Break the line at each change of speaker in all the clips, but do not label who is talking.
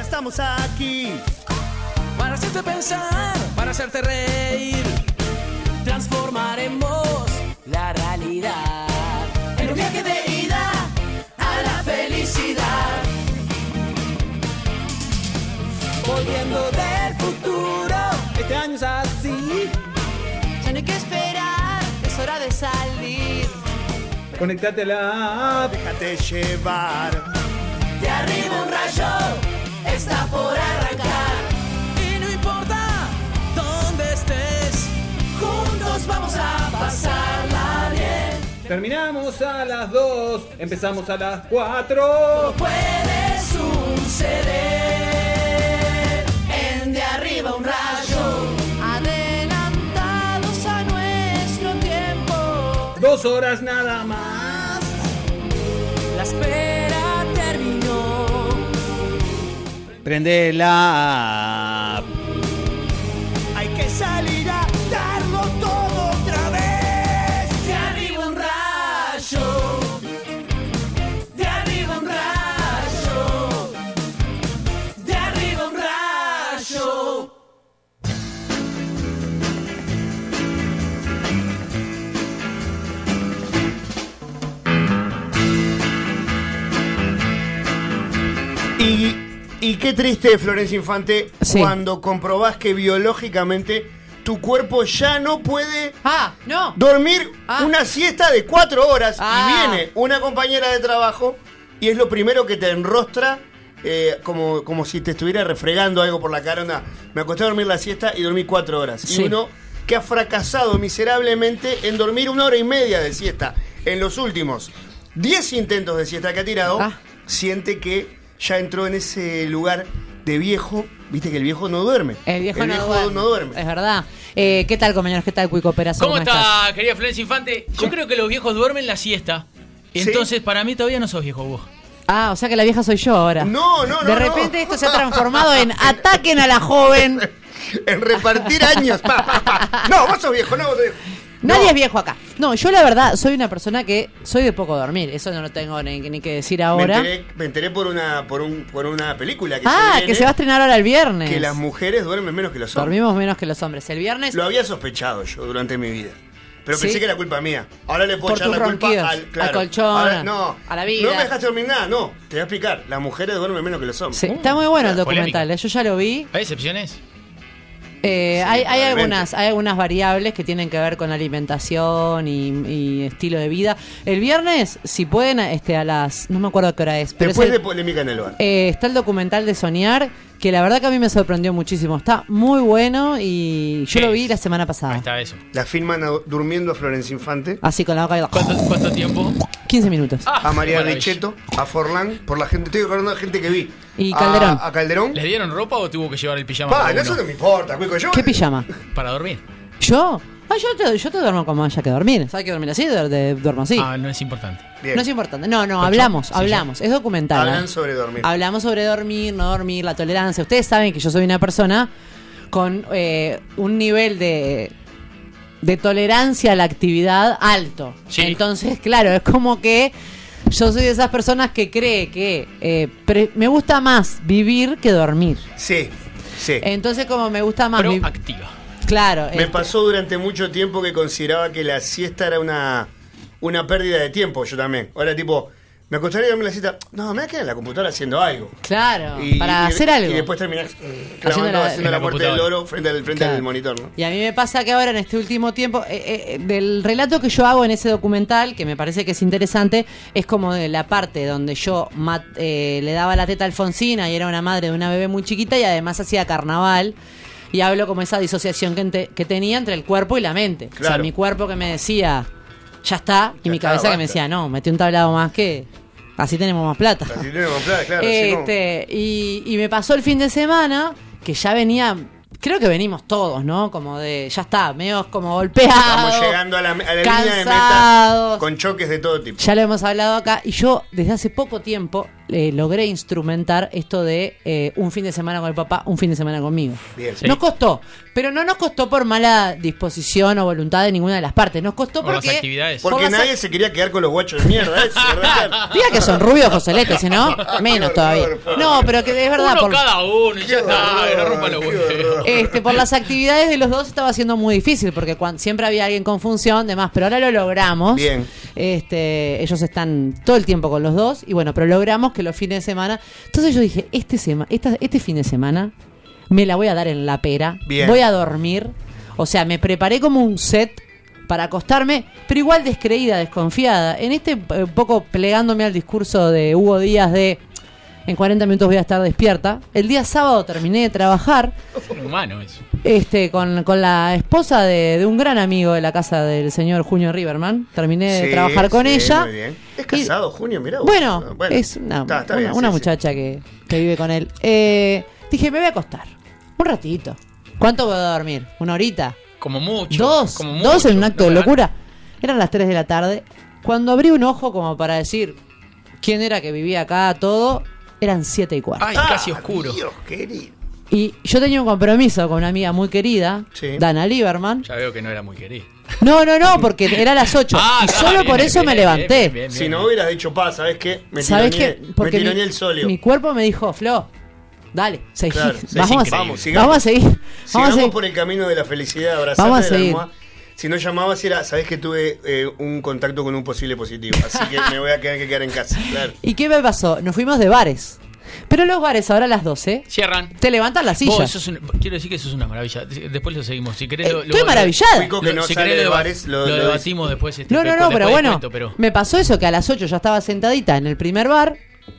estamos aquí.
Para hacerte pensar, para hacerte reír. Transformaremos la realidad en un viaje de ida a la felicidad. Volviendo del futuro, este año es así.
Ya no hay que esperar, es hora de salir.
Conectate a la app.
Déjate llevar.
De arriba un rayo está por arrancar. Y no importa dónde estés, juntos vamos a pasarla bien.
Terminamos a las 2, empezamos a las 4.
Puede suceder en de arriba un rayo.
Adelantados a nuestro tiempo.
Dos horas nada más.
La espera terminó.
Prende la app.
Hay que salir a darlo todo otra vez.
De arriba un rayo. De arriba un rayo. Ah. De arriba un rayo.
Y, y qué triste, Florencia Infante,
Sí.
cuando comprobás que biológicamente tu cuerpo ya no puede
Ah, no.
dormir
Ah.
una siesta de cuatro horas
Ah.
y viene una compañera de trabajo y es lo primero que te enrostra eh, como, como si te estuviera refregando algo por la cara. Onda, me acosté a dormir la siesta y dormí cuatro horas.
Sí.
Y uno que ha fracasado miserablemente en dormir una hora y media de siesta en los últimos diez intentos de siesta que ha tirado,
Ah.
siente que ya entró en ese lugar de viejo. Viste que el viejo no duerme.
El viejo, no, duerme.
no duerme.
Es verdad. Eh, ¿Qué tal, compañeros? ¿Qué tal, Cuico Perazo?
¿Cómo
estás?
está, querida Florencia Infante? Yo creo que los viejos duermen la siesta.
Sí.
Entonces, para mí todavía no sos viejo vos.
Ah, o sea que la vieja soy yo ahora.
No, no, no,
De
no.
repente esto se ha transformado en ataquen a la joven.
en repartir años. Pa, pa, pa. No, vos sos viejo, no, vos sos viejo.
Nadie
No.
es viejo acá. No, yo la verdad soy una persona que soy de poco dormir. Eso no lo tengo ni, ni que decir ahora.
Me enteré, me enteré por una por un por una película que
ah,
se viene,
que se va a estrenar ahora el viernes.
que las mujeres duermen menos que los hombres.
Dormimos menos que los hombres. El viernes.
Lo había sospechado yo durante mi vida. Pero
Sí.
pensé que era culpa mía. Ahora le puedo
Por
echar
tus
la culpa
ronquidos,
al, claro.
al colchón,
Ahora, no,
a la vida.
No me dejaste dormir nada, no. Te voy a explicar. Las mujeres duermen menos que los hombres.
Sí, está muy bueno el
Polémica.
documental. eh, Yo ya lo vi.
¿Hay excepciones?
Eh, hay, hay
claramente.
algunas, hay algunas variables que tienen que ver con alimentación y, y estilo de vida. El viernes, si pueden, este, a las. No me acuerdo qué hora es. Pero es
Después
el-
de polémica en el bar.
Eh, está el documental de Soñar, que la verdad que a mí me sorprendió muchísimo. Está muy bueno y yo
¿Qué
lo
es?
vi la semana pasada.
Ahí está eso.
La filman a- durmiendo a Florencia Infante,
Así con la boca.
¿Cuánto, cuánto tiempo?
15 minutos.
Ah,
a María
maravilla.
Richetto, a Forlán, por la gente, estoy recordando a gente que vi.
Y
A-
Calderón.
A, Calderón.
¿Les dieron ropa o tuvo que llevar el pijama
Pa,
cada
no,
uno
eso no me importa,
pues
cuico. Yo,
¿Qué pijama?
para dormir?
¿Yo? Ah, yo te, yo te duermo como haya que dormir. ¿Sabes que dormir así? de- de- duermo así.
Ah, no es importante.
Bien.
No es importante. No, no, hablamos,
Sí,
hablamos. Es documental.
Hablan
¿eh?
sobre dormir.
Hablamos sobre dormir, no dormir, la tolerancia. Ustedes saben que yo soy una persona con eh, un nivel de, de tolerancia a la actividad alto.
Sí.
Entonces, claro, es como que yo soy de esas personas que cree que eh, pre- me gusta más vivir que dormir.
Sí, sí.
Entonces, como me gusta más vi-
Proactiva.
Claro.
Me
este,
pasó durante mucho tiempo que consideraba que la siesta era una, una pérdida de tiempo, yo también. Ahora, tipo, me acostaría y darme la siesta. No, me voy a quedar en la computadora haciendo algo.
Claro,
Y-
para
y-
hacer algo.
Y después terminás eh, clavando,
Haciendo
haciendo
la-
la,
En
la
muerte del
computadora.
loro frente al, frente
Claro.
al monitor, ¿no?
Y a mí me pasa que ahora en este último tiempo, eh, eh, del relato que yo hago en ese documental, que me parece que es interesante, es como de la parte donde yo ma- eh, le daba la teta a Alfonsina y era una madre de una bebé muy chiquita y además hacía carnaval. Y hablo como esa disociación que, ente- que tenía entre el cuerpo y la mente. O sea,
Claro.
mi cuerpo que me decía, ya está, y
Ya
mi
está,
cabeza que me
basta.
decía, no, metí un tablado más que así tenemos más plata.
Así tenemos, claro, claro, así como-
Este, y, y me pasó el fin de semana que ya venía, creo que venimos todos, ¿no? Como de, ya está, medio como golpeados.
Estamos llegando a la, a la línea de meta
cansados.
con choques de todo tipo.
Ya lo hemos hablado acá y yo desde hace poco tiempo eh, logré instrumentar esto de eh, un fin de semana con el papá, un fin de semana conmigo.
Bien.
Sí.
Nos costó, pero no nos costó por mala disposición o voluntad de ninguna de las partes. Nos costó
Por las
porque.
actividades.
por
Porque
las
nadie se quería quedar con los guachos de mierda, eso, ¿verdad?
Diga que son rubios, Joselete, si no, menos todavía. No, pero que es verdad.
Uno
por-
cada uno y ya está,
horror,
que no rompa los
qué
huevos.
Este, por las actividades de los dos estaba siendo muy difícil, porque cuan- siempre había alguien con función, demás, pero ahora lo logramos.
Bien.
Este, ellos están todo el tiempo con los dos, y bueno, pero logramos que los fines de semana. Entonces yo dije, este, sema, esta- este fin de semana me la voy a dar en la pera,
Bien.
voy a dormir. O sea, me preparé como un set para acostarme, pero igual descreída, desconfiada. En este, eh, un poco plegándome al discurso de Hugo Díaz de. En 40 minutos voy a estar despierta. El día sábado terminé de trabajar
Un humano eso.
este, con, con la esposa de, de un gran amigo de la casa del señor Junio Riverman. Terminé de
Sí,
trabajar con
sí,
ella.
muy bien. Es
Y-
casado, Junio, mirá vos.
Bueno, es una,
está- está
una-
bien,
una
sí, sí.
muchacha Que, que vive con él. Eh, dije, me voy a acostar. Un ratito. ¿Cuánto voy a dormir? ¿Una horita?
Como mucho.
¿Dos?
como
¿Dos
mucho.
en un acto
No
de
me
locura? Eran las 3 de la tarde. Cuando abrí un ojo como para decir quién era que vivía acá, todo, eran 7 y cuarto.
gana. Ay, casi
Ah,
oscuro.
Dios querido.
Y yo tenía un compromiso con una amiga muy querida,
Sí.
Dana Lieberman.
Ya veo que no era muy querido.
No, no, no, porque era a las 8.
Ah,
y
está,
solo
bien,
por eso
bien,
me
bien,
levanté.
bien, bien, bien.
Si no hubieras dicho, pa, ¿sabes qué? Me
¿Sabes
tironeé-
qué?
Me
Porque
tironeé
mi,
el solio.
mi cuerpo me dijo, Flo, dale, seguí.
Claro, sí,
vamos, a
es
seguir.
increíble.
vamos a seguir. Vamos a
Sigamos
seguir.
por el camino de la felicidad,
Vamos a
abrazarte de la
seguir.
almohada. Si no llamabas era, sabés que tuve eh, un contacto con un posible positivo, así que me voy a tener que quedar en casa, claro.
¿Y qué me pasó? Nos fuimos de bares. Pero los bares ahora a las 12
Cierran.
te levantan las
Vos,
sillas.
sos un- quiero decir que eso es una maravilla. Después lo seguimos. Si querés,
Eh,
lo-
estoy
lo-
maravillada.
Fico que
lo-
no
si
sale
querés,
de
lo,
bares, lo, lo-
debatimos después. Este,
No, no, no,
después
pero
del
bueno,
cuento, pero-
me pasó eso que a las 8 yo estaba sentadita en el primer bar,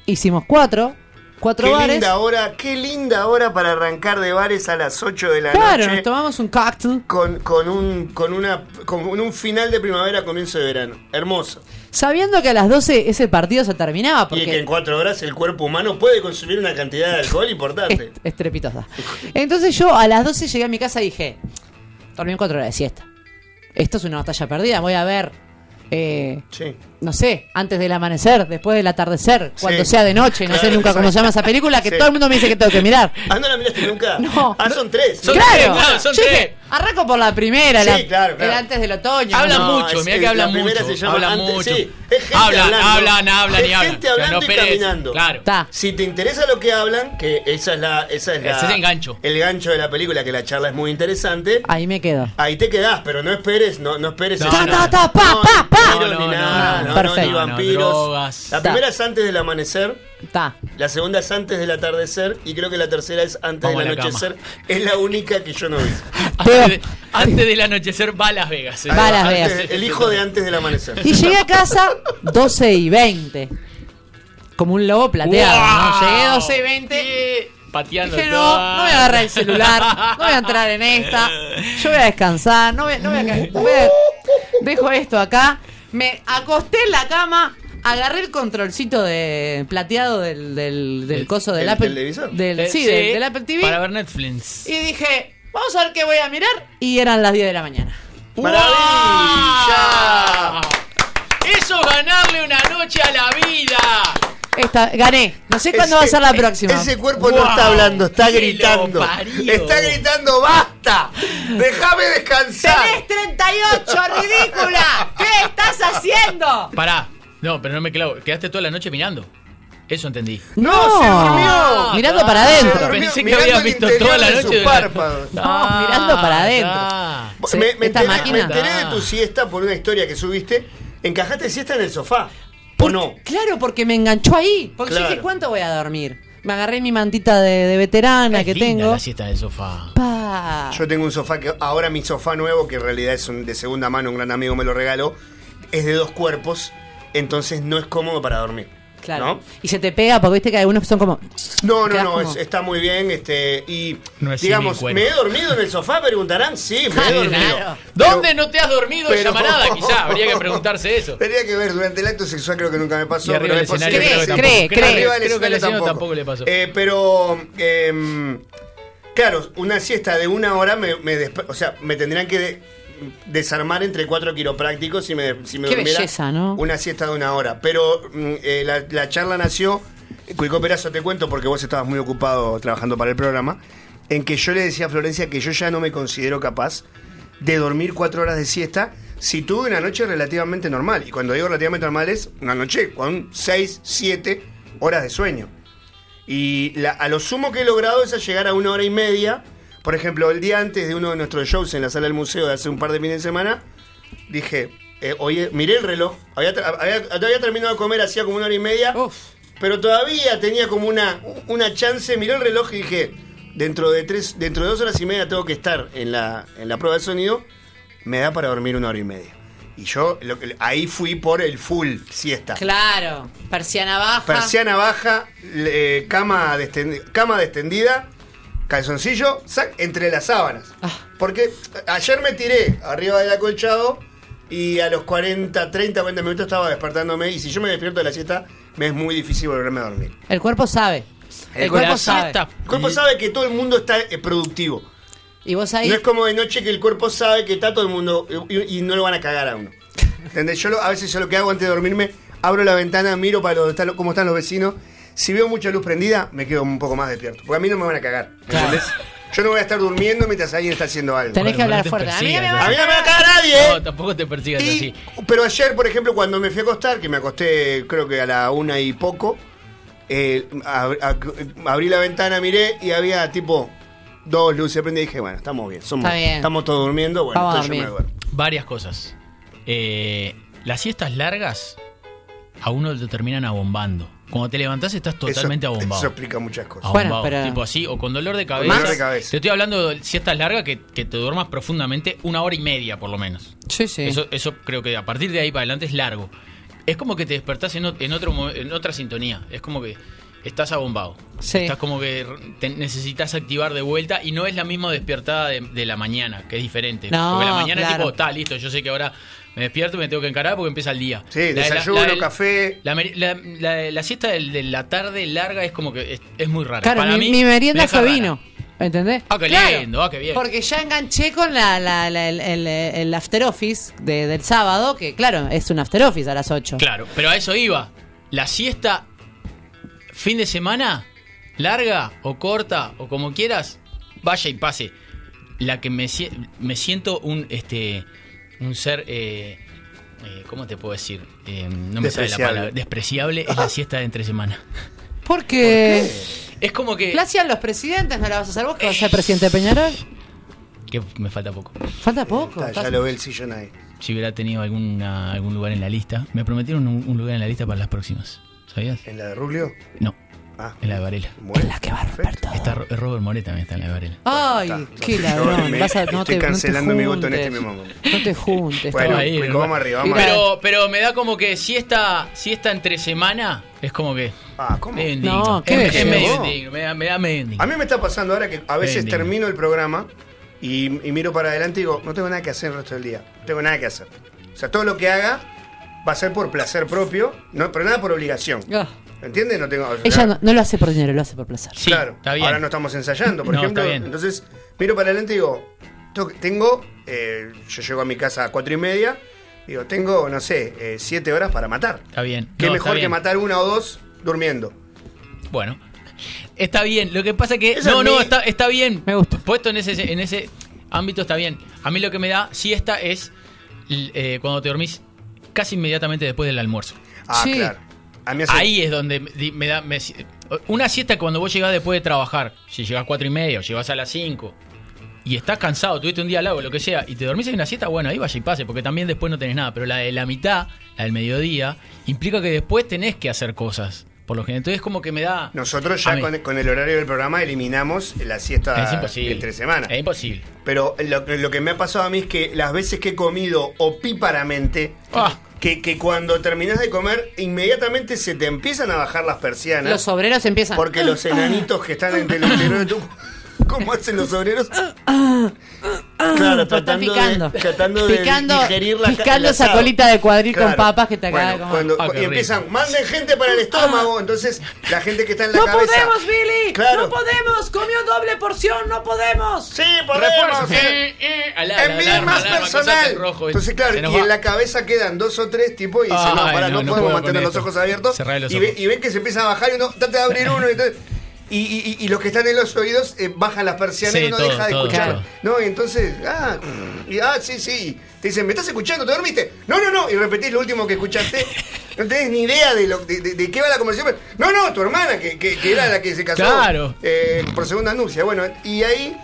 hicimos cuatro, cuatro
Qué
bares.
linda hora, qué linda hora para arrancar de bares a las 8 de la
Claro,
noche.
nos tomamos un cóctel.
Con, con un con una con un final de primavera, comienzo de verano. Hermoso.
Sabiendo que a las 12 ese partido se terminaba. Ah, Porque
Y que en cuatro horas el cuerpo humano puede consumir una cantidad de alcohol importante.
Est- estrepitosa. Entonces yo a las 12 llegué a mi casa y dije, dormí cuatro horas de siesta. Esto es una batalla perdida, voy a ver, eh,
Sí.
no sé, antes del amanecer, después del atardecer,
Sí.
cuando sea de noche, no sé
Claro,
nunca cómo
exacto.
se llama esa película, que
Sí.
todo el mundo me dice que tengo que mirar.
Ah, no la miraste nunca.
No.
Ah, son tres.
Son-
claro,
tres, claro, son
Yo dije,
tres.
arranco por la primera,
Sí,
la-
claro, claro.
el antes del otoño.
Hablan
¿no?
mucho, mirá que
la
hablan
primera
mucho,
se llama
hablan
antes,
mucho.
sí, es gente
hablan,
hablando.
hablan, hablan
Es
y hablan.
gente hablando
No, no,
y
perece,
caminando.
Claro.
Está.
Si te interesa lo que hablan, que esa es la, esa es la-
Ese es el gancho.
el gancho de la película, que la charla es muy interesante.
Ahí me quedo.
Ahí te quedás, pero no esperes, no, no esperes.
No,
el-
Ta, ta,
ta, pa,
No,
pa, pa.
ni tiros,
No,
ni
no,
nada,
no,
no,
no,
no, ni
perfecto.
vampiros.
No, drogas.
La
Ta.
primera es antes del amanecer,
Está.
la segunda es antes del atardecer y creo que la tercera es antes
Vamos a
del
la
anochecer. Es la única que yo no vi.
Antes, de- antes del anochecer va a Las Vegas. eh.
Va a Las
Antes-
Vegas.
El hijo de antes del amanecer.
Y llegué a casa 12 y 20. Como un lobo plateado. ¿no?
¡Wow!
Llegué 12 y 20.
Sí, Pateando
Dije,
todo.
no, no voy a agarrar el celular, no voy a entrar en esta, yo voy a descansar, no voy, a- no voy a, ca- voy a- Dejo esto acá, me acosté en la cama, agarré el controlcito de plateado del, del, del
Del-
coso del
del
Apple...
televisor.
del-
Eh,
sí, del, del Apple TV.
Para ver Netflix.
Y dije, vamos a ver qué voy a mirar. Y eran las 10 de la mañana.
¡Maravilla!
Eso es ganarle una noche a la vida.
Esta, gané, no sé cuándo va a
Ese-
ser la próxima.
Eh, Ese cuerpo no
Wow,
está hablando, está
que lo
gritando.
parió.
Está gritando, basta. Déjame descansar.
¡Tenés 38, ridícula! ¿Qué estás haciendo?
Pará. No, pero no me clavo. Quedaste toda la noche mirando. Eso entendí.
No, se durmió.
Mirando para
Ah,
adentro.
Se durmió
Pensé que
mirando
había
el
visto
interior
toda la
de
noche.
sus
de la-
párpados.
No, mirando para adentro.
está.
Sí,
Ah, me, me
esta
enteré,
máquina.
me enteré de
Ah.
tu siesta por una historia que subiste. Encajaste siesta en el sofá. ¿O
Porque-
no?
Claro, porque me enganchó ahí. Porque yo
Claro.
dije, ¿cuánto voy a dormir? Me agarré mi mantita de, de veterana
Es
que
linda
tengo.
La siesta en el sofá.
Pa.
Ah. Yo tengo un sofá que ahora mi sofá nuevo, que en realidad es un- de segunda mano, un gran amigo me lo regaló, es de dos cuerpos, entonces no es cómodo para dormir.
Claro.
¿no?
Y se te pega porque viste que algunos que son como.
No, no,
Quedás
no,
como-
es- está muy bien, este, y
No es
digamos,
simicuero.
¿me he dormido en el sofá? Preguntarán, sí, me he
Claro.
dormido.
¿Dónde
Pero-
no te has dormido
pero-
en llamarada? Quizá habría que preguntarse eso.
Tendría que ver, durante el acto sexual creo que nunca me pasó.
Y arriba
pero
del
es posible
escenario
que
creo que
sí.
tampoco. Cree, cree.
Arriba del
Creo que al
escenario
escenario
tampoco.
tampoco le pasó.
Eh, pero, em, claro, una siesta de una hora me, me desp- o sea, me tendrían que de- desarmar entre cuatro quiroprácticos si me, si me
Qué
durmiera
belleza, ¿no?
una siesta de una hora. Pero mm, eh, la, la charla nació Cuico Perazo, te cuento porque vos estabas muy ocupado trabajando para el programa, en que yo le decía a Florencia que yo ya no me considero capaz de dormir cuatro horas de siesta si tuve una noche relativamente normal. Y cuando digo relativamente normal es una noche con seis, siete horas de sueño. Y la- a lo sumo que he logrado es a llegar a una hora y media. Por ejemplo, el día antes de uno de nuestros shows en la sala del museo de hace un par de fines de semana, dije, eh, oye, miré el reloj, había, tra- había- había terminado de comer hacía como una hora y media, pero todavía tenía como una, una chance, miré el reloj y dije, dentro de tres, dentro de dos horas y media tengo que estar en la, en la prueba de sonido, me da para dormir una hora y media. Y yo lo que- ahí fui por el full siesta.
Claro, persiana baja.
Persiana baja, le- eh, cama, destendi- cama destendida, calzoncillo, sac, entre las sábanas.
Ah.
Porque eh, ayer me tiré arriba del acolchado y a los 40, 30, 40 minutos estaba despertándome. Y si yo me despierto de la siesta, me es muy difícil volverme a dormir.
El cuerpo sabe. El,
El
cuerpo
cuerpo
sabe.
siesta.
El cuerpo sabe que todo el mundo está eh, productivo.
Y vos ahí.
No es como de noche que el cuerpo sabe que está todo el mundo y, y no lo van a cagar a uno. ¿Entendés? Yo lo- a veces yo lo que hago antes de dormirme, abro la ventana, miro para donde están, lo- cómo están los vecinos. Si veo mucha luz prendida, me quedo un poco más despierto. Porque a mí no me van a cagar. ¿entendés? Yo no voy a estar durmiendo mientras alguien está haciendo algo.
Tenés que
Bueno, no
hablar
te
fuerte. A mí no me
persigas,
va
A mí no me va a cagar
No,
nadie. ¿eh?
tampoco te persigas
Y-
así.
pero ayer, por ejemplo, cuando me fui a acostar, que me acosté creo que a la una y poco, eh, ab- ab- abrí la ventana, miré y había tipo dos luces prendidas y dije, bueno, estamos bien, somos,
Está bien.
estamos todos durmiendo, bueno,
Vamos a
entonces yo me
dormir.
duermo.
Varias cosas. Eh, las siestas largas a uno te terminan abombando. Cuando te levantás estás totalmente
eso,
abombado.
Eso explica muchas cosas.
Bueno,
Abombado,
pero-
Tipo así, o con dolor de cabeza.
dolor de cabeza.
Te estoy hablando de siestas largas que, que te duermas profundamente una hora y media, por lo menos.
Sí, sí.
Eso, eso creo que a partir de ahí para adelante es largo. Es como que te despertás en, o- en otro, mo- en otra sintonía. Es como que estás abombado.
Sí.
Estás como que r- te necesitas activar de vuelta y no es la misma despertada de, de la mañana, que es diferente.
No,
porque la mañana es
claro.
tipo, está listo, yo sé que ahora me despierto y me tengo que encarar porque empieza el día.
Sí,
La- la-
desayuno,
la- el-
café.
La, meri- la- la- la siesta del- de la tarde larga es como que es, es muy rara.
Claro,
Para
mi,
mí,
mi
me
merienda
deja
fue
rara.
vino. ¿Entendés?
Ah, qué
Claro,
lindo, ah, qué bien.
Porque ya enganché con la, la- la- el, el- el after office de- del sábado, que claro, es un after office a las 8.
Claro, pero a eso iba. La siesta, fin de semana, larga o corta o como quieras, vaya y pase. La que me, sie- me siento un este un ser, eh, eh, ¿cómo te puedo decir? Eh, no me sale la
Despreciable.
palabra. Despreciable es la siesta de entre semana.
Porque
Es como que...
la hacían los presidentes, no la vas a hacer vos, que vas a ser presidente de Peñarol.
Que me falta poco.
Falta poco.
Está, ya
estás-
lo ve el sillón ahí.
Si hubiera tenido alguna, algún lugar en la lista. Me prometieron un, un lugar en la lista para las próximas. ¿Sabías?
¿En la de Rubio?
No,
Ah.
en la de Varela.
Bueno,
La que va a romper todo.
Está Ro- Robert Moret también está en la de Varela.
Ay,
Está.
qué
Yo
ladrón.
me-
Vas a- no
estoy
te- no te
cancelando mi voto en
juntes.
este mismo momento.
No te juntes.
Bueno,
Estaba
está
ahí,
Cuico,
¿no?
vamos arriba, vamos
Mira.
arriba.
Pero, pero me da como que si esta, si esta entre semana es como que.
Ah, ¿cómo?
medio indigno.
No, qué
es, es
belleza.
medio indigno, me da, me da medio indigno.
A mí me está pasando ahora que a veces
Bendigo.
termino el programa y, y miro para adelante y digo, no tengo nada que hacer el resto del día. No tengo nada que hacer. O sea, todo lo que haga va a ser por placer propio, no, pero nada por obligación.
Ah.
¿Entiendes? No tengo. o sea,
Ella no, no lo hace por dinero, lo hace por placer.
Sí,
claro.
está bien.
Ahora no estamos ensayando, por
No,
ejemplo.
está bien.
Entonces, miro para adelante y digo, tengo, tengo, eh, yo llego a mi casa a cuatro y media, digo, tengo, no sé, eh, siete horas para matar.
Está bien.
Qué
No, está
mejor que
bien.
matar una o dos durmiendo.
Bueno, está bien. Lo que pasa que.
Esa
no,
es
no,
mi-
está, está bien.
Me gusta.
Puesto en ese, en ese ámbito está bien. A mí lo que me da siesta es l- eh, cuando te dormís casi inmediatamente después del almuerzo.
Ah,
Sí.
claro. A mí hace-
Ahí es donde me, di- me da. me si- una siesta cuando vos llegás después de trabajar. Si llegás cuatro y media, o llegás a las 5 y estás cansado, tuviste un día largo, lo que sea, y te dormís en una siesta, bueno, ahí vaya y pase, porque también después no tenés nada. Pero la de la mitad, la del mediodía, implica que después tenés que hacer cosas. Por lo general. Entonces, como que me da.
Nosotros
A
ya
mí.
con, con el horario del programa eliminamos la
Es
siesta
imposible.
entre semana.
Es imposible.
Pero lo, que- lo que me ha pasado a mí es que las veces que he comido opíparamente,
Ah.
que, que cuando terminás de comer, inmediatamente se te empiezan a bajar las persianas.
Los obreros empiezan.
porque los enanitos que están en el interior de tu... ¿Cómo hacen los obreros? Claro,
Todo está
tratando de-
picando.
tratando de digerir la ca-
picando
el
esa
asado.
colita de cuadril
Claro.
con papas que te acaba de
Bueno,
comer. Ah.
cuando-
Ah, qué
y
rico.
empiezan, manden gente para el estómago. Entonces, la gente que está en la
¡No
cabeza.
podemos, Billy!
Claro.
¡No podemos! ¡Comió doble porción! ¡No podemos!
Sí, podemos.
Eh, eh, alarma,
En vida
alarma,
más
alarma, cosas en
personal.
rojo, eh.
Entonces,
Se
claro,
nos
y en
va.
la cabeza quedan dos o tres tipos y dicen, no,
Ay,
para,
no,
no,
no
podemos
puedo
mantener
con
los
esto.
ojos abiertos.
Cerrá los
y, ve-
ojos.
y ven que se empieza a bajar y uno trata de abrir uno. y entonces- Y, y- y- y los que están en los oídos eh, bajan las persianas y
Sí,
uno
todo,
deja de
todo,
escuchar.
todo.
No, y entonces, ah, y, ah, sí, sí. Te dicen, ¿me estás escuchando? ¿Te dormiste? No, no, no. Y repetís lo último que escuchaste. No tenés ni idea de, lo, de, de- de qué va la conversación. No, no, tu hermana, que, que- que era la que se casó.
Claro.
eh, por segunda anuncia. Bueno, y ahí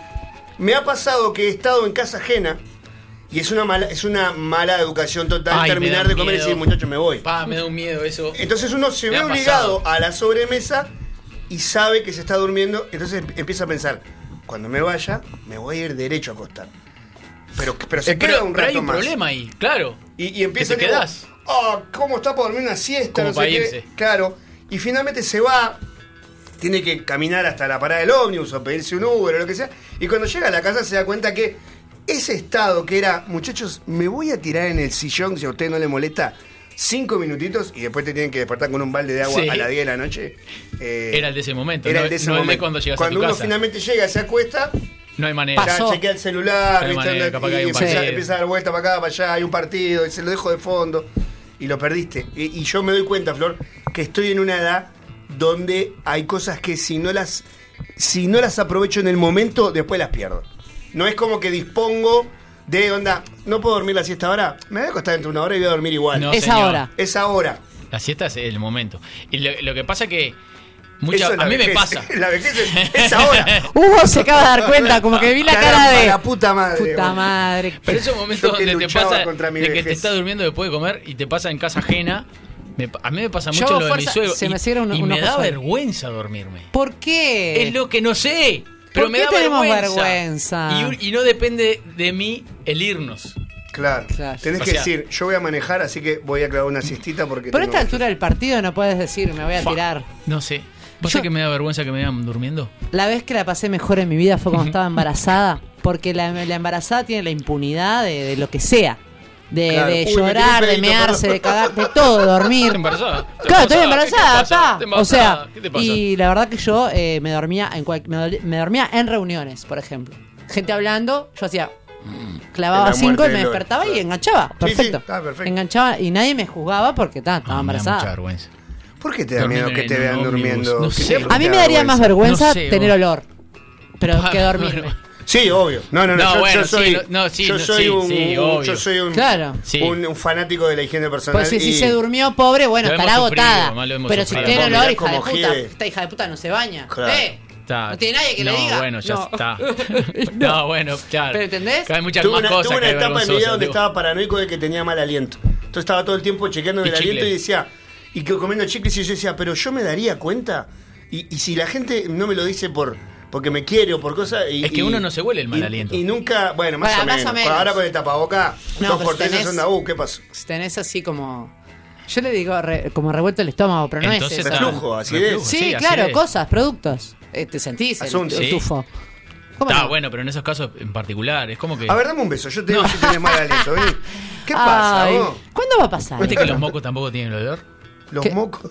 me ha pasado que he estado en casa ajena. Y es una mala, es una mala educación total
Ay, me
terminar
da
de comer y
miedo.
decir, muchacho, me voy.
Pa, me da un miedo eso.
Entonces uno se
Me
ve
ha
obligado
pasado.
a la sobremesa y sabe que se está durmiendo. Entonces em- empieza a pensar, cuando me vaya, me voy a ir derecho a acostar. Pero, pero se
Eh, pero,
queda un
pero
rato
hay un
más.
problema ahí, claro.
Y, y empieza
Que te
tipo,
quedás.
"Ah, ¿Cómo está para dormir una siesta?
Como
no sé
para
qué".
irse.
Claro. Y finalmente se va, tiene que caminar hasta la parada del ómnibus o pedirse un Uber o lo que sea. Y cuando llega a la casa se da cuenta que ese estado que era, muchachos, me voy a tirar en el sillón si a usted no le molesta. Cinco minutitos y después te tienen que despertar con un balde de agua
Sí.
a las 10 de la noche. eh,
Era el de ese momento,
Era
no-
el de ese
no el de
momento.
cuando llegas a tu
uno
casa.
finalmente llega, se acuesta,
No hay manera.
ya
Pasó.
chequea el celular,
De
¿viste?
manera,
Anda-
capaz que
y
hay un
empieza,
partido.
empieza a dar vuelta para acá, para allá, hay un partido, y se lo dejo de fondo, y lo perdiste. Y, y yo me doy cuenta, Flor, que estoy en una edad donde hay cosas que si no las, si no las aprovecho en el momento, después las pierdo. No es como que dispongo de onda, no puedo dormir la siesta ahora, me voy a acostar dentro de una hora y voy a dormir igual.
No,
es
señor.
ahora.
Es ahora.
La siesta es el momento. Y lo, lo que pasa que mucha-
Eso es la
a mí me
vejez.
pasa.
La vejez es, es ahora.
Hugo se acaba de dar cuenta, como que vi la cara
Caramba,
de.
la puta madre.
Puta
boludo.
madre.
Pero esos momentos
Yo que
donde te
luchaba
pasa
contra mi
de que te
vejez.
estás durmiendo después de comer y te pasa en casa ajena, me pa- a mí me pasa
Yo
mucho
hago
lo de mi
fuerza,
suegro.
se
y
me cierra un-
y
un
me
ojo
da
solo.
vergüenza dormirme.
¿Por qué?
Es lo que no sé. Pero
Eh, ¿Por
me
qué
da
tenemos
vergüenza.
vergüenza?
Y un- Y, no depende de mí el irnos.
Claro.
Claro.
Tenés
O
que
sea-
decir, yo voy a manejar, así que voy a clavar una siestita porque.
Por
tengo
esta
que-
altura del partido no puedes decir, me voy a
Fa.
tirar.
No sé. ¿Vos
Yo-
sabés que me da vergüenza que me vean durmiendo?
La vez que la pasé mejor en mi vida fue cuando estaba embarazada, porque la, la embarazada tiene la impunidad de, de lo que sea. De,
Claro.
de
Uy, me tiré un
llorar, de
pedito,
mearse,
perdón.
de cagar, de todo, dormir.
¿Estás embarazada? ¿Estás
Claro, estoy
¿Qué te
embarazada,
pasa?
pa.
¿Estás
O
embarazada?
sea,
¿Qué te pasa?
y la verdad que yo eh, me dormía en cual- me, doli- me dormía en reuniones, por ejemplo. Gente hablando, yo hacía clavaba
La muerte
cinco y
de
me
Lola,
despertaba y
claro.
enganchaba.
Sí, sí,
Perfecto.
está perfecto.
Enganchaba y nadie me juzgaba porque ta,
Ah,
estaba
me da mucha
embarazada.
vergüenza.
¿Por qué te da
Dormir
miedo que
en
te
un
vean
ómnibus.
durmiendo?
No
¿Qué
sé.
te-
A mí
te
me daría más vergüenza
No sé,
tener
vos.
olor, pero que dormirme.
Sí, obvio. No, no, no.
No,
yo,
bueno,
yo soy,
sí, no, no, sí,
yo
no,
soy
sí,
un,
sí,
un-
obvio.
yo soy un,
Claro.
Sí.
un, un fanático de la higiene personal.
Pues si, si
y-
se durmió pobre, bueno,
Lo
estará
hemos sufrido,
agotada.
más lo hemos
Pero si
sufrido.
tiene
Mirá
olor, hija de
cómo
puta,
gire.
esta hija de puta no se baña.
Claro.
Eh,
Está-
No tiene nadie que le
No,
diga.
bueno, ya
No.
está. no. bueno, claro.
¿Pero entendés?
Hay muchas
tuve
más
una,
cosas
tuve una
que hay
etapa en mi vida
vergonzosas,
donde
digo.
estaba paranoico de que tenía mal aliento. Entonces estaba todo el tiempo chequeando
Y
el aliento
chicle.
y decía, y que comiendo chicles, y yo decía, pero yo me daría cuenta. Y, y si la gente no me lo dice por porque me quiere o por cosas. y-
Es que
y-
uno no se huele el mal
y-
aliento.
Y nunca, bueno, más,
Bueno,
o,
más
menos.
o menos.
Ahora con el tapaboca,
No,
dos
pero
por tres
tenés-
es onda, uh, ¿qué pasó?
Si tenés así como. Yo le digo re- como revuelto el estómago, pero no
Entonces,
es eso.
está-
Reflujo, acidez.
reflujo,
Sí,
así
claro,
es.
cosas, productos. Eh, te sentís el,
Asunto.
el
Sí.
tufo. ¿Cómo
Está
no?
bueno, pero en esos casos en particular, es como que.
A ver, dame un beso, yo te digo si tenés mal aliento, vení. ¿Qué pasa,
Ay,
vos?
¿Cuándo va a pasar?
¿Viste que los mocos tampoco tienen olor?
Los
¿Qué?
mocos.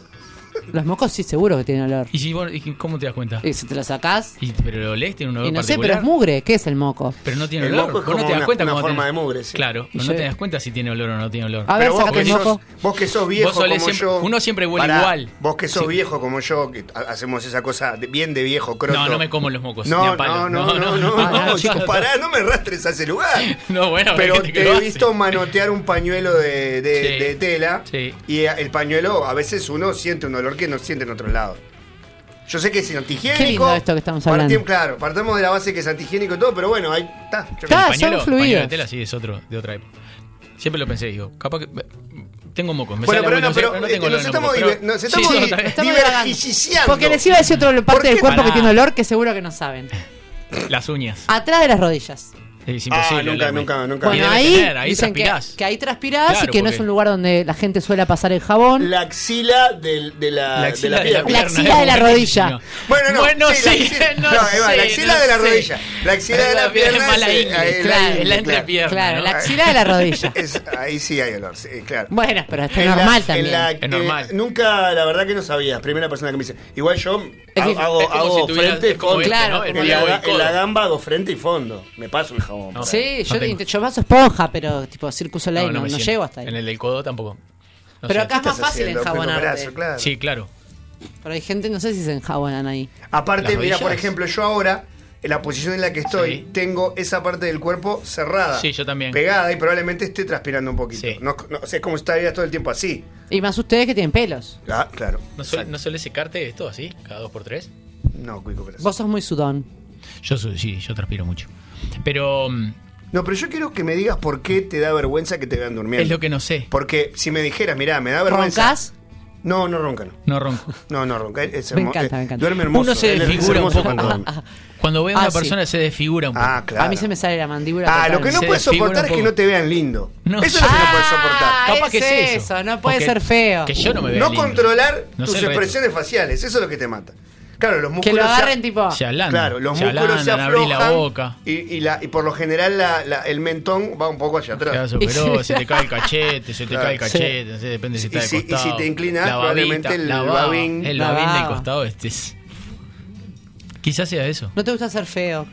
Los mocos sí, seguro que tienen olor.
¿Y si vos- y cómo te das cuenta?
Y si te lo sacás.
Y- pero lo lees, tiene un olor
Y no sé, pero
particular.
es mugre. ¿Qué es el moco?
pero no tiene
El
olor.
moco
Vos
es
no
como
te das
una-
cuenta
una
cómo
forma
tenés-
de mugre, sí.
Claro, pero no
yo-
te das cuenta si tiene olor o no tiene olor.
A ver,
Pero vos
sacate
que,
el
sos,
moco.
vos que sos viejo
Vos solés
como
siempre-
yo.
uno siempre huele igual.
Vos que sos
Sí.
viejo como yo, que ha- hacemos esa cosa de- bien de viejo, croto.
No, no me como los mocos, ni
No,
a palo.
no, no, no, no, no,
no, no,
chicos,
no.
pará, no me arrastres a ese lugar.
No, bueno,
Pero
hay gente que
te
lo
he
hace.
visto manotear un pañuelo de, de-
Sí.
de tela
Sí.
y a- el pañuelo a veces uno siente un olor que no siente en otro lado. Yo sé que es antihigiénico.
Qué lindo esto que estamos hablando.
Partim- claro, partamos de la base que es antihigiénico y todo, pero bueno, ahí está. Yo
Está. Ah, son
pañuelo,
fluidos.
pañuelo de tela, sí, es otro, de otra época. Siempre lo pensé, digo, capaz que. Tengo mocos, me
Bueno,
sale
pero
algo,
no, pero,
sé,
eh,
tengo
nos
olor a
estamos
mocos,
diver-
pero-
nos
Sí,
estamos
sí,
di-
está bien.
estamos divagando.
Divergiciando.
Porque les iba a decir otra parte
qué?
del cuerpo
Pará.
que tiene olor que seguro que no saben.
Las uñas.
Atrás de las rodillas.
Eso Es imposible.
Ah, nunca,
hablarme.
nunca, nunca.
Y
Bueno,
debe
ahí,
tener, ahí
dicen que,
transpirás.
que ahí transpirás
Claro,
y que no
porque-
es un lugar donde la gente suele pasar el jabón.
La axila del- de la,
La
de la
axila de
pierna.
la, pierna,
axila de la
es
rodilla.
buenísimo.
Bueno, no, sí, la
sí,
axila-
no,
no, ahí va,
sé,
la axila
no
de la
sé.
rodilla. La axila de la pierna
Es mala
es, eh,
ingle,
ahí es la
claro,
ingle,
es la
claro.
entrepierna.
claro,
¿no?
la axila de la rodilla.
Es- ahí sí hay olor, sí, claro.
bueno, pero está
En la-
normal
en
también.
la- eh,
normal.
nunca, la verdad que no sabía. Primera persona que me dice. Igual yo
Es que-
hago, hago,
Es como
hago
si tuviera-
frente y
es como
fondo.
este,
Claro,
¿no? El
en, la,
Diego y
en la
codo.
gamba hago frente y fondo. Me paso el jabón.
No.
sí, yo,
no
te-
tengo.
yo paso esponja, pero tipo Circus Soleil no,
me
no
siento.
llego hasta ahí.
En el del codo tampoco. No
Pero
sé.
acá- Es más
Estás
fácil
haciendo
enjabonarte.
con el brazo, claro.
Sí, claro.
Pero hay gente, no sé si se enjabonan ahí.
Aparte,
¿Las
mira, por
rodillas?
ejemplo, yo ahora, en la posición en la que estoy,
Sí.
tengo esa parte del cuerpo cerrada.
Sí, yo también.
Pegada y probablemente esté transpirando un poquito.
Sí.
No, no, o sea, es como si estaría todo el tiempo así.
Y más ustedes que tienen pelos.
Ah, claro.
¿No, suele, ¿No suele secarte esto así? ¿Cada dos por tres?
No, Cuico, pero-
Vos sos muy sudón.
Yo su- sí, yo transpiro mucho. Pero mm,
No, pero yo quiero que me digas por qué te da vergüenza que te vean durmiendo.
es lo que no sé.
Porque si me dijeras, mirá, me da vergüenza.
¿Roncás?
No, no ronca, no.
No ronco.
No, no ronca. Es
Me
hermo-
encanta,
eh,
me encanta.
Duerme hermoso.
Uno se
Él es
desfigura un
hermoso
poco.
cuando-
Cuando ve a una
Ah, sí.
persona se desfigura un poco.
Ah, claro.
A mí se me sale la mandíbula.
Ah, lo que no
Se
puedes soportar
desfigura
es
un
que
poco.
no te vean lindo.
No.
Eso es lo que no puedes
Ah,
soportar.
Capaz que
es
es
eso,
eso.
no puede
Porque-
ser feo.
Que yo no me veo.
No
lindo.
controlar
No sé
tus
el resto.
expresiones faciales, eso es lo que te mata. Claro, los
Que
músculos.
lo
se-
agarren tipo...
Se ablanda.
Claro, los
se
músculos se
ablandan, abrí
aflojan.
la boca.
Y, y la, y por lo general la- la- el mentón va un poco hacia
Te das
atrás.
superó, se te cae el cachete, se te
Claro.
cae el cachete, no sé, depende si
Y
está de
si- y
costado.
si te inclinas,
La babita,
probablemente el
la baba,
babín-
El
La
babín del
baba.
costado este es. Quizás sea eso.
No te gusta ser feo.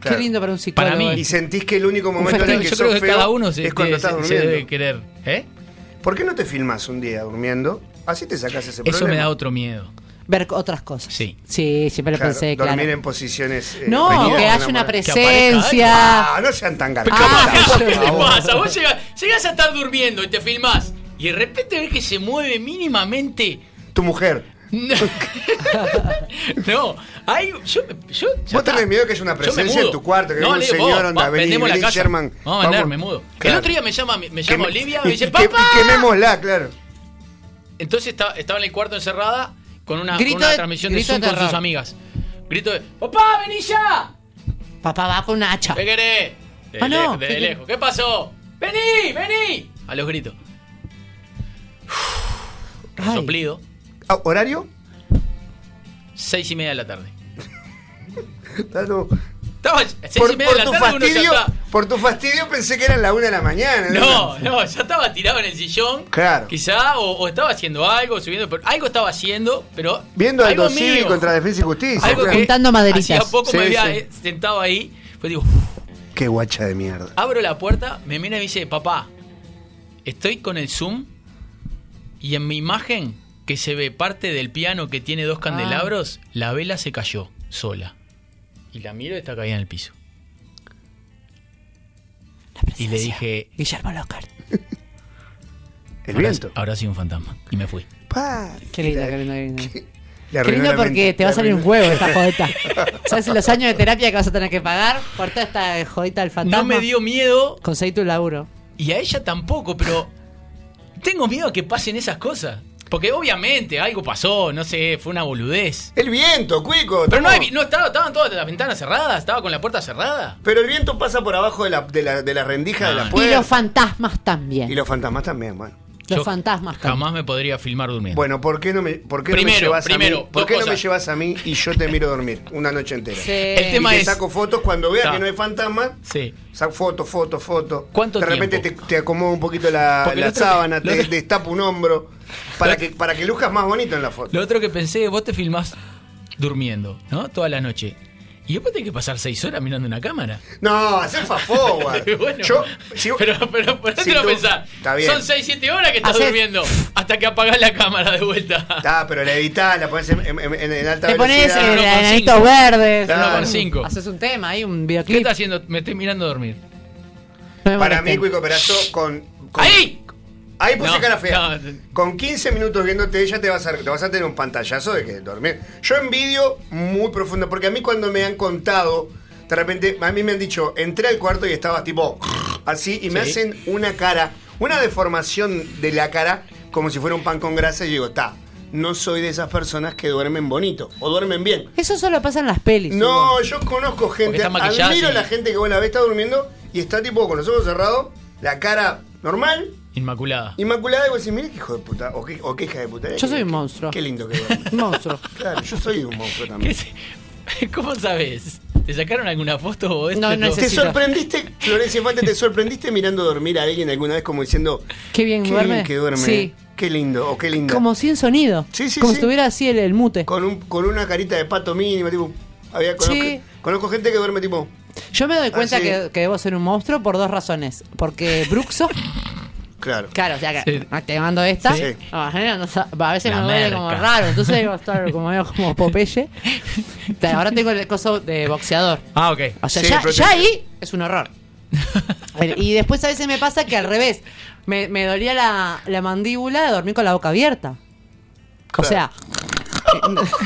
Claro.
Qué lindo para un psicólogo.
Para mí.
Y
esto.
sentís que el único momento
Yo
en el que
creo
sos
que
feo
cada uno se,
es cuando
se-
estás
se- se
durmiendo.
debe querer. ¿Eh?
¿Por qué no te filmas un día durmiendo? Así te sacas ese Este problema.
Eso me da otro miedo.
Ver otras cosas.
Sí.
Sí, siempre lo
Claro,
pensé,
dormir
claro.
en posiciones. eh,
No,
reñidas
que
con
haya
la
una
mujer.
presencia.
Ah, no sean tan
Pero
gatos.
capaz que
por
eso te
favor.
pasa? Vos llegás, llegás a estar durmiendo y te filmás y de repente ves que se mueve mínimamente.
Tu mujer.
No, no hay, yo, yo, ya
Vos tenés
está.
miedo que haya una
Yo me
presencia en
mudo.
tu cuarto, que
No,
venga un
le digo,
señor,
vos,
onda,
va,
vení,
vendemos la
vení,
casa.
Sherman,
Vamos a vender,
vamos.
me mudo.
Claro.
El otro día me llama, me
Que
llama
me-
Olivia y,
y-
me dice,
y que- y
¡Papá!
quemémosla, claro.
Entonces estaba, estaba en el cuarto encerrada con una,
Grito
con una
de-
transmisión de
grito de
Zoom con
terror.
sus amigas. Grito de, ¡Papá, vení ya!
Papá va con una
Ah.
hacha.
¿Qué querés? De,
Ah, no,
lejos, de
¿qué querés?
lejos. ¿Qué pasó? ¡Vení, vení! A los gritos.
Ay.
Soplido,
Ah, ¿Horario?
seis y media de la tarde.
Ah, no.
Estaba seis
Por,
y media
por
de la
tu
tarde uno ya
fastidio,
está...
por tu fastidio pensé que eran la una de la mañana.
No, no, ya estaba tirado en el sillón.
Claro.
Quizá, o, o estaba haciendo algo, subiendo. Pero algo estaba haciendo, pero.
Viendo
algo
Aldo Civi
mío.
contra Defensa y Justicia.
Algo
claro.
que
Juntando maderitas.
Hacía poco
Sí,
me había
sí.
eh, sentado ahí. Pues digo,
Qué guacha de mierda.
abro la puerta, me mira y me dice, papá, estoy con el Zoom y en mi imagen que se ve parte del piano que tiene
Ah.
dos candelabros, la vela se cayó sola. Y la miro y está caída en el piso.
La presencia.
Y le dije,
Guillermo Lockhart.
El
"Ahora-
viento.
Ahora sí un fantasma. Y me fui.
Pa.
Qué lindo, qué lindo, qué lindo.
Le
Qué
arruinó
lindo
la mente,
porque te va
le
a salir un
arruinó.
huevo esta jodita. ¿Sabes los años de terapia que vas a tener que pagar por toda esta jodita del fantasma?
No me dio miedo
Conseguí tu laburo.
Y a ella tampoco, pero tengo miedo a que pasen esas cosas. Porque obviamente algo pasó, no sé, fue una boludez.
El viento, cuico.
Pero no,
estamos-
hay- no estaba, estaban todas las ventanas cerradas, estaba con la puerta cerrada.
Pero el viento pasa por abajo de la, de la, de la rendija de la
Ah.
puerta.
Y los fantasmas también.
Y los fantasmas también, bueno.
los
Yo
fantasmas también.
Jamás me podría filmar durmiendo.
Bueno, ¿por qué no me, por qué no me
Primero,
llevas a
primero,
mí? ¿Por
dos
qué no me
cosas.
llevas a mí y yo te miro dormir una noche entera?
Sí.
El tema
y te
es-
saco fotos cuando vea
Ta.
que no hay fantasma.
Sí.
Saco foto, foto, foto.
¿Cuánto
De repente te,
tiempo?
te acomodo un poquito la,
Porque
la
lo otro-
sábana,
lo
te
otro-
destapo un hombro para
Lo-
que, para que luzcas más bonito en la foto.
Lo otro que pensé, vos te filmás durmiendo, ¿no? Toda la noche. Y después tenés que pasar seis horas mirando una cámara.
No, hacer fast forward.
Bueno,
Yo, si-
pero, pero
si
ponértelo a
tú-
pensar.
Está bien.
Son seis, siete horas que estás
Hacés-
durmiendo hasta que apagás la cámara de vuelta.
Ah, pero la editás, la pones en, en- en- en alta
Te pones
velocidad.
eh,
uno con
enanitos
cinco.
verdes.
Claro.
Uno con cinco.
Haces un tema, hay un
¿Qué
videoclip.
estás haciendo? Me estoy mirando dormir.
No me
Para mí,
molesten.
Cuico Perazo, con, con-
¡Ahí!
Ahí puse
No,
cara fea.
no, no.
Con 15 minutos viéndote ella te vas, a, te vas a tener un pantallazo de que dormir. Yo envidio muy profundo, porque a mí cuando me han contado, de repente, a mí me han dicho, entré al cuarto y estaba tipo así, y me
Sí.
hacen una cara, una deformación de la cara, como si fuera un pan con grasa, y digo, está, no soy de esas personas que duermen bonito o duermen bien.
Eso solo pasa en las pelis.
No, yo conozco gente,
están maquilladas
admiro a
y-
la gente que vos la ves, está durmiendo y está tipo con los ojos cerrados, la cara normal,
Inmaculada.
inmaculada y vos decís, mire qué hijo de puta, o qué, o qué hija de puta.
Yo
eh,
soy un
qué-
monstruo.
Qué lindo que duerme.
Monstruo.
Claro, yo soy un monstruo
¿Qué
también.
se- ¿Cómo sabes? ¿Te sacaron alguna foto o esto?
No,
es lo-
¿Te
necesito.
sorprendiste, Florencia Infante, te sorprendiste mirando dormir a alguien alguna vez como diciendo,
Qué bien
qué
duerme?
bien que duerme,
Sí.
qué lindo, o qué linda?
Como sin sonido.
Sí, sí,
Como
sí.
si estuviera así el, el mute.
Con, un, con una carita de pato mínimo, tipo, había, conozco,
Sí.
conozco gente que duerme tipo,
Yo me doy cuenta
Ah, sí.
que, que debo ser un monstruo por dos razones. Porque Bruxo,
claro.
claro, o sea que
Sí.
activando esta,
Sí.
ah, no sa- a veces
La
me duele
merca.
como raro, entonces digo, claro, como veo como Popeye. Pero Ahora tengo el coso de boxeador.
Ah, ok.
O sea,
Sí,
ya,
pero
ya
te-
ahí es un horror. y después a veces me pasa que al revés, me, me dolía la, la mandíbula de dormir con la boca abierta. O
Claro.
sea...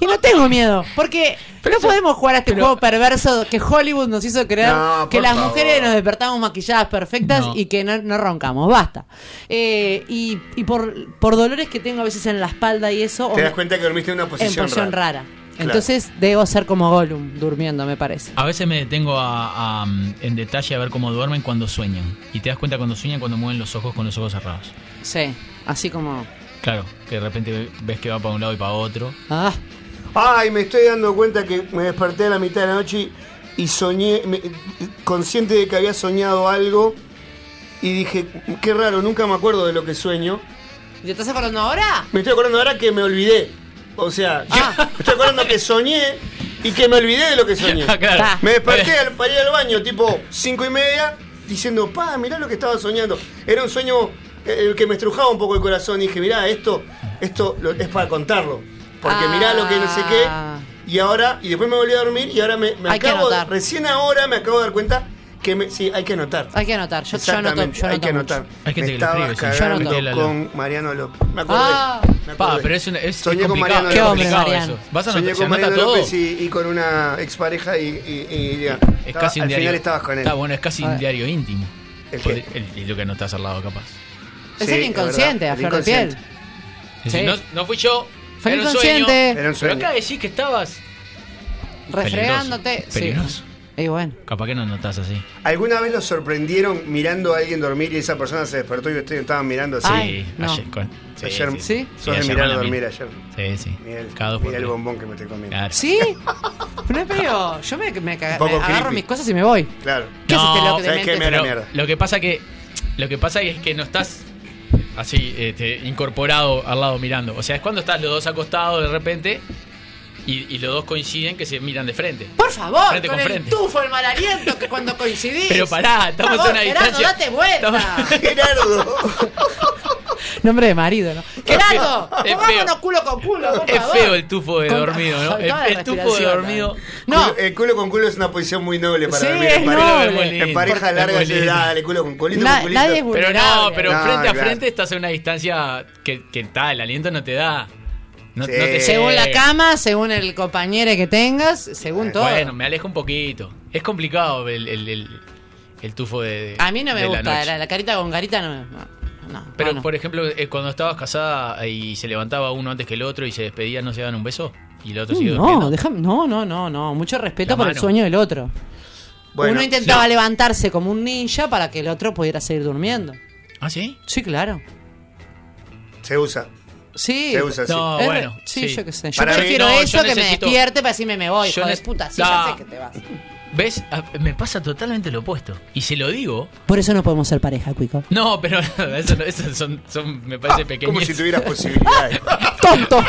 y no tengo miedo, porque no podemos jugar a este juego perverso que Hollywood nos hizo creer
No,
que
por
las
favor.
mujeres nos despertamos maquilladas perfectas
No.
y que no, no roncamos, basta. Eh, y y por, por dolores que tengo a veces en la espalda y eso, o
Te das
me-
cuenta que dormiste en una
en
posición,
posición rara.
Claro.
Entonces debo ser como Gollum durmiendo, me parece.
A veces me detengo a, a, mm, en detalle a ver cómo duermen cuando sueñan. Y te das cuenta cuando sueñan cuando mueven los ojos con los ojos cerrados.
Sí, así como.
Claro, que de repente ve- ves que va para un lado y para otro.
Ah,
Ay, me estoy dando cuenta que me desperté a la mitad de la noche y soñé, me- consciente de que había soñado algo y dije, qué raro, nunca me acuerdo de lo que sueño.
¿y ¿te estás acordando ahora?
Me estoy acordando ahora que me olvidé. O sea,
Ah.
me estoy acordando que soñé y que me olvidé de lo que soñé.
Ah, claro.
Ta.
Me desperté al, para ir al baño, tipo cinco y media, diciendo, pa, mirá lo que estaba soñando. Era un sueño eh, que me estrujaba un poco el corazón. Y dije, mirá, esto, esto lo- es para contarlo. Porque mirá lo que no sé
Ah.
qué. Y ahora, y después me volví a dormir y ahora me, me
Hay que
acabo, de-
anotar.
recién ahora me acabo de dar cuenta que me, sí, hay que anotar.
Hay que anotar, yo, yo anoto.
Exactamente,
Yo
hay
anoto
que
mucho.
anotar.
Hay gente que
me
lo
estaba
escribe, sí.
Yo
cagando
anoto.
con Mariano López. Me acordé.
Ah.
me acordé.
Pa, pero es, una, es, es
Soñé con
complicado.
Mariano
es
López.
complicado
Qué hombre,
eso. Vas a
Soñé
anotar, se
con
anota
Mariano
todo.
López y, y con una expareja y, y- y- y-
Es
estaba-
casi un
al
diario.
final estabas con él.
Está bueno, es casi
A
un
ver.
diario íntimo.
¿El
Podri-
qué?
el- el- lo que no estás al lado, capaz.
Ah. Es
Sí,
el inconsciente,
verdad,
a
el
flor de piel.
inconsciente.
Es
Sí.
decir, no, no fui yo.
Fue
era un
inconsciente.
sueño.
Era un
Pero
sueño.
acá decís que estabas.
Refregándote.
Peligroso, peligroso.
Sí. Y bueno.
Capaz que no notás así.
¿Alguna vez lo sorprendieron mirando a alguien dormir y esa persona se despertó y ustedes estaban mirando así?
Ay,
sí,
no.
ayer. con- sí,
ayer,
sí,
¿Sí?
Sos de
ayer
mirar
me la
dormir
vi.
ayer.
Sí, sí.
Mira el,
Cada dos por
mira el
tres.
bombón que me estoy comiendo.
Claro.
¿Sí? No, pero yo me, me, caga-
Un poco
me agarro
creepy.
mis cosas y me voy.
Claro.
¿Qué
No,
es este loco de
¿sabes qué?
mente?
Me-
Pero
la mierda.
lo que pasa que lo que pasa es que no estás así este, incorporado al lado mirando. O sea, es cuando estás los dos acostados de repente y, y los dos coinciden que se miran de frente.
Por favor,
Frente
con,
con
el
frente.
tufo, el mal aliento que cuando coincidís.
Pero pará, estamos
Por
a
favor,
una
Gerardo,
distancia.
date vuelta.
Estamos-
Gerardo.
Nombre de marido, ¿no? Gerardo,
Es feo.
pongámonos culo con culo, por
Es
favor.
feo el tufo de
Con-
dormido, ¿no?
con
El,
toda la
el tufo de
respiración,
dormido.
No,
Culo- el culo con culo es una posición muy noble para
Sí,
dormir.
es
Ah, en
noble.
pareja,
Pero es muy lindo.
en pareja
Es
larga,
muy
se
lindo.
dale, culo con culito,
na-
con culito.
nadie es
Pero no,
vulnerable.
pero
No,
frente a
claro.
frente estás a una distancia que, que está, el aliento no te da. No,
Sí.
no te
Según la
llega.
cama, según el compañero que tengas, según todo.
Bueno, me alejo un poquito. Es complicado el, el- el- el tufo de.
a mí no me
de la
gusta, la,
noche.
la carita con carita no me... no, no,
Pero,
no.
por ejemplo, eh, cuando estabas casada eh, y se levantaba uno antes que el otro y se despedía, ¿no se daban un beso? Y el otro siguió
Mm, No,
durmiendo.
déjame, no, no, no, no, mucho respeto
La
por el
mano.
sueño del otro.
Bueno,
Uno intentaba
no.
levantarse como un ninja para que el otro pudiera seguir durmiendo.
¿Ah, sí?
Sí, claro.
Se usa.
Sí.
Se usa así.
No,
Es re-
bueno.
sí, yo qué sé. Yo
Para mí-
prefiero
No, yo
eso que
necesito-
me despierte para decirme me voy,
Yo
hijo de
nec-
puta. Sí,
Ah.
ya sé que te vas.
¿Ves? Ah, Me pasa totalmente lo opuesto. Y se lo digo.
Por eso no podemos ser pareja, Cuico.
No, pero eso, no- eso son, son- me parece pequeño.
Como si tuvieras posibilidades.
¡Tonto!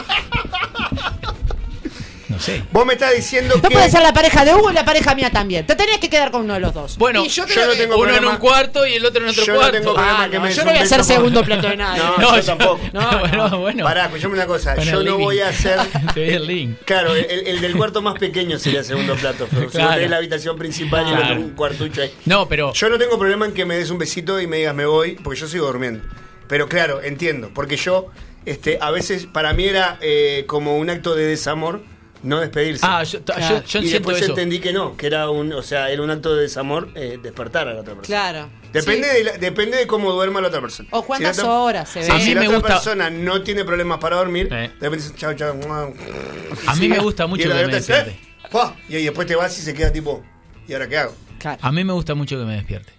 No sé.
Vos me estás diciendo
No
que.
puedes ser la pareja de Hugo y la pareja mía también. Te tenías que quedar con uno de los dos.
Bueno,
Y
yo no
que-
tengo
uno en
problema.
un cuarto y el otro en otro
Yo no
cuarto.
tengo problema
Ah,
que
no,
me
yo no voy a
des un
ser
beso por-
segundo plato de nadie.
No,
No,
yo tampoco.
No,
bueno,
no.
bueno.
Pará, escuchame una cosa.
Bueno,
yo
el
no
living.
voy a hacer.
Te doy el link.
Claro, el, el- el del cuarto más pequeño sería el segundo plato. Pero Si vos
Claro.
tenés la habitación principal y el otro
Claro.
un cuartucho ahí.
No, pero.
Yo no tengo problema en que me des un besito y me digas me voy, porque yo sigo durmiendo. Pero claro, entiendo, porque yo, este, a veces, para mí era eh, como un acto de desamor No despedirse.
Ah, yo, ta-
Claro.
yo, yo
y
siento
después
eso.
entendí que no, que era un, o sea, era un acto de desamor eh, despertar a la otra persona.
Claro.
Depende,
Sí.
de la- depende de cómo duerma la otra persona.
O cuántas
la otra-
horas se
Sí,
ve. A
Si
mí
la
me
otra
gusta-
persona no tiene problemas para dormir,
Eh.
de repente dice, chao, chao. mua".
A mí
Sí.
me gusta mucho
y la
que
otra
me
dice,
despierte.
"Eh, fua". Y ahí después te vas y se queda tipo, ¿y ahora qué hago?
Claro.
A mí me gusta mucho que me despierte.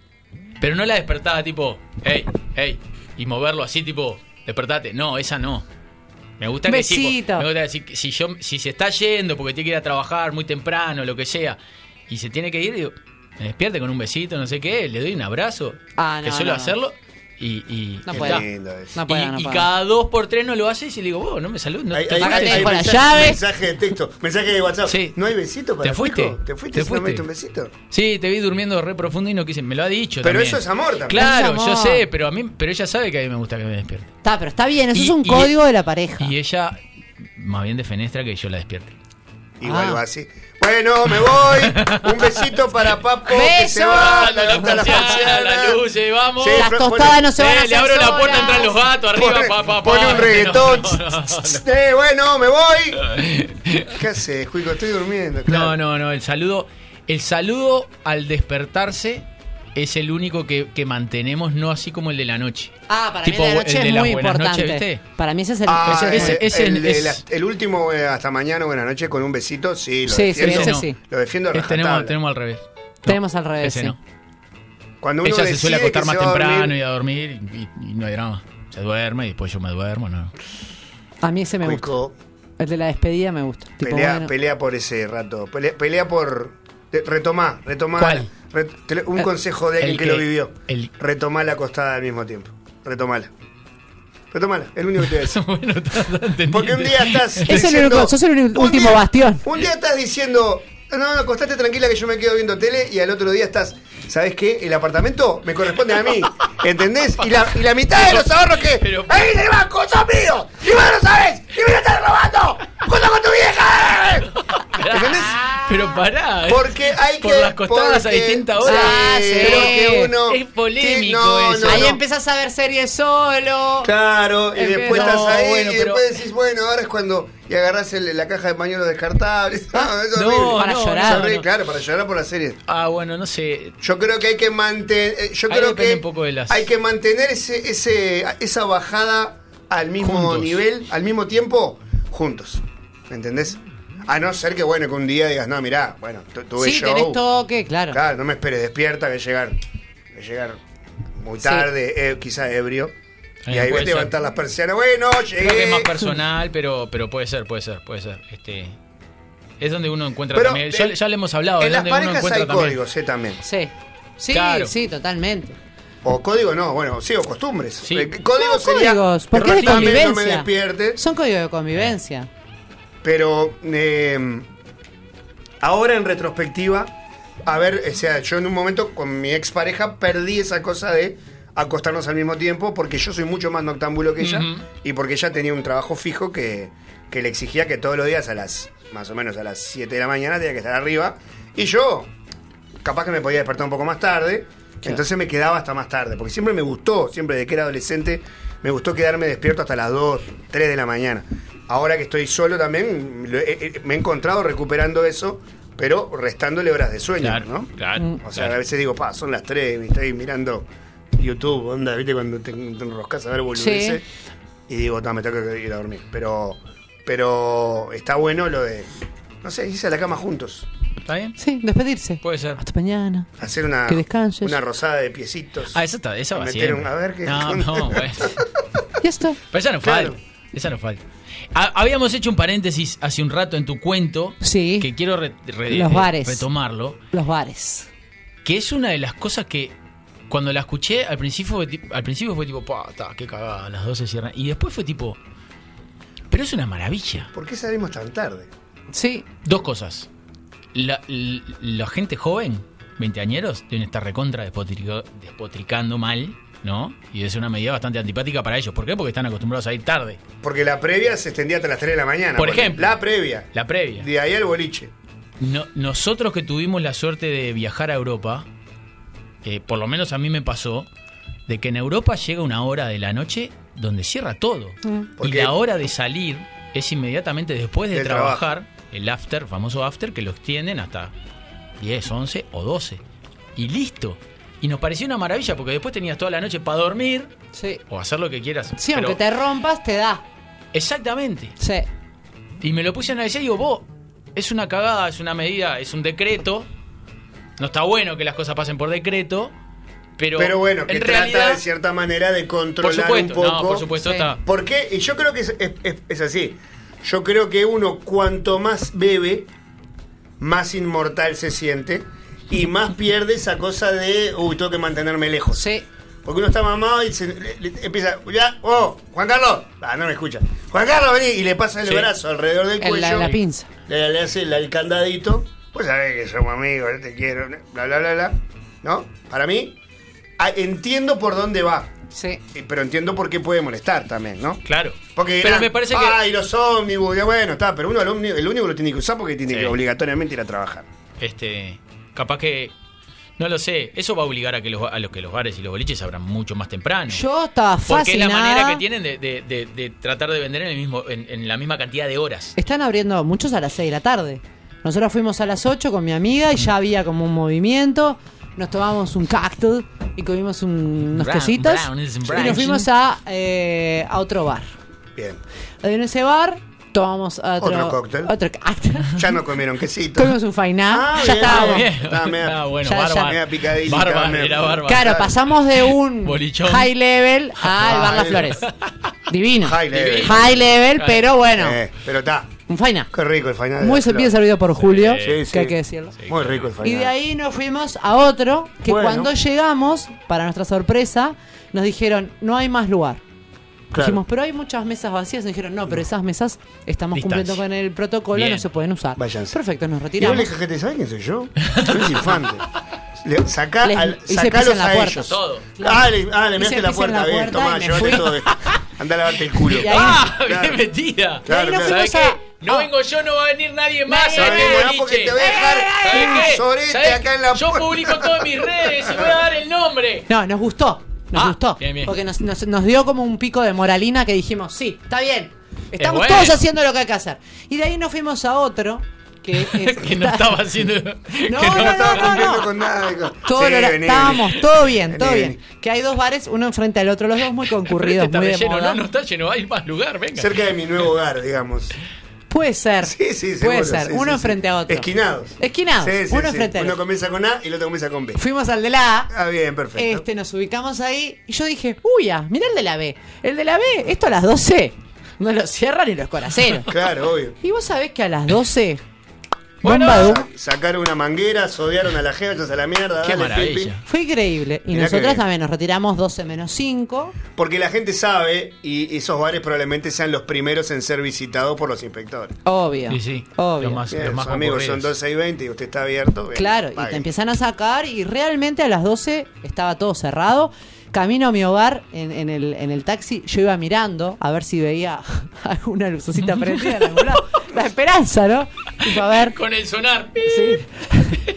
Pero no la despertada tipo, hey, hey, y moverlo así tipo, despertate. No, esa no. Me gusta que sí.
Besito.
po- Me gusta decir que si, yo, si se está yendo porque tiene que ir a trabajar muy temprano, lo que sea, y se tiene que ir, digo, me despierte con un besito, no sé qué, le doy un abrazo.
Ah,
que
no,
suelo
no, no.
hacerlo y. y
No
ya
puedo.
está.
Lindo eso.
No puedo,
y,
no
y
puedo.
cada dos por tres no lo haces y le digo, vos, no me saludas. No,
Hay-
te
hay-
fuiste".
Acá
hay-
te
hay
dejo la
mensaje-
llave.
Mensaje de texto, mensaje de WhatsApp.
Sí.
No hay besito para
¿Te fuiste?
Fico? ¿Te fuiste?
¿Te
si no
fuiste?
metiste un besito?
Sí, te vi durmiendo re profundo y no quise. Me lo ha dicho.
Pero
también.
eso es amor también.
Claro,
Es amor.
yo sé, pero a mí, pero ella sabe que a mí me gusta que me despierte.
Está, pero está bien, eso
Y-
es un
y-
código de la pareja.
Y ella, más bien de fenestra que yo la despierte.
Igual
Ah.
va así. Bueno, me voy. Un besito para Papo. Que se
Beso.
va.
Dando la
luz, la
persiana, la luz, eh, vamos.
Sí,
Las
pero-
tostadas
bueno,
no se van a
Eh,
hacer
le abro la
solas.
puerta, entran los gatos arriba,
pone,
papá, papá.
pone un reggaetón.
No, no, no.
Eh, bueno, me voy. ¿Qué haces, Juico? Estoy durmiendo.
No,
claro.
no, no, el saludo, el saludo al despertarse es el único que, que mantenemos, no así como el de la noche.
Ah, para
Tipo,
mí el de la noche
el de
es
las
muy
buenas noches,
importante.
¿viste?
Para mí ese es el.
Ah,
ese es
ese-
eh,
el-
ese-
el, de
ese-
la- el último, eh, hasta mañana, buenas noches, con un besito, sí, lo
Sí, sí,
defiendo.
ese sí.
Lo defiendo
Es- tenemos,
rajatabla.
tenemos al revés. No,
Tenemos al revés,
Ese
sí.
no.
Cuando uno
Ella se suele
decide que
acostar más
se va a dormir,
temprano y a dormir y, y no hay drama. Se duerme y después yo me duermo, no.
a mí ese me gusta.
Juico,
El de la despedida me gusta. Tipo,
pelea,
bueno.
pelea por ese rato. Pelea, pelea por. te- Retomá, retomá.
¿Cuál?
Re- te lo- un
Eh,
consejo de alguien
el
que,
que-
lo vivió.
el-
Retomá la acostada al mismo tiempo. Retomala. Retomala, el único que te voy a decir.
bueno, está
Porque un día estás.
el único- sos el único-
un
último
día-
bastión.
Un día estás diciendo. No, no, acostate tranquila que yo me quedo viendo tele y al otro día estás. ¿Sabes qué? El apartamento me corresponde a mí. ¿Entendés? Y la, y la mitad de los ahorros que.
Pero-
¡Ahí del banco! ¡Son míos! ¡Y vos lo sabés! ¡Y me lo estás robando! ¡Junto con tu vieja! ¿Entendés?
Pero pará. eh.
Porque hay
Por
que.
las costadas a
porque-
distintas horas.
Ah,
Sí,
sí.
pero que uno.
Es polémico
Sí, no,
eso.
no,
Ahí
no.
empezás a ver series solo.
Claro, y
Es que
después
no,
estás ahí
bueno,
y
pero-
después decís, bueno, ahora es cuando. Y agarrás el- la caja de pañuelos descartables. No, es horrible.
No,
Para
no,
llorar.
Es
no,
horrible,
no.
Claro, para llorar por la serie.
Ah, bueno, no sé.
Yo creo que hay que mantener. Yo
Ahí
creo
depende
que
un poco de las-
hay que mantener ese, ese, esa bajada al mismo
Juntos.
nivel, al mismo tiempo, juntos. ¿Me entendés? A no ser que, bueno, que un día digas, no, mirá, bueno, tu- tuve
Sí,
show.
tenés toque, claro.
Claro, no me esperes, despierta, que llegar, que llegar muy
Sí.
tarde, eh, quizás ebrio. Y
Eh,
ahí voy
puede
a
ser.
levantar las persianas. Bueno, llegué.
Creo que es más personal, pero, pero puede ser, puede ser, puede ser. Este, es donde uno encuentra
Pero,
también. Ya,
eh,
ya le hemos hablado.
en
es
las
donde uno
parejas hay
encuentra también.
códigos, eh, también.
Sí. Sí,
Claro.
sí, totalmente.
O código no, bueno, sí, o costumbres.
Sí.
Eh, Código
No,
sería.
códigos, porque es de
"Rotame,
convivencia.
No me despierte.
Son códigos de convivencia.
Pero eh, ahora en retrospectiva, a ver, o sea, yo en un momento con mi expareja perdí esa cosa de acostarnos al mismo tiempo porque yo soy mucho más noctámbulo que ella
Ujú.
y porque ella tenía un trabajo fijo que, que le exigía que todos los días a las, más o menos a las 7 de la mañana tenía que estar arriba y yo capaz que me podía despertar un poco más tarde. Entonces me quedaba hasta más tarde, porque siempre me gustó, siempre desde que era adolescente, me gustó quedarme despierto hasta las 2, 3 de la mañana. Ahora que estoy solo también, lo he- he- me he encontrado recuperando eso, pero restándole horas de sueño,
Claro,
¿no?
claro,
O sea,
claro.
a veces digo, pa, son las 3, estoy mirando YouTube, onda, viste, cuando te, te enroscas a ver boludeces. Y digo, no, me tengo que ir a dormir. Pero, pero está bueno lo de, no sé, irse a la cama juntos.
¿Está bien?
Sí, despedirse.
Puede ser.
Hasta mañana.
Hacer una,
Que descanses.
una rosada de piecitos.
Ah, esa, está, esa va
Meter
siempre.
un- a ver qué-
No, no, bueno.
¿Y esto?
Pero esa no
Claro.
falta. Esa no falta. Ha- Ah, habíamos hecho un paréntesis hace un rato en tu cuento.
Sí.
Que quiero re- re-
Los bares.
retomarlo.
Los bares.
Que es una de las cosas que cuando la escuché al principio fue, ti- al principio fue tipo, pa, ta, qué cagada, a las 12 cierran. Y después fue tipo, pero es una maravilla.
¿Por qué salimos tan tarde?
Sí.
Dos cosas. La, l- la gente joven, veinteañeros, deben estar recontra despotrico- despotricando mal, ¿no? Y es una medida bastante antipática para ellos. ¿Por qué? Porque están acostumbrados a ir tarde.
Porque la previa se extendía hasta las 3 de la mañana.
Por
ponele.
ejemplo.
La previa.
La previa.
De ahí al boliche.
No- nosotros que tuvimos la suerte de viajar a Europa, eh, por lo menos a mí me pasó, de que en Europa llega una hora de la noche donde cierra todo. Y
Porque-
la hora de salir es inmediatamente después de
Del
trabajar el after, famoso after, que lo extienden hasta 10, 11 o 12. Y listo. Y nos pareció una maravilla porque después tenías toda la noche para dormir
Sí.
o hacer lo que quieras.
Sí,
Pero-
aunque te rompas, te da.
Exactamente.
Sí.
Y me lo puse a analizar y digo, vos, es una cagada, es una medida, es un decreto. No está bueno que las cosas pasen por decreto, pero,
Pero bueno, que
en
trata
realidad,
de cierta manera de
por
controlar
supuesto,
un poco.
no, por supuesto
Sí.
está.
Porque y yo creo que es, es- es- es así. Yo creo que uno cuanto más bebe, más inmortal se siente y más pierde esa cosa de, uy, tengo que mantenerme lejos.
Sí.
Porque uno está mamado y se, le- le- empieza, ya, oh, Juan Carlos, ah, no me escucha. Juan Carlos, vení y le pasa el
Sí.
brazo alrededor del
En
cuello.
la, la pinza.
Le, le hace el, el candadito. Pues sabés que somos amigos, yo te quiero, bla, bla, bla, bla. ¿No? Para mí, ah, entiendo por dónde va.
Sí.
Eh, Pero entiendo por qué puede molestar también, ¿no?
Claro.
Porque
pero me parece que
Ay, los ómnibus, ya bueno, está, pero uno el, ómni- el único lo tiene que usar porque tiene
Sí.
que obligatoriamente ir a trabajar.
este capaz que no lo sé, eso va a obligar a que los, a los que los bares y los boliches abran mucho más temprano.
Yo estaba
porque es
fascinada.
la manera que tienen de, de- de- de tratar de vender en, el mismo, en, en la misma cantidad de horas.
Están abriendo muchos a las 6 de la tarde. Nosotros fuimos a las 8 con mi amiga y ya había como un movimiento. Nos tomamos un cactus y comimos un- unas
Brown-
cositas.
brownies and
y
brunch.
nos fuimos a, eh, a otro bar.
Bien.
En ese bar tomamos otro,
Otro cóctel.
Otro cóctel.
Ya no comieron quesito.
comimos un fainá.
Ah,
ya
bien.
estábamos.
Bien.
Está
Ah, mira.
bueno,
Ya, ya.
bárbaro.
Mira, picadillo,
Bárbaro,
mira.
era bárbaro.
Claro, pasamos de un
Bolichón.
high level al bar Las
High
Ah, Flores. Divino.
High level.
High level, pero bueno,
Eh, pero está,
un fainá.
qué rico el final. de
Muy
la
se-
flor.
bien servido por Julio,
Sí, sí.
que hay que decirlo.
Muy rico el final.
Y de ahí nos fuimos a otro que
Bueno.
cuando llegamos, para nuestra sorpresa, nos dijeron, no hay más lugar.
Claro.
Dijimos, pero hay muchas mesas vacías. Nos dijeron, no, pero esas mesas estamos
Distancia.
cumpliendo con el protocolo,
Bien.
no se pueden usar.
Váyanse.
Perfecto, nos
Y vos
retiramos.
le dijiste, ¿sabés quién soy yo? Luis Infante. Le, sacá
Les-
al,
y se
sacalos
pisan la
a
puerta.
ellos.
Todo.
Ah, le, ah, le
Y
miraste
se
la
pisan
puerta.
la
Bien,
puerta
tomá,
y me
llévate
fui.
todo. esto. Andá a lavarte el culo.
Y ahí-
¡Ah!
Claro.
¡Bien metida!
Claro,
Y ahí nos
claro.
¿Sabés
fuimos a-
qué? No
ah.
vengo yo, no va a venir nadie más.
Nadie
a este
Sabés,
más.
mirá, porque
boliche.
te voy a
¿Sabés
dejar
qué?
un sorete
¿Sabés
acá
qué?
en la
Yo
puerta.
publico en todas mis redes y voy a dar el nombre.
No, nos gustó. Nos
Ah,
gustó.
bien, bien.
Porque nos, nos- nos dio como un pico de moralina que dijimos, sí, está bien. Estamos
bueno.
todos haciendo lo que hay que hacer. Y de ahí nos fuimos a otro que, es-
que no estaba haciendo. que
No,
no-
no, no,
estaba
no,
cumpliendo
no.
con nada. digo.
Todo
Ah, Sí,
lo-
vení,
estábamos
vení.
todo bien, todo
Vení,
bien.
vení.
Que hay dos bares, uno enfrente al otro, los dos muy concurridos,
Este Está
muy de
relleno,
moda.
no, no está lleno, hay más lugar, venga.
Cerca de mi nuevo hogar, digamos.
Puede ser.
Sí, sí,
Puede
seguro,
ser,
sí,
uno
sí, sí.
enfrente a otro.
Esquinados.
Esquinados,
Sí, sí,
uno
sí.
enfrente al
Uno
otro.
comienza con A y el otro comienza con B.
Fuimos al de la A.
Ah, bien, perfecto.
Este, nos ubicamos ahí y yo dije, uy, ya, mirá el de la B. El de la B, esto a las 12. No lo cierran ni los coraceros.
Claro, obvio.
y vos sabés que a las 12.
Bueno.
bomba de humo.
Sa- Sacaron una manguera, sodiaron a la jeva, echas a la mierda.
Qué
dale,
maravilla.
pipi.
Fue increíble. Y
Mirá qué
nosotras
bien.
también nos retiramos 12 menos 5.
Porque la gente sabe y esos bares probablemente sean los primeros en ser visitados por los inspectores.
Obvio.
Sí, sí,
Obvio.
lo más-
Bien,
Los
sus amigos son eh,
concurridos.
12 y 20 y usted está abierto. bien,
Claro, y
pague.
te empiezan a sacar y realmente a las 12 estaba todo cerrado. Camino a mi hogar en, en el, en el taxi, yo iba mirando a ver si veía alguna lucecita prendida en algún lado. La esperanza, ¿no? Tipo, a ver.
Con el sonar.
sí.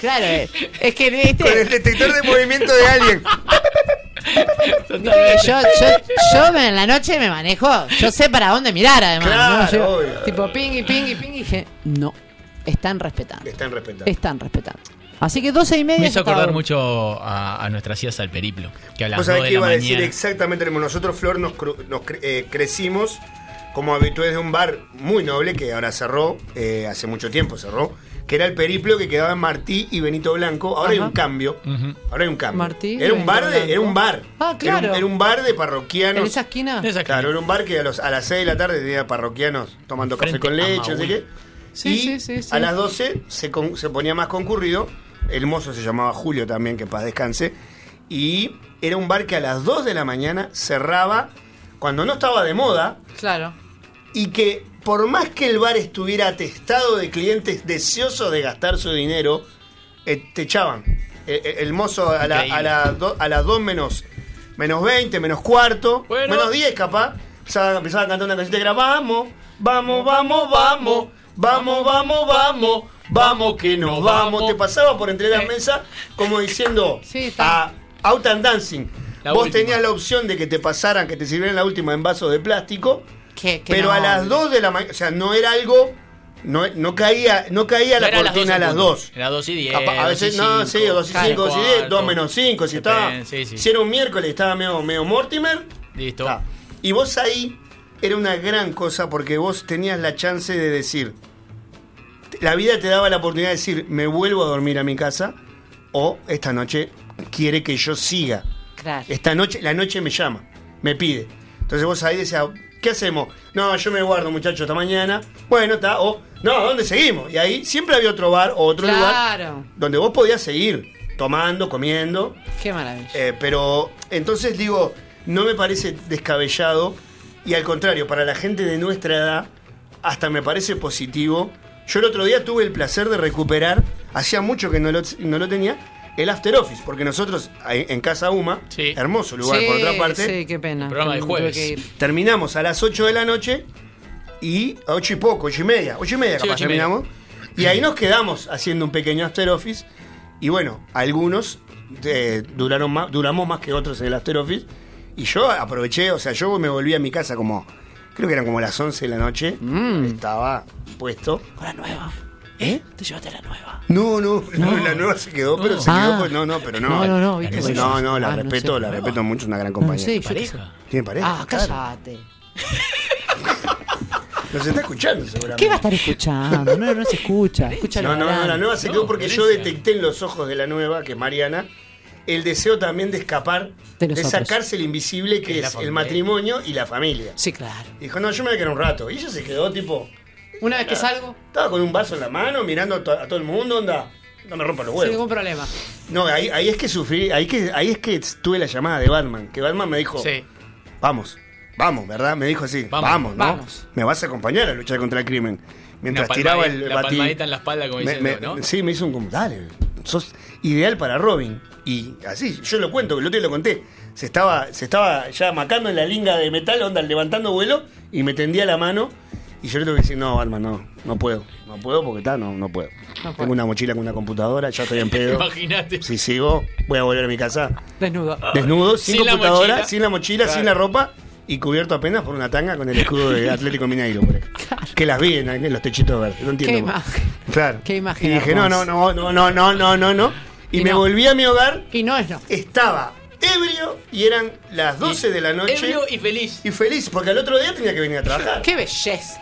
Claro, eh, es que ¿viste?
Con el detector de movimiento de alguien.
Viste que Eh, Yo, yo, yo me- en la noche me manejo, yo sé para dónde mirar además. ¿no?
Claro,
Yo,
obvio.
tipo ping y ping y ping y dije, no, están respetando,
Están respetando.
están respetando. Así que 12 y media.
Me
yo
hizo
estaba
acordar
durmiendo.
mucho a, a nuestras idas al periplo. Que a las
Vos
2
sabés
de
que
la
iba a decir
mañana.
exactamente lo mismo. Nosotros, Flor, nos, cru- nos cre- eh, crecimos como habitués de un bar muy noble que ahora cerró, eh, hace mucho tiempo cerró, que era el Periplo que quedaba en Martí y Benito Blanco. Ahora hay
Ajá.
un cambio.
Ujú.
Ahora hay un cambio.
Martí,
era un
Benito
bar de, era un
Blanco.
bar.
Ah, claro.
Era un, era un bar de
En
parroquianos.
esa esquina.
Esa-
Claro, era un bar que a, los, a las 6 de la tarde tenía parroquianos tomando café
Frente
con
a
leche,
Maui.
así que.
Sí,
y
sí, sí, sí.
a las 12 se, con- se ponía más concurrido. El mozo se llamaba Julio también, que en paz descanse. Y era un bar que a las 2 de la mañana cerraba cuando no estaba de moda
Claro.
y que por más que el bar estuviera atestado de clientes deseosos de gastar su dinero, eh, te echaban. Eh, eh, El, mozo a, la- a, la do- a las 2 menos, menos 20, menos cuarto,
Bueno.
menos 10 capaz, empezaba, empezaba a cantar una canción que era vamos, vamos, vamos, vamos, vamos, vamos, vamos, vamos que nos vamos. Te pasaba por entre
Eh.
las mesas como diciendo
Sí, está.
a Out and Dancing.
La
Vos
última.
tenías la opción de que te pasaran, que te sirvieran la última en vasos de plástico.
Que- que
Pero
no.
a las 2 de la mañana, o sea, no era algo No, no caía, no caía
No
la
eran
cortina a
en
las
punto.
2.
Era 2 eh, y 10.
Apa- a veces, no, sí, 2 y 5, 2 y 10, 2 menos 5. Si, estaba,
Sí, sí.
si era un miércoles, estaba medio, medio Mortimer.
Listo.
está. Y vos ahí era una gran cosa porque vos tenías la chance de decir. La vida te daba la oportunidad de decir, me vuelvo a dormir a mi casa o esta noche quiere que yo siga.
Claro.
Esta noche, la noche me llama, me pide. Entonces vos ahí decías, ¿qué hacemos? No, yo me guardo, muchachos, hasta mañana. Bueno, está, o no, ¿dónde seguimos? Y ahí siempre había otro bar o otro
Claro.
lugar donde vos podías seguir tomando, comiendo.
Qué maravilla.
Eh, pero entonces digo, no me parece descabellado y al contrario, para la gente de nuestra edad, hasta me parece positivo. Yo el otro día tuve el placer de recuperar, hacía mucho que no lo, no lo tenía, el After Office, porque nosotros ahí en Casa Uma,
Sí.
hermoso lugar por otra parte,
Sí, qué pena.
Programa de
Me tuve
jueves.
que ir.
terminamos a las 8 de la noche y a 8 y poco, 8 y media, 8 y media
Sí,
capaz
ocho y media.
terminamos. Y ahí nos quedamos haciendo un pequeño after office. Y bueno, algunos eh, duraron más, duramos más que otros en el after office. Y yo aproveché, o sea, yo me volví a mi casa como, creo que eran como las 11 de la noche. Estaba puesto.
Mm. Con la nueva.
¿Eh?
Te llevaste la nueva.
No, no, no, la nueva se quedó, pero se
Ah.
quedó, pues no, no, pero no.
No, no, no,
La
viste,
que- no, no, la
ah, no
respeto,
sé.
la respeto mucho, una gran
No, no
compañía.
sé, yo qué sé.
Pareja.
¿Tiene pareja?
Ah,
Claro.
cállate.
Nos está escuchando seguramente.
¿Qué va a estar escuchando? No, no se escucha. Escucha
No,
lo
no, no,
grande.
la nueva se
No,
quedó porque yo
violencia.
detecté en los ojos de la nueva, que es Mariana, el deseo también de escapar,
De
de,
nosotros.
esa cárcel invisible que
Es la
es el
familia.
matrimonio y la familia.
Sí, claro.
Dijo, no, yo me voy a quedar un rato. Y ella se quedó, tipo,
Una vez que salgo,
estaba con un vaso en la mano, mirando a, to- a todo el mundo, onda, no me rompa los
sin
huevos.
ningún problema.
No, ahí, ahí es que sufrí, ahí, que, ahí es que tuve la llamada de Batman, que Batman me dijo,
Sí.
vamos, vamos, ¿verdad? Me dijo así,
Vamos,
vamos, ¿no?
vamos.
Me vas a acompañar a luchar contra el crimen. Mientras
Una
tiraba
palmadi-
el
la
batir-
palmadita en la espalda, como
me-
diciendo,
me-
¿no?
Sí, me hizo un como, dale, sos ideal para Robin. Y así, yo lo cuento, que el otro día lo conté. Se estaba, se estaba ya macando en la linga de metal, onda, levantando vuelo, y me tendía la mano. Y yo le tuve que decir, no, Batman, no, no puedo. No puedo porque está, no, no puedo. Tengo una mochila con una computadora, ya estoy en pedo.
Imagínate.
Si sigo, voy a volver a mi casa
Desnudo.
desnudo, sin,
Sin la
computadora,
mochila.
sin la mochila, sin la ropa y cubierto apenas por una tanga con el escudo de Atlético Mineiro, por ejemplo. Que las vi en, en los techitos verdes, no entiendo.
Qué
por-
imagen.
Claro.
Qué imagen
Y dije, no,
hermosa.
no, no, no, no, no, no, no, no. Y,
Y
me
no.
volví a mi hogar,
Y no es no.
estaba ebrio y eran las 12 de la noche.
Ebrio y feliz.
y feliz, porque al otro día tenía que venir a trabajar.
Qué belleza.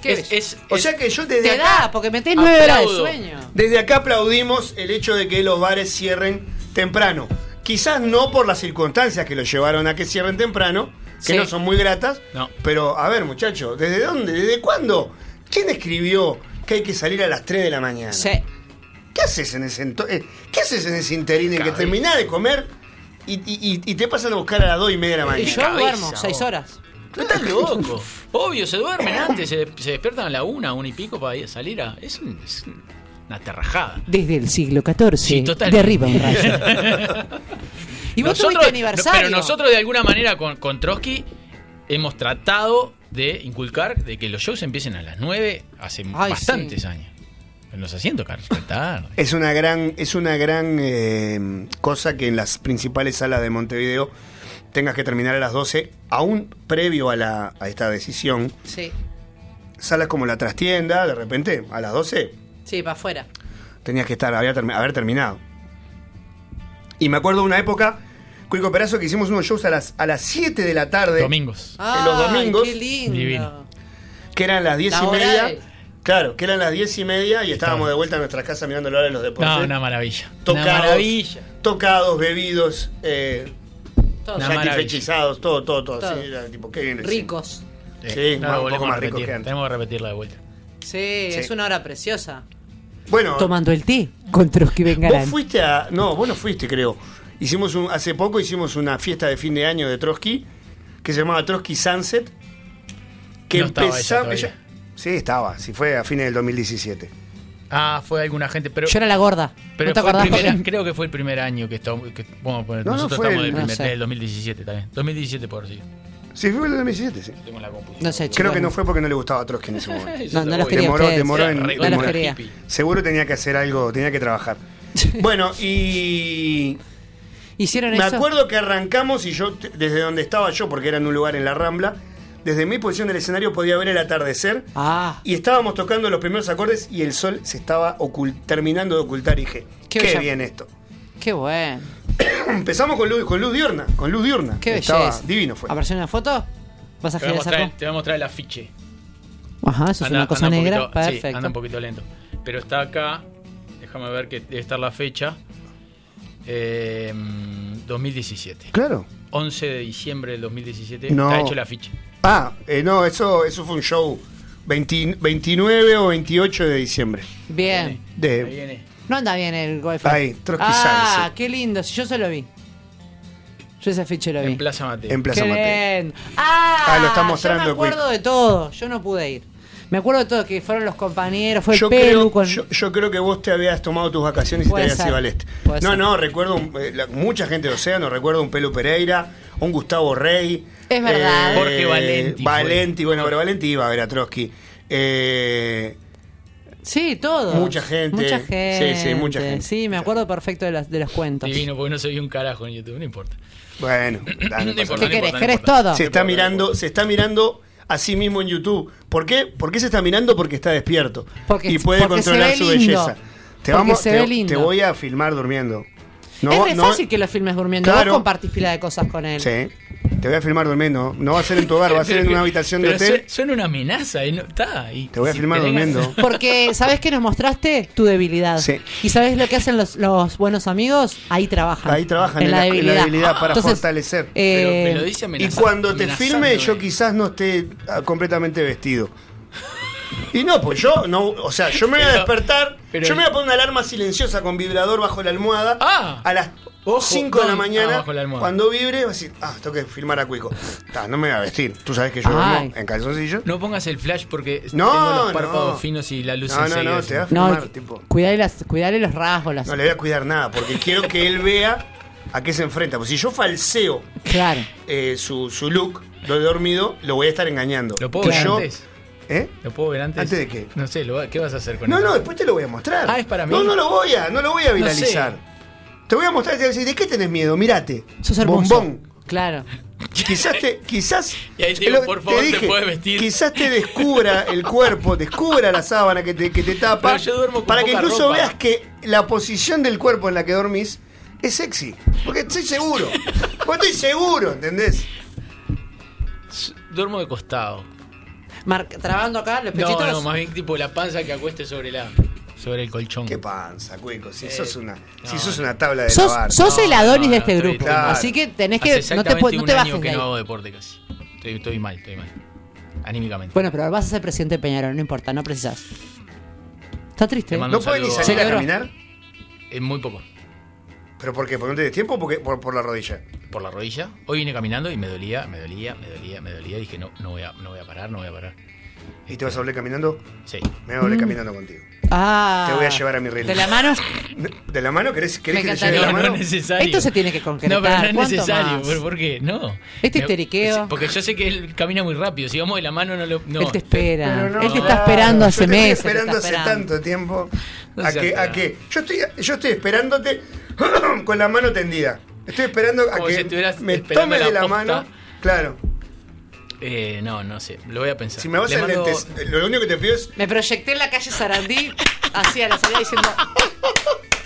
Qué
Es,
belleza.
es-
O
es-
sea que yo desde
Te
acá,
da, porque metés nueve horas de
aplaudo.
sueño.
Desde acá aplaudimos el hecho de que los bares cierren temprano. Quizás no por las circunstancias que los llevaron a que cierren temprano, que
Sí.
no son muy gratas.
No.
Pero, a ver, muchachos, ¿desde dónde? ¿Desde cuándo? ¿Quién escribió que hay que salir a las 3 de la mañana?
Sí.
¿Qué haces en ese ento- eh, ¿Qué haces en ese interín en que terminás de comer y, y- y- y te pasan a buscar a las 2 y media de la
Y
mañana?
yo
cabeza,
duermo
vos.
seis horas.
No estás loco. Obvio, se duermen antes, se, se despiertan a la una, una y pico para ir a salir a. Es, un- es una terrajada.
Desde el siglo XIV.
Sí, total.
Derriba un rayo. y vos tuviste aniversario.
Pero nosotros de alguna manera con, con Trotsky hemos tratado de inculcar de que los shows empiecen a las 9 hace
Ay,
bastantes
sí.
años. En los asientos, Carlos, tarde.
Es una gran, es una gran eh, cosa que en las principales salas de Montevideo tengas que terminar a las 12, aún previo a, la, a esta decisión.
Sí,
Salas como la trastienda, de repente, a las 12
sí, para afuera.
tenías que estar, había termi- haber terminado. Y me acuerdo de una época, Cuico Perazo, que hicimos unos shows a las, a las 7 de la tarde, Eh,
Domingos.
Ay,
los domingos,
Qué lindo.
Divino.
que eran las 10
La
y
hora
media.
de-
Claro, que eran las 10 y media y estábamos
Estaba.
de vuelta a nuestras casas mirando la hora de los deportes.
No, una maravilla.
tocados,
Una maravavilla.
tocados, bebidos, eh,
Todo.
Una maravilla.
satisfechizados, todo, todo, todo.
Todo.
así, era tipo, qué bien.
Ricos.
Sí, más- un poco
volvemos a
más rico
repetir.
que antes.
Tenemos que repetirla de vuelta.
Sí, es una hora preciosa.
Bueno,
Tomando el té con Trotsky
vos
Vengarán.
fuiste a. No, vos no fuiste, creo. Hicimos un, hace poco hicimos una fiesta de fin de año de Trotsky que se llamaba Trotsky Sunset. Que
No estaba ella
empezaba.
todavía.
sí, estaba. Sí, fue a fines del 2017.
Ah, fue alguna gente, pero.
Yo era la gorda.
Pero
¿No te
fue el
acordás?
primer-
Porque-
creo que fue el primer año que estamos. que- vamos a poner,
No, no,
nosotros
fue
estamos
el-
del, primer,
no sé.
del 2017 también. 2017 por decir.
Sí, fue el 2017, sí.
Tengo la computadora.
No sé,
Creo que
bueno.
no fue porque no le gustaba a Trotsky en ese momento.
No, no los
Demoró-
quería
demoró-
ustedes.
demoró en-
Era re-
No los
re
quería.
hippie.
Seguro tenía que hacer algo, tenía que trabajar. Bueno, y
Hicieron
Me
eso.
acuerdo que arrancamos y yo, t- desde donde estaba yo, porque era en un lugar en la Rambla, desde mi posición del escenario podía ver el atardecer
Ah,
y estábamos tocando los primeros acordes y el sol se estaba ocul- terminando de ocultar. Y dije,
Qué
qué,
bella-
bien esto.
qué bueno.
Empezamos con luz, con luz diurna, con luz diurna.
Qué
Estaba
belleza.
divino fue.
¿Apareció una foto? ¿Vas a
Te voy, a
girar esa
mostrar, te voy a mostrar el afiche.
Ajá, Ah, eso es una cosa
anda un
negra.
poquito- sí,
Perfecto.
anda un poquito lento. Pero está acá. Déjame ver que debe estar la fecha. Eh, 2017.
Claro.
11 de diciembre del 2017.
No.
Está hecho el afiche.
Ah, eh, no, eso, eso fue un show 20 29 o 28 de diciembre.
Bien.
Ahí
De,
viene.
No anda bien el golf.
Ahí, Trotsky
Ah,
Sanse.
qué lindo. Si yo se lo vi. Yo ese afiche lo vi.
En Plaza Mateo.
en Plaza
Qué
Mateo.
lindo. Ah,
Ah, lo está mostrando
Yo me
el Quick.
acuerdo de todo. Yo no pude ir. Me acuerdo de todo, que fueron los compañeros, fue el
Yo
Pelu
creo,
con.
yo, yo creo que vos te habías tomado tus vacaciones y te
Puede
habías
ser,
ido al este.
puede
No,
ser.
no, recuerdo un- eh, la- mucha gente de Océano, recuerdo un Pelo Pereira, un Gustavo Rey. eh,
Es verdad.
Jorge Valenti fue.
Valenti, bueno, pero Valenti iba a ver a Trotsky. Eh,
Sí, todo.
Mucha gente.
Mucha gente.
Sí, sí, mucha gente.
Sí, me acuerdo perfecto de, las, de los cuentos.
Divino, porque no se vio un carajo en YouTube. No importa.
bueno, da, no
No
pasa
importa,
nada.
¿Qué querés?
no importa, no
¿Querés
importa.
todo?
se
No importa, no
está mirando,
importa.
se está mirando a sí mismo en YouTube. ¿Por qué? ¿Por qué se está mirando? Porque está despierto
Porque-
y puede
porque se
controlar
ve
su
lindo.
belleza. Te
Porque
vamos,
se
te,
ve lindo.
te voy a filmar durmiendo. No,
es re
no-
fácil que lo filmes durmiendo.
Claro.
Vos compartís pila de cosas con él.
Sí. Te voy a filmar durmiendo. No va a ser en tu hogar, va a ser en una habitación de
Pero
hotel.
su- Suena una amenaza. y no- está, y
Te voy a
si
filmar
tenés-
durmiendo.
Porque, ¿sabés qué nos mostraste? Tu debilidad.
Sí.
¿Y sabés lo que hacen los, los buenos amigos? Ahí trabajan.
Ahí trabajan en la- en la debilidad para fortalecer.
Pero,
eh,
pero dice
Y
amenaza-
cuando te firme, yo
amenazándome.
quizás no esté ah, completamente vestido. Y no, pues yo no, o sea, yo me voy a
Pero-
despertar,
pero-
yo me voy a poner una alarma silenciosa con vibrador bajo la almohada
Ah.
a las
Ojo,
5 de la
¿dónde? Ah,
mañana.
bajo la almohada.
cuando vibre, vas a decir, ah, tengo que filmar a Cuico. Ta, no me voy a vestir. Tú sabes que yo
Ay.
duermo en calzoncillo.
No pongas el flash porque
No,
tengo los
no.
párpados finos y la luz
No, no,
enseguida
no,
se
te
me-
da
no,
filmar, tipo.
cuidale, las- cuidale los rasgos. Las,
No le voy a cuidar nada, porque quiero que él vea a qué se enfrenta. Porque si yo falseo
Claro.
eh, su, su look, lo he dormido, lo voy a estar engañando.
¿Lo puedo
Y
ver
yo-
antes?
¿Eh?
¿Lo puedo ver antes?
¿Antes de qué?
No sé, lo va- ¿qué vas a hacer con
No,
eso?
no, después te lo voy a mostrar.
Ah, es para mí.
No, no lo voy a, no lo voy a
sé.
viralizar. Te voy a mostrar y te voy a decir, ¿de qué tenés miedo? Mirate.
Sos hermoso.
Bombón.
Claro.
Quizás te, quizás.
Y ahí te
es
digo,
lo que
por favor, te
dije,
puedes vestir.
Quizás te descubra el cuerpo, descubra la sábana que te, que te tapa.
Pero yo duermo con
para que
poca
incluso
ropa.
veas que la posición del cuerpo en la que dormís es sexy. Porque estoy seguro. Porque estoy seguro, ¿entendés?
Duermo de costado.
Mar- trabando acá los
No,
pechitos.
no, más bien tipo la panza que acueste sobre la sobre el colchón.
Qué panza, cueco. Si
Eh,
sos una, si
no.
sos una tabla de
sos
lavar.
sos
No,
el Adonis
no,
de
no,
este
estoy-
grupo.
claro.
Así que tenés
Hace
que. No te,
exactamente
pu- no
un
te
año
bajes
que
de ahí.
no hago deporte casi. Estoy, estoy mal, estoy mal. Anímicamente.
Bueno, pero vas a ser presidente de Peñarol, no importa, no precisas. Está triste.
Te mando
¿No
un
puedes ni
saludo
salir
a-
a caminar?
Eh, muy poco.
¿Pero por qué? ¿Por no tenés tiempo o porque- por, por la rodilla?
Por la rodilla. Hoy vine caminando y me dolía, me dolía, me dolía, me dolía. Dije, no, no voy a, no voy a parar, no voy a parar. Este,
¿Y te vas a volver caminando?
Sí.
Me voy a volver caminando contigo.
Mm. Ah.
Te voy a llevar a mi reino.
¿De la mano?
¿De la mano? ¿Querés, querés
Me
que te lleve de la
encantaría.
No,
mano?
no es necesario.
Esto se tiene que concretar.
No, pero no es
¿Cuánto
necesario.
más?
¿Por, por qué? No.
Este
Me-
histeriqueo.
Porque yo sé que él camina muy rápido. Si vamos de la mano, no lo. No.
Él te espera.
Pero no,
Él te está
claro,
esperando
yo
hace
te estoy
meses. te está
esperando hace
esperando.
tanto tiempo.
No
a,
seas
que, a
tarado.
que yo estoy yo estoy esperándote con la mano tendida. Estoy esperando a
Como si
que
estuvieras
me
esperando
tome de
la
la
posta.
mano. Claro.
Eh, no, no sé. Lo voy a pensar.
Si me vas
Le
a
mando-
lentes, lo único que te pido es
Me proyecté en la calle Sarandí, así a la salida diciendo.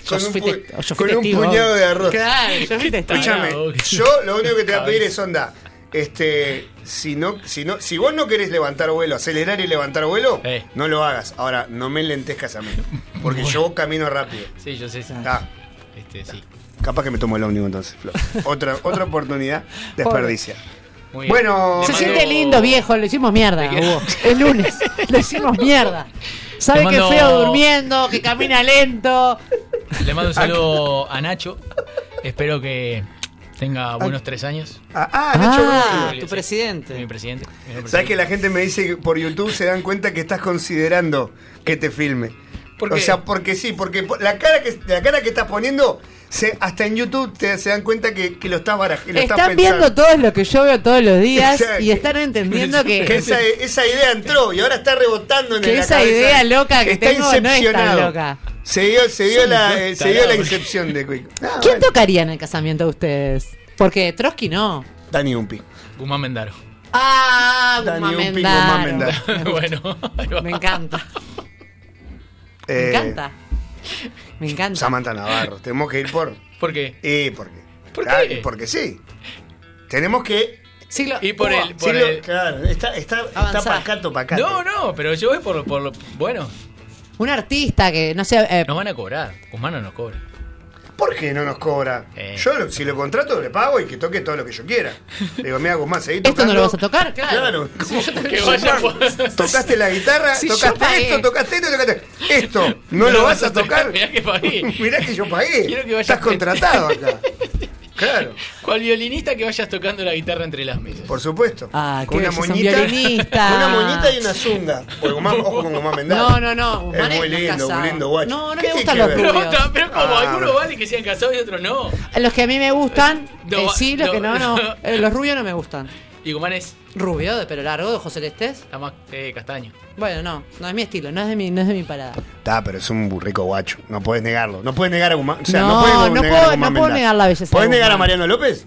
con
yo
un,
fui
pu-
test- yo fui
con un
testigo.
puñado de arroz.
Claro, yo fui testigo.
Escúchame,
Tarado.
yo lo único que te voy a pedir es onda. Este, si no, si no, si vos no querés levantar vuelo, acelerar y levantar vuelo,
Eh.
no lo hagas. Ahora, no me lentezcas a mí. Porque yo camino rápido.
Sí, yo sé.
Está.
Este, sí.
Capaz que me tomo el ómnibus entonces, Flor. Otra, otra oportunidad desperdicia.
Muy bien.
Bueno,
Se
Te
siente
mando-
lindo, viejo. Lo hicimos mierda,
Te-
Hugo. Es lunes. Lo hicimos mierda. Sabe
Te
que es
mando-
feo durmiendo, que camina lento.
Le mando un saludo a Nacho. Espero que tenga buenos tres años.
ah, ah, Nacho
Ah,
Brugel.
tu presidente.
Mi presidente. mi presidente.
Sabes que la gente me dice que por YouTube se dan cuenta que estás considerando que te filme.
¿Por
O
qué?
sea, porque sí, porque po- la cara que la cara que estás poniendo, se, hasta en YouTube te, se dan cuenta que, que lo estás barajando.
Están viendo todo lo que yo veo todos los días
Exacto.
y están entendiendo
Que
que,
esa, esa idea entró y ahora está rebotando en
Que
la
esa
cabeza.
idea loca que
está
tengo no es tan
incepcionado.
loca.
Se dio, se dio,
Son
la,
dos
eh, se dio la
tarados.
incepción de Quick. Ah,
¿Quién
bueno.
tocaría en el casamiento de ustedes? Porque Trotsky no.
Dani Umpi.
Guzmán Mendaro.
Ah,
Da ni un pico,
Mamendaro.
Mamendaro.
bueno, ahí va.
Me encanta, me
Eh,
encanta. Me encanta.
Samantha Navarro. Tenemos que ir por.
¿Por qué?
Y porque.
¿Por
Ah,
qué?
y porque sí. Tenemos que.
Siglo-
Y por
Uah.
el- por
siglo-
el-
Claro, está, está, está
Avanzá.
pacato, pacato.
No, no, pero yo voy por, por lo. Bueno,
Un artista que, no sé, eh,
nos van a cobrar. Guzmán no nos cobra.
¿Por qué no nos cobra?
Eh.
Yo, lo- si lo contrato, le pago y que toque todo lo que yo quiera. Le digo, mira, Guzmán, seguí
¿Esto
tocando.
no lo vas a tocar? Claro.
Claro. ¿Cómo?
Que vaya por-
Tocaste la guitarra,
Si yo
tocaste
pagué.
esto, tocaste esto, tocaste esto. ¿No lo vas a tocar?
Mirá que pagué.
Mirá que yo pagué.
Quiero que vaya-
Estás contratado acá. Claro,
Cual violinista que vayas tocando la guitarra entre las mesas.
por supuesto.
Ah,
con
qué
una
belleza, un
moñita,
violinista.
con una moñita y una zunga. Porque Guzmán- ojo con Guzmán Mendoza.
No, no, no. Guzmán
Es muy
está
lindo,
casado.
muy lindo, guacho.
No, no
¿Qué
me
tiene
gustan
que
los
ver?
Pero,
rubios.
ta- pero como
Ah,
algunos
bueno.
vale que sean casados y otros no.
Los que a mí me gustan,
No,
eh, sí, los
no.
que no, no. Eh, los rubios no me gustan.
Y Guzmán es
¿Rubio, de pelo largo, de ojos celestes?
está más eh, castaño.
Bueno, no, no es mi estilo, no es de mi, no es de mi parada.
Está, pero es un burrico guacho. No puedes negarlo. No puedes negar a Guzmán. O sea, no,
No,
puedes
no
negar a
puedo-
Guzmán
no puedo
Mendoza.
negar la belleza
¿Podés
de
negar a
Guzmán. ¡Ah!
Mariano López?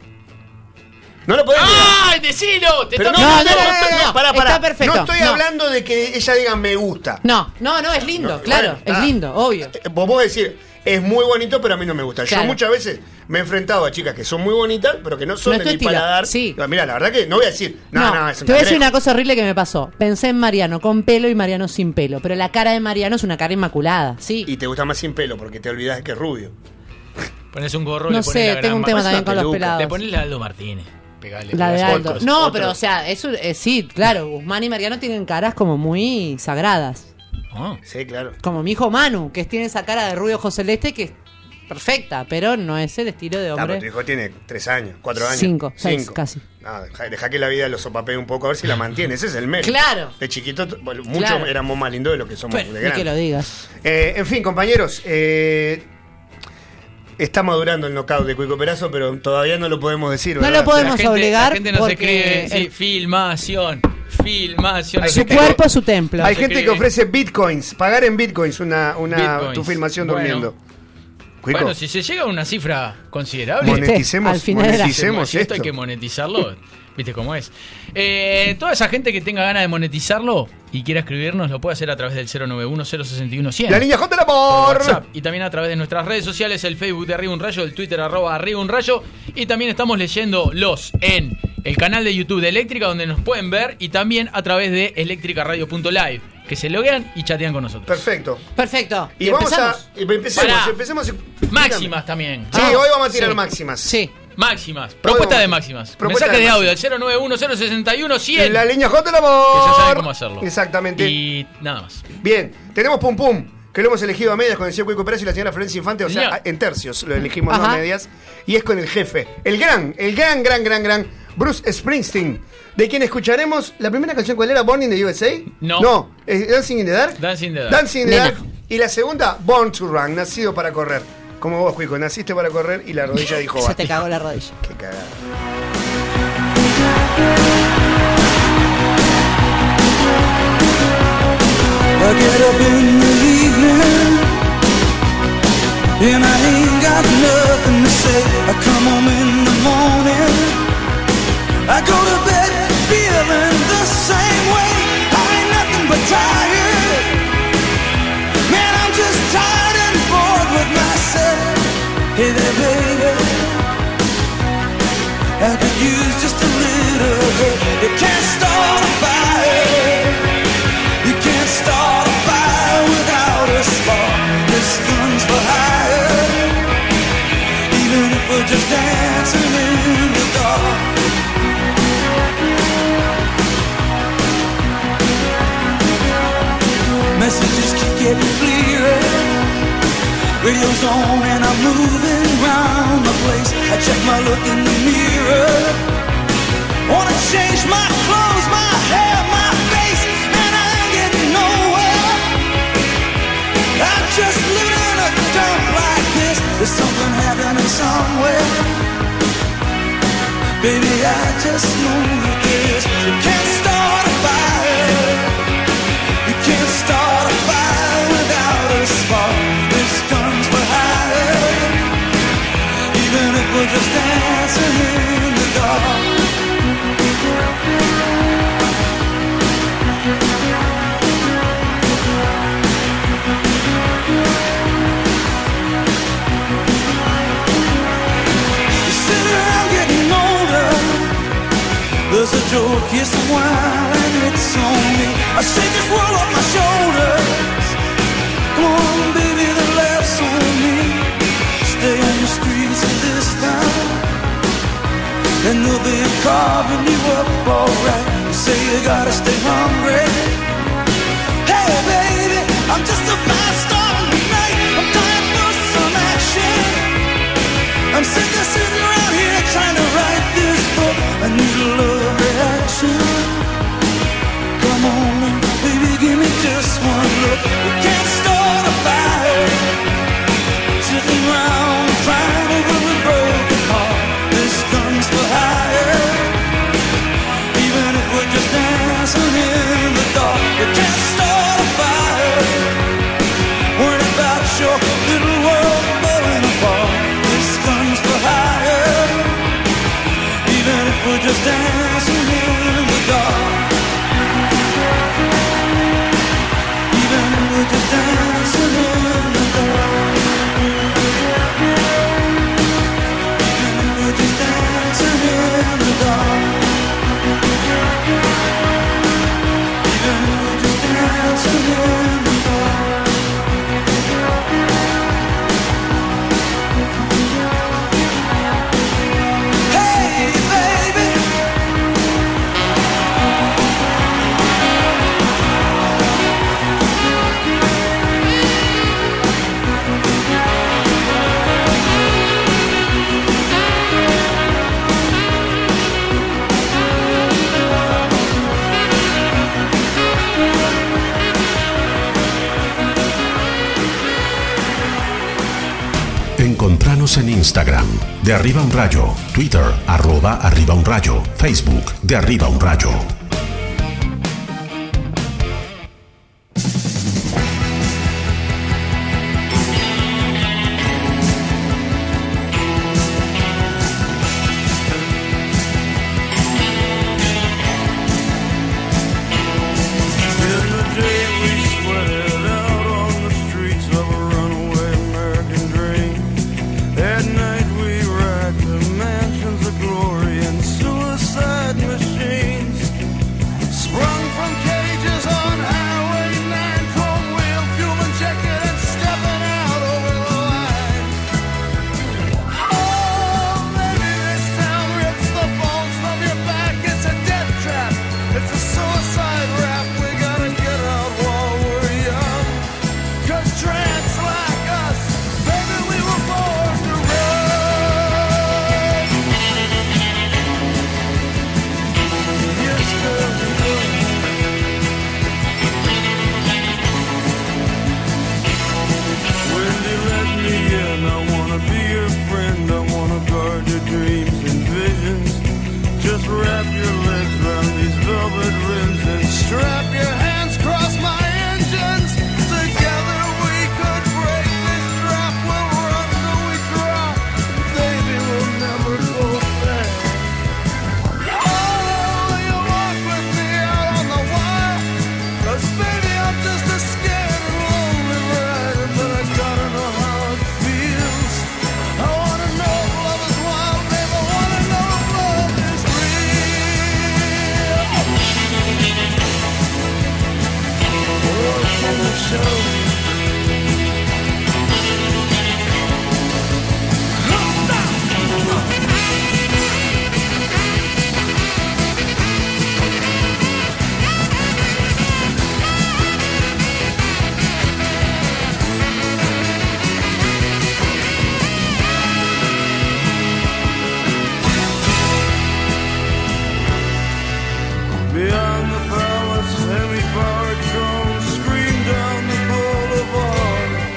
No lo podés negar.
¡Ay, decilo! ¡Te
Pero
está
no,
No,
no,
no,
no,
no,
no,
no,
no, pará,
está
pará.
perfecto,
No estoy
no.
hablando de que ella diga me gusta.
No, no, no, es lindo,
No,
claro,
bueno,
es
ah.
lindo, obvio.
Eh, Vos podés decir, es muy bonito, pero a mí no me gusta. Yo
Claro.
muchas veces me he enfrentado a chicas que son muy bonitas, pero que no son
No es
de
tu
mi
estilo,
paladar.
sí.
Mira, la verdad que no voy a decir, no, no, es
te
un
voy a decir
cangrejo.
una cosa horrible que me pasó. Pensé en Mariano con pelo y Mariano sin pelo, pero la cara de Mariano es una cara inmaculada, sí.
Y te gusta más sin pelo, porque te olvidás que es rubio.
Pones un gorro, le
no
pones
sé,
la
tengo un
gran
tema
es una
también con los
peluca.
Le
pelados.
pones la Aldo Martínez. Pegale,
La de
pegale.
Aldo.
Otros,
No,
otros.
pero o sea, eso eh, sí, claro, Guzmán y Mariano tienen caras como muy sagradas.
Oh.
Sí, claro.
Como mi hijo Manu, que tiene esa cara de rubio ojos celeste que es perfecta, pero no es el estilo de
Ah, pero tu
hombre.
hijo tiene tres años, cuatro años.
Cinco, seis, casi.
Ah, deja, deja que la vida lo sopapee un poco a ver si la mantiene. Ese es el mérito.
Claro.
De chiquito, bueno, muchos
Claro.
éramos más lindos de lo que somos
Bueno,
de
ni que lo
grandes.
digas.
Eh, en fin, compañeros, eh, está madurando el knockout de Cuico Perazo, pero todavía no lo podemos decir.
No
¿verdad?
lo podemos
gente-
obligar
La gente nos
porque
escribe. sí,
el-
filmación. Filmación.
Hay
nos
Su
gente-
escribe.
cuerpo, su templo.
Hay
se
gente que
escribe.
ofrece bitcoins, pagar en bitcoins una, una
Bitcoins.
tu filmación
Bueno.
durmiendo. Cuico,
Bueno, si se llega a una cifra considerable.
Monet-
moneticemos,
al final era-
moneticemos
esto
esto.
hay que monetizarlo. ¿Viste cómo es? Eh, toda esa gente que tenga ganas de monetizarlo y quiera escribirnos, lo puede hacer a través del 091 061 100.
La niña J del amor.
WhatsApp y también a través de nuestras redes sociales, el Facebook de Arriba Un Rayo, el Twitter arroba Arriba Un Rayo y también estamos leyendo los en el canal de YouTube de Eléctrica donde nos pueden ver y también a través de eléctricaradio.live que se loguean y chatean con nosotros.
Perfecto.
Perfecto.
Y, vamos
empezamos?
a. y Empecemos,
Pará.
empecemos. y-
Máximas también.
Sí,
Ah,
hoy vamos a tirar
sí.
máximas.
Sí.
Máximas. Propuesta de máximas.
Propuesta
Mensaje de,
de
audio al 091 061 100.
La línea J del amor.
Que ya saben cómo hacerlo.
Exactamente.
Y nada más.
Bien, tenemos Pum Pum, que lo hemos elegido a medias con el señor Cuico Pérez y la señora Florencia Infante, o sea,
Señor.
a- en tercios lo elegimos no a
Ajá.
medias, y es con el jefe, el gran, el gran, gran, gran, gran Bruce Springsteen, de quien escucharemos la primera canción, ¿cuál era? ¿Born in the USA?
No.
No, ¿es Dancing in the Dark.
Dancing in the Dark.
Dancing in the
Nena.
Dark. Y la segunda, Born to Run, nacido para correr. Como vos, Cuico, naciste para correr y la rodilla dijo,
Se
va.
te cagó la rodilla.
Qué cagada.
I get up in the evening And I ain't got nothing to say I come home in the morning I go to bed feeling the same way I ain't nothing but tired Man, I'm just tired and bored with myself Hey there, baby I could use just a little bit You can't start a fire you can't start a fire without a spark. This gun's for hire. Even if we're just dancing in the dark. Messages keep getting clearer. Radio's on and I'm moving round the place. I check my look in the mirror. Wanna change my clothes, my hair, my face, and I ain't getting nowhere. I'm just living in a dump like this. There's something happening somewhere. Baby, I just know it is. You can't start a fire. You can't start a fire without a spark. This comes for hire. Even if we're just dancing in the dark. Here's the wine, it's on me. I shake this world off my shoulders. Come on, baby, the laughs on me. Stay on the streets of this town. And they'll be carving you up alright. Say you gotta stay hungry. Hey, baby, I'm just a fast star tonight. I'm dying for some action. I'm sick of sitting around here trying to write this book. I need a love reaction. Come on, in, baby, give me just one look. We can't start a fire. Sitting around crying over a broken heart. This comes for hire. Even if we're just dancing in the dark, we can't start a fire. Worried about your little world blowing apart. This comes for hire. Even if we're just dancing in the dark. Even if we're just dancing in the dark. Even if we're just dancing in the dark. Even if we're just dancing in the dark. Hey, baby.
Encontranos en Instagram, de arriba un rayo, Twitter, arroba arriba un rayo, Facebook, de arriba un rayo.
Oh, Oh,
Beyond the palace, heavy power drone, scream down the bull.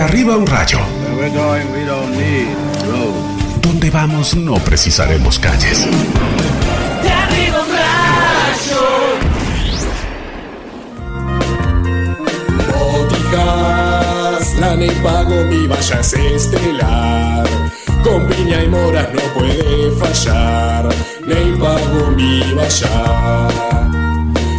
arriba un rayo. Donde vamos no precisaremos calles.
De arriba un rayo.
Boticaslan el pago mi valla es estelar. Con piña y moras no puede fallar. Ney pago mi valla.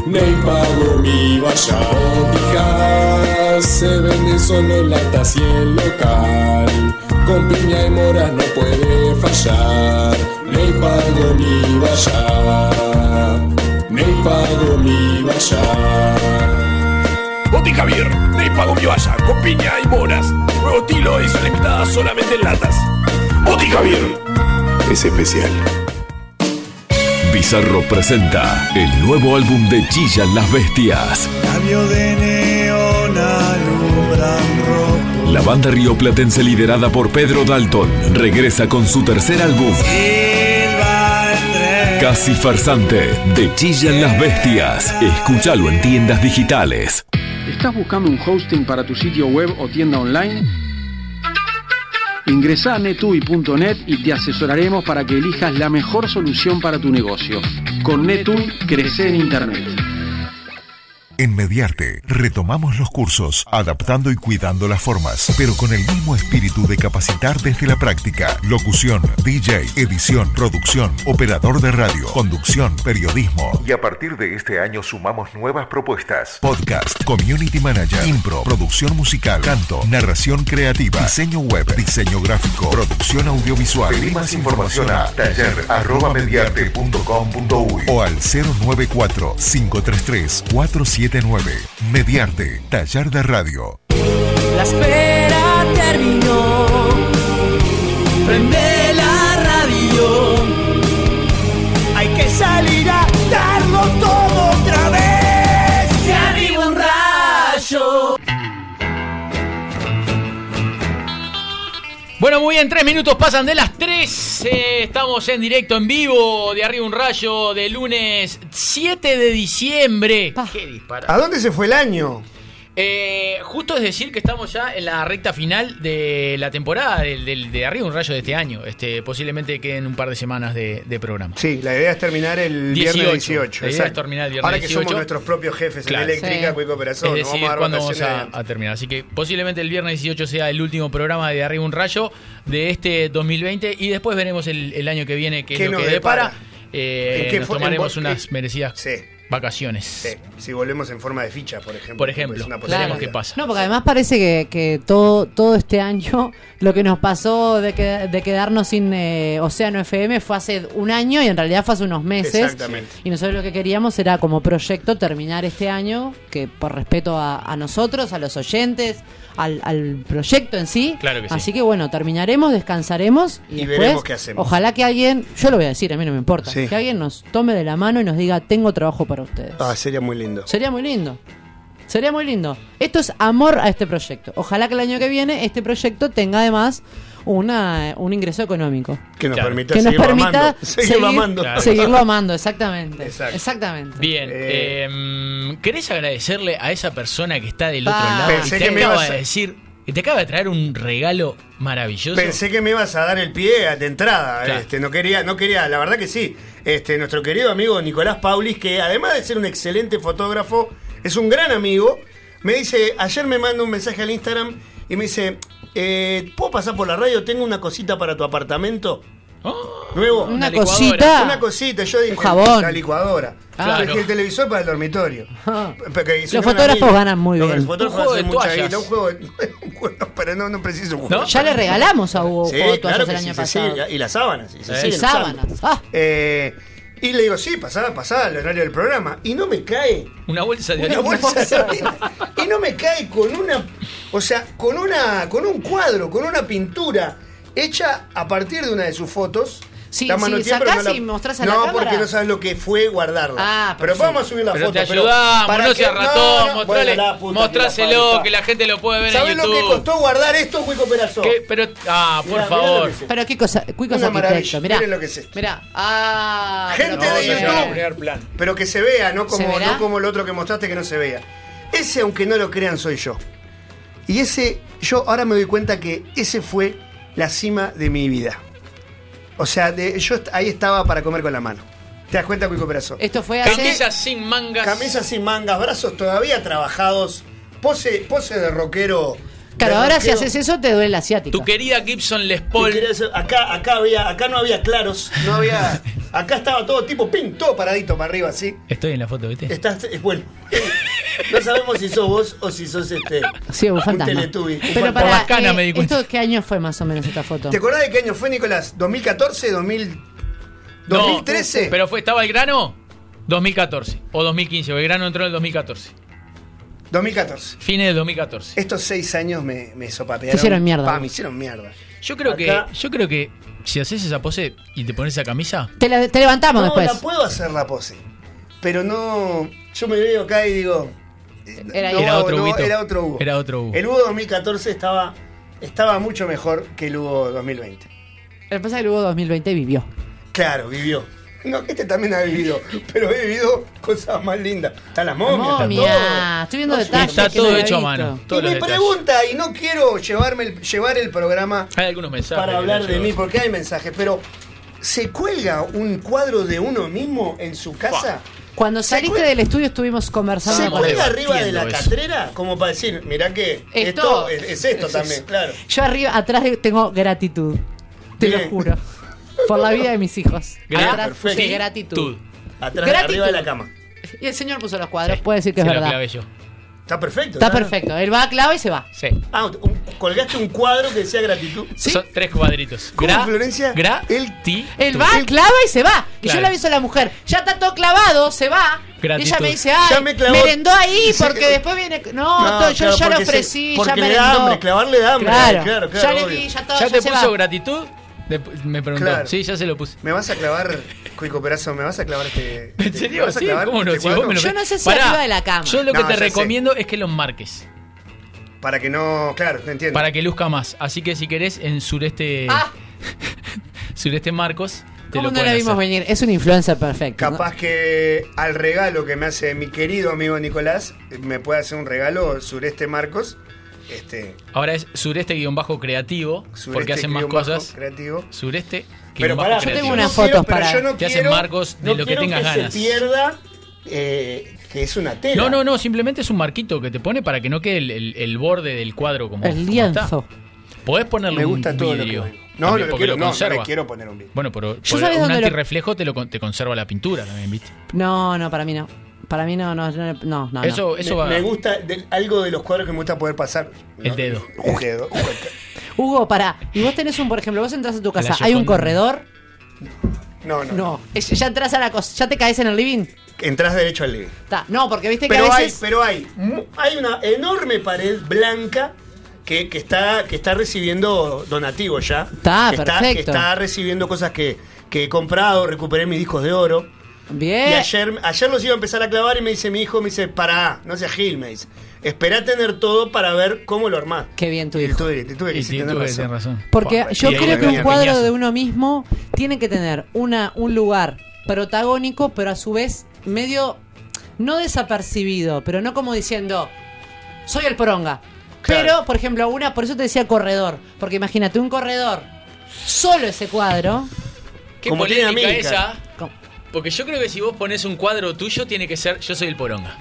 Ney pago mi valla. Boticas se vende solo en latas y en local. Con piña y moras no puede fallar. Ney pago mi valla. Ney pago mi valla. Boti Javier, Ney Pago Valla, con piña y moras. Nuevo estilo y son limitadas solamente en latas. Boti Javier. Es especial.
Bizarro presenta el nuevo álbum de Chillan las Bestias.
Cambio de neón alumbran rojo.
La banda rioplatense liderada por Pedro Dalton regresa con su tercer álbum,
Silva entre
Casi Farsante, de Chillan las Bestias. Escúchalo en tiendas digitales.
¿Estás buscando un hosting para tu sitio web o tienda online? Ingresa a netui.net y te asesoraremos para que elijas la mejor solución para tu negocio. Con Netui, crece en Internet.
En Mediarte retomamos los cursos, adaptando y cuidando las formas, pero con el mismo espíritu de capacitar desde la práctica. Locución, DJ, edición, producción, operador de radio, conducción, periodismo. Y a partir de este año sumamos nuevas propuestas. Podcast, community manager, impro, producción musical, canto, narración creativa, diseño web, diseño gráfico, producción audiovisual. Pedí más información a taller.mediarte.com.uy o al 094-533-479. Mediarte, taller de radio.
La espera terminó. Prende la radio. Hay que salir a darlo todo otra vez. De arriba un rayo.
Bueno, muy bien, tres minutos pasan de las tres. Eh, estamos en directo, en vivo, de arriba un rayo, de lunes 7 de diciembre.
Pa.
Qué disparate.
¿A dónde se fue el año?
Eh, justo es decir que estamos ya en la recta final de la temporada del, del- de Arriba un Rayo de este año. Este, posiblemente queden un par de semanas de, de programa.
Sí, la idea es terminar el
18.
viernes 18.
La idea es
exacto.
terminar el viernes
Ahora que
18.
somos nuestros propios jefes
Claro.
en eléctrica,
Sí.
Cuico
Es
Perazón, nos
decir,
vamos a dar
cuándo vamos
vacaciones
a, a terminar. Así que posiblemente el viernes 18 sea el último programa de Arriba un Rayo de este 2020 y después veremos el, el año que viene qué es
¿Qué
lo
nos
que depara.
depara?
Eh,
¿En qué
nos
fo- en
tomaremos
vo-
unas
eh,
merecidas
Sí,
vacaciones.
sí. Si volvemos en forma de ficha, por ejemplo.
Por
porque
ejemplo,
es una
veremos
posibilidad.
qué pasa.
No, porque además parece que, que todo, todo este año lo que nos pasó de, que- de quedarnos sin eh, Océano FM fue hace un año y en realidad fue hace unos meses.
Exactamente.
Y nosotros lo que queríamos era como proyecto terminar este año, que por respeto a, a nosotros, a los oyentes, al, al proyecto en sí.
Claro que sí.
Así que bueno, terminaremos, descansaremos y,
Y
después,
veremos qué hacemos.
Ojalá que alguien, yo lo voy a decir, a mí no me importa,
Sí.
que alguien nos tome de la mano y nos diga, tengo trabajo para ustedes.
Ah, sería muy lindo.
Sería muy lindo. Sería muy lindo. Esto es amor a este proyecto. Ojalá que el año que viene este proyecto tenga además una, eh, un ingreso económico.
Que nos
Claro.
permita
Que nos
seguir
permita
amando. Seguirlo
seguir-
amando.
Claro.
seguirlo amando, exactamente.
Exacto.
Exactamente.
Bien,
Eh,
em, ¿querés agradecerle a esa persona que está del
Pa.
otro lado?
Pensé
y te
que me
acaba
ibas a-
de decir, te acaba de traer un regalo maravilloso.
Pensé que me ibas a dar el pie a- de entrada.
Claro.
Este, no quería, no quería, la verdad que sí. Este, nuestro querido amigo Nicolás Paulis, que además de ser un excelente fotógrafo, es un gran amigo. Me dice, ayer me manda un mensaje al Instagram y me dice, eh, ¿puedo pasar por la radio? Tengo una cosita para tu apartamento.
Oh,
Nuevo.
Una,
Una
cosita.
Una cosita, yo dije,
jabón.
la licuadora.
Ah.
Yo dije, el televisor para el dormitorio.
Ah.
Porque hizo
Los
un gran
fotógrafos
amigo.
ganan muy
No,
bien.
Los fotógrafos
Un juego
hacen
de toallas.
mucha guita, un juego de- un juego- pero no, no preciso un juego.
¿No?
Ya le regalamos a Hugo
Sí,
juego de
claro
toallas
que
el
sí,
año
se
pasado.
sigue, y las sábanas. Y, se
Eh.
siguen
Y
usando.
sábanas, ah.
Eh, y le digo, sí, pasada, pasada, el horario del programa. Y no me cae
una bolsa de
una
harina.
bolsa de harina. Y no me cae con una. O sea, con una. con un cuadro, con una pintura hecha a partir de una de sus fotos.
Sí,
La
sí,
manoteé, pero
sacás
no
y mostrás a la
No,
cámara.
porque no sabes lo que fue guardarla.
Ah,
pero
perfecto.
vamos a subir la
Pero
foto.
te ayudamos,
¿para
no
qué?
seas ratón,
no,
mostrale,
bueno, la puta que la
mostráselo,
parió.
que la gente lo puede ver
¿Sabés
en
lo
YouTube.
que costó guardar esto, Huico Perazón?
¿Qué? Pero, ah, por
Mirá, mirá lo
favor.
que se-
Pero qué cosa, Cuico es
Una
arquitecto,
maravilla,
mirá.
miren lo que es esto.
Mirá. Ah,
Gente
pero
de
qué
YouTube.
bien.
plan.
Pero que se vea, no
¿Se
como,
verá?
no como el otro que mostraste que no se vea. Ese, aunque no lo crean, soy yo. Y ese, yo ahora me doy cuenta que ese fue la cima de mi vida. O sea, de- yo est- ahí estaba para comer con la mano. ¿Te das cuenta, Cuico Perazo?
Esto fue
Camisas sin mangas.
Camisas sin mangas, brazos todavía trabajados, pose, pose de rockero.
Claro,
de
ahora si
rockero.
haces eso te duele la asiática.
Tu querida Gibson Les
Y
Paul.
quería decir, Acá, acá, había, acá no había claros, no había. Acá estaba todo tipo pin, todo paradito para arriba, así.
Estoy en la foto, ¿viste?
Estás, es bueno. eh, No sabemos si sos vos o si sos este.
Sí, un fantasma.
Teletubby.
Pero eh,
Por
para,
las canas me di cuenta.
¿esto qué año fue más o menos esta foto?
¿Te acordás de qué año fue, Nicolás? ¿2014? 2000,
No,
2013.
pero fue, estaba el grano 2014 o 2015. El grano entró en el 2014.
2014.
Fines del 2014.
Estos seis años me, me sopapearon.
Te hicieron mierda.
Pa, me hicieron mierda.
Yo creo
Acá-
que yo creo que si haces esa pose y te pones esa camisa,
Te, la- te levantamos
no,
después.
la puedo hacer la pose. Pero no. Yo me veo acá y digo. eh, no,
era, otro
no,
Huguito.
era otro Hugo.
Era otro Hugo.
El Hugo 2014 estaba, estaba mucho mejor que el Hugo 2020.
Lo que pasa es que el Hugo 2020 vivió.
Claro, vivió. No, este también ha vivido, pero he vivido cosas más lindas. Está la momia,
Momia,
está todo.
estoy viendo
No,
detalles
Está
que no
todo
había
hecho a
visto.
mano.
Y
Todos los
me
detalles.
pregunta, y no quiero llevarme el- llevar el programa
Hay algunos mensajes.
para
que
hablar
no
de
llegó.
mí, porque hay mensajes, pero ¿se cuelga un cuadro de uno mismo en su casa?
Cuando
Se
saliste
cuel-
del estudio estuvimos conversando.
¿Se
con
cuelga
él.
arriba de la
eso.
catrera? Como para decir, mirá que
Esto-
esto, es, es esto
es
también,
eso.
claro.
Yo arriba, atrás de- tengo gratitud. Te lo
Bien.
juro. Por la vida de mis hijos.
Gra-
atrás
Ah, perfecto.
puse gratitud.
Atrás,
Gratitud.
arriba de la cama.
Y el señor puso los cuadros. Puede decir que es
se lo
verdad.
clavé yo. Está perfecto.
Está
¿no?
perfecto. Él va a clave y se va.
Sí.
Ah, un- colgaste un cuadro que decía gratitud.
Son tres cuadritos.
¿Cómo,
Gra-
Florencia?
Gra- ti-
Él
tu-
va, clava y se va. Y yo
Claro.
le aviso a la mujer, ya está todo clavado, se va.
Gratitud.
Y ella me dice, ay,
Ya me clavó.
merendó ahí
Dice
porque
que-
después viene... No, to- yo
claro,
ya lo
porque se-
ofrecí,
porque
ya
le
merendó.
da hambre, clavarle da hambre.
Claro,
claro,
ya
claro,
le
obvio.
di, ya todo,
¿Ya
ya
te
se
puso
va.
gratitud? Dep- me preguntó.
Claro.
Sí, ya se lo puse.
¿Me vas a clavar, Cuico Perazo? ¿Me vas a clavar este.?
¿En
este- ¿Me
serio?
vas a
Sí,
clavar
¿cómo no?
este
Si vos
cuadro?
me lo-
Yo no sé si
Pará,
arriba de la cama.
Yo lo que
No,
te
ya sé.
recomiendo es que los marques.
Para que no. Claro, te entiendo.
Para que luzca más. Así que si querés, en sureste.
Ah.
sureste Marcos. Te
¿Cómo
lo
no la
pueden
vimos
hacer.
venir? Es un influencer perfecto. ¿no?
Capaz que al regalo que me hace mi querido amigo Nicolás, eh, me puede hacer un regalo sureste Marcos. Este,
Ahora es sureste-creativo. porque
sureste
hacen más
guión bajo
cosas.
Creativo.
Sureste.
Pero
guión
pará,
bajo
yo
creativo.
tengo unas fotos Pero para- yo no
Te hacen
quiero-
marcos de
no
lo que
quiero
tengas
que se
ganas.
pierda, eh, que es una tela.
No, no, no. Simplemente es un marquito que te pone para que no quede el, el- el borde del cuadro como.
El
como está.
lienzo.
Podés ponerle
Me gusta
un
todo lo que
vidrio.
veo. No,
también
lo que
porque
quiero, no, no
conserva.
le quiero poner un vidrio.
Bueno, pero,
Yo
pero
sabés
un
dónde lo-
antirreflejo te, lo, con- te conserva la pintura también, ¿viste?
No, no, para mí no. Para mí no, no, no, no. no.
Eso-
me,
va-
me gusta del- algo de los cuadros que me gusta poder pasar.
El dedo.
El dedo.
Hugo, pará. Y vos tenés un, por ejemplo, vos entras a tu casa,
Yoconda.
hay un corredor.
No, no.
No, es- ya entras a la cosa, ya te caes en el living.
Entrás derecho al living.
Ta, No, porque viste que
Pero
a
hay,
veces...
pero hay, mu- hay una enorme pared blanca que, que está, que está recibiendo donativos ya.
Está,
Que que
perfecto.
está recibiendo cosas que, que he comprado, recuperé mis discos de oro.
Bien.
Y ayer, ayer los iba a empezar a clavar y me dice mi hijo, me dice, pará, no seas Gil, me dice. Esperá tener todo para ver cómo lo armás.
Qué bien tu
hijo. Y tú
Y
eres,
sí, tuve que tener razón.
Porque
Buah,
yo
y ahí
creo
me
que un
venía
cuadro
piñazo.
de uno mismo tiene que tener una, un lugar protagónico, pero a su vez medio, no desapercibido, pero no como diciendo, soy el poronga. Pero, por ejemplo, una, por eso te decía corredor, porque imagínate un corredor, solo ese cuadro,
Qué
Como tiene
polémica
América.
esa.
¿Cómo?
Porque yo creo que si vos pones un cuadro tuyo, tiene que ser Yo soy el poronga.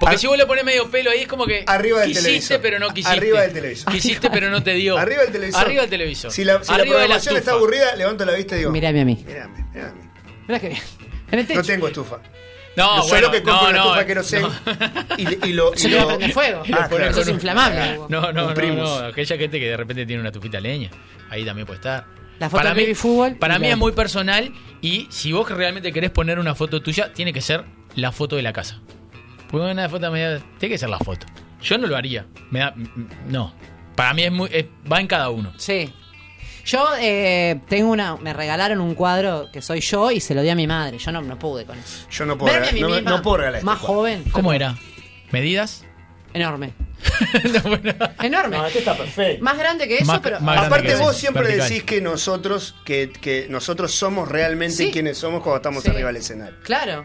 Porque si vos le pones medio pelo ahí, es como que.
Arriba del
quisiste,
televisor.
pero no quisiste.
Arriba del televisor.
Quisiste, pero no te dio.
Arriba del televisor.
Arriba del televisor.
Si la, si
Arriba
la
de la
programación está
estufa.
aburrida, levanto la vista y digo,
mírame a mí.
"Mírame, mírame".
Mirá qué bien. En el techo.
No tengo estufa.
No,
Yo soy
bueno,
lo que compro
no,
una
no,
estufa querosén y, y lo.
Eso
y
no
lo-
prende fuego.
Ah,
Poner
claro.
Eso es inflamable. Hugo.
No, no,
Los
no,
primos.
no. Aquella gente que de repente tiene una tufita de leña. Ahí también puede estar.
La foto de baby fútbol.
Para
y
mí
la-
es muy personal y si vos realmente querés poner una foto tuya, tiene que ser la foto de la casa. Porque una foto media- Tiene que ser la foto. Yo no lo haría. Me da- m- m- no. Para mí es muy, es- va en cada uno.
Sí. Yo eh, tengo una, me regalaron un cuadro que soy yo y se lo di a mi madre. Yo no, no pude con eso.
Yo no puedo
Verme a
regalar.
mí
No, me-
misma,
no puedo regalar este
más
cuadro.
joven,
¿Cómo era? ¿Medidas?
enorme. Enorme.
No, este está perfecto.
Más grande que eso,
Más-
pero
más grande
Aparte
que
vos
ese,
siempre
vertical.
decís que nosotros, que, que nosotros somos realmente
Sí.
quienes somos cuando estamos
Sí.
arriba del escenario.
claro.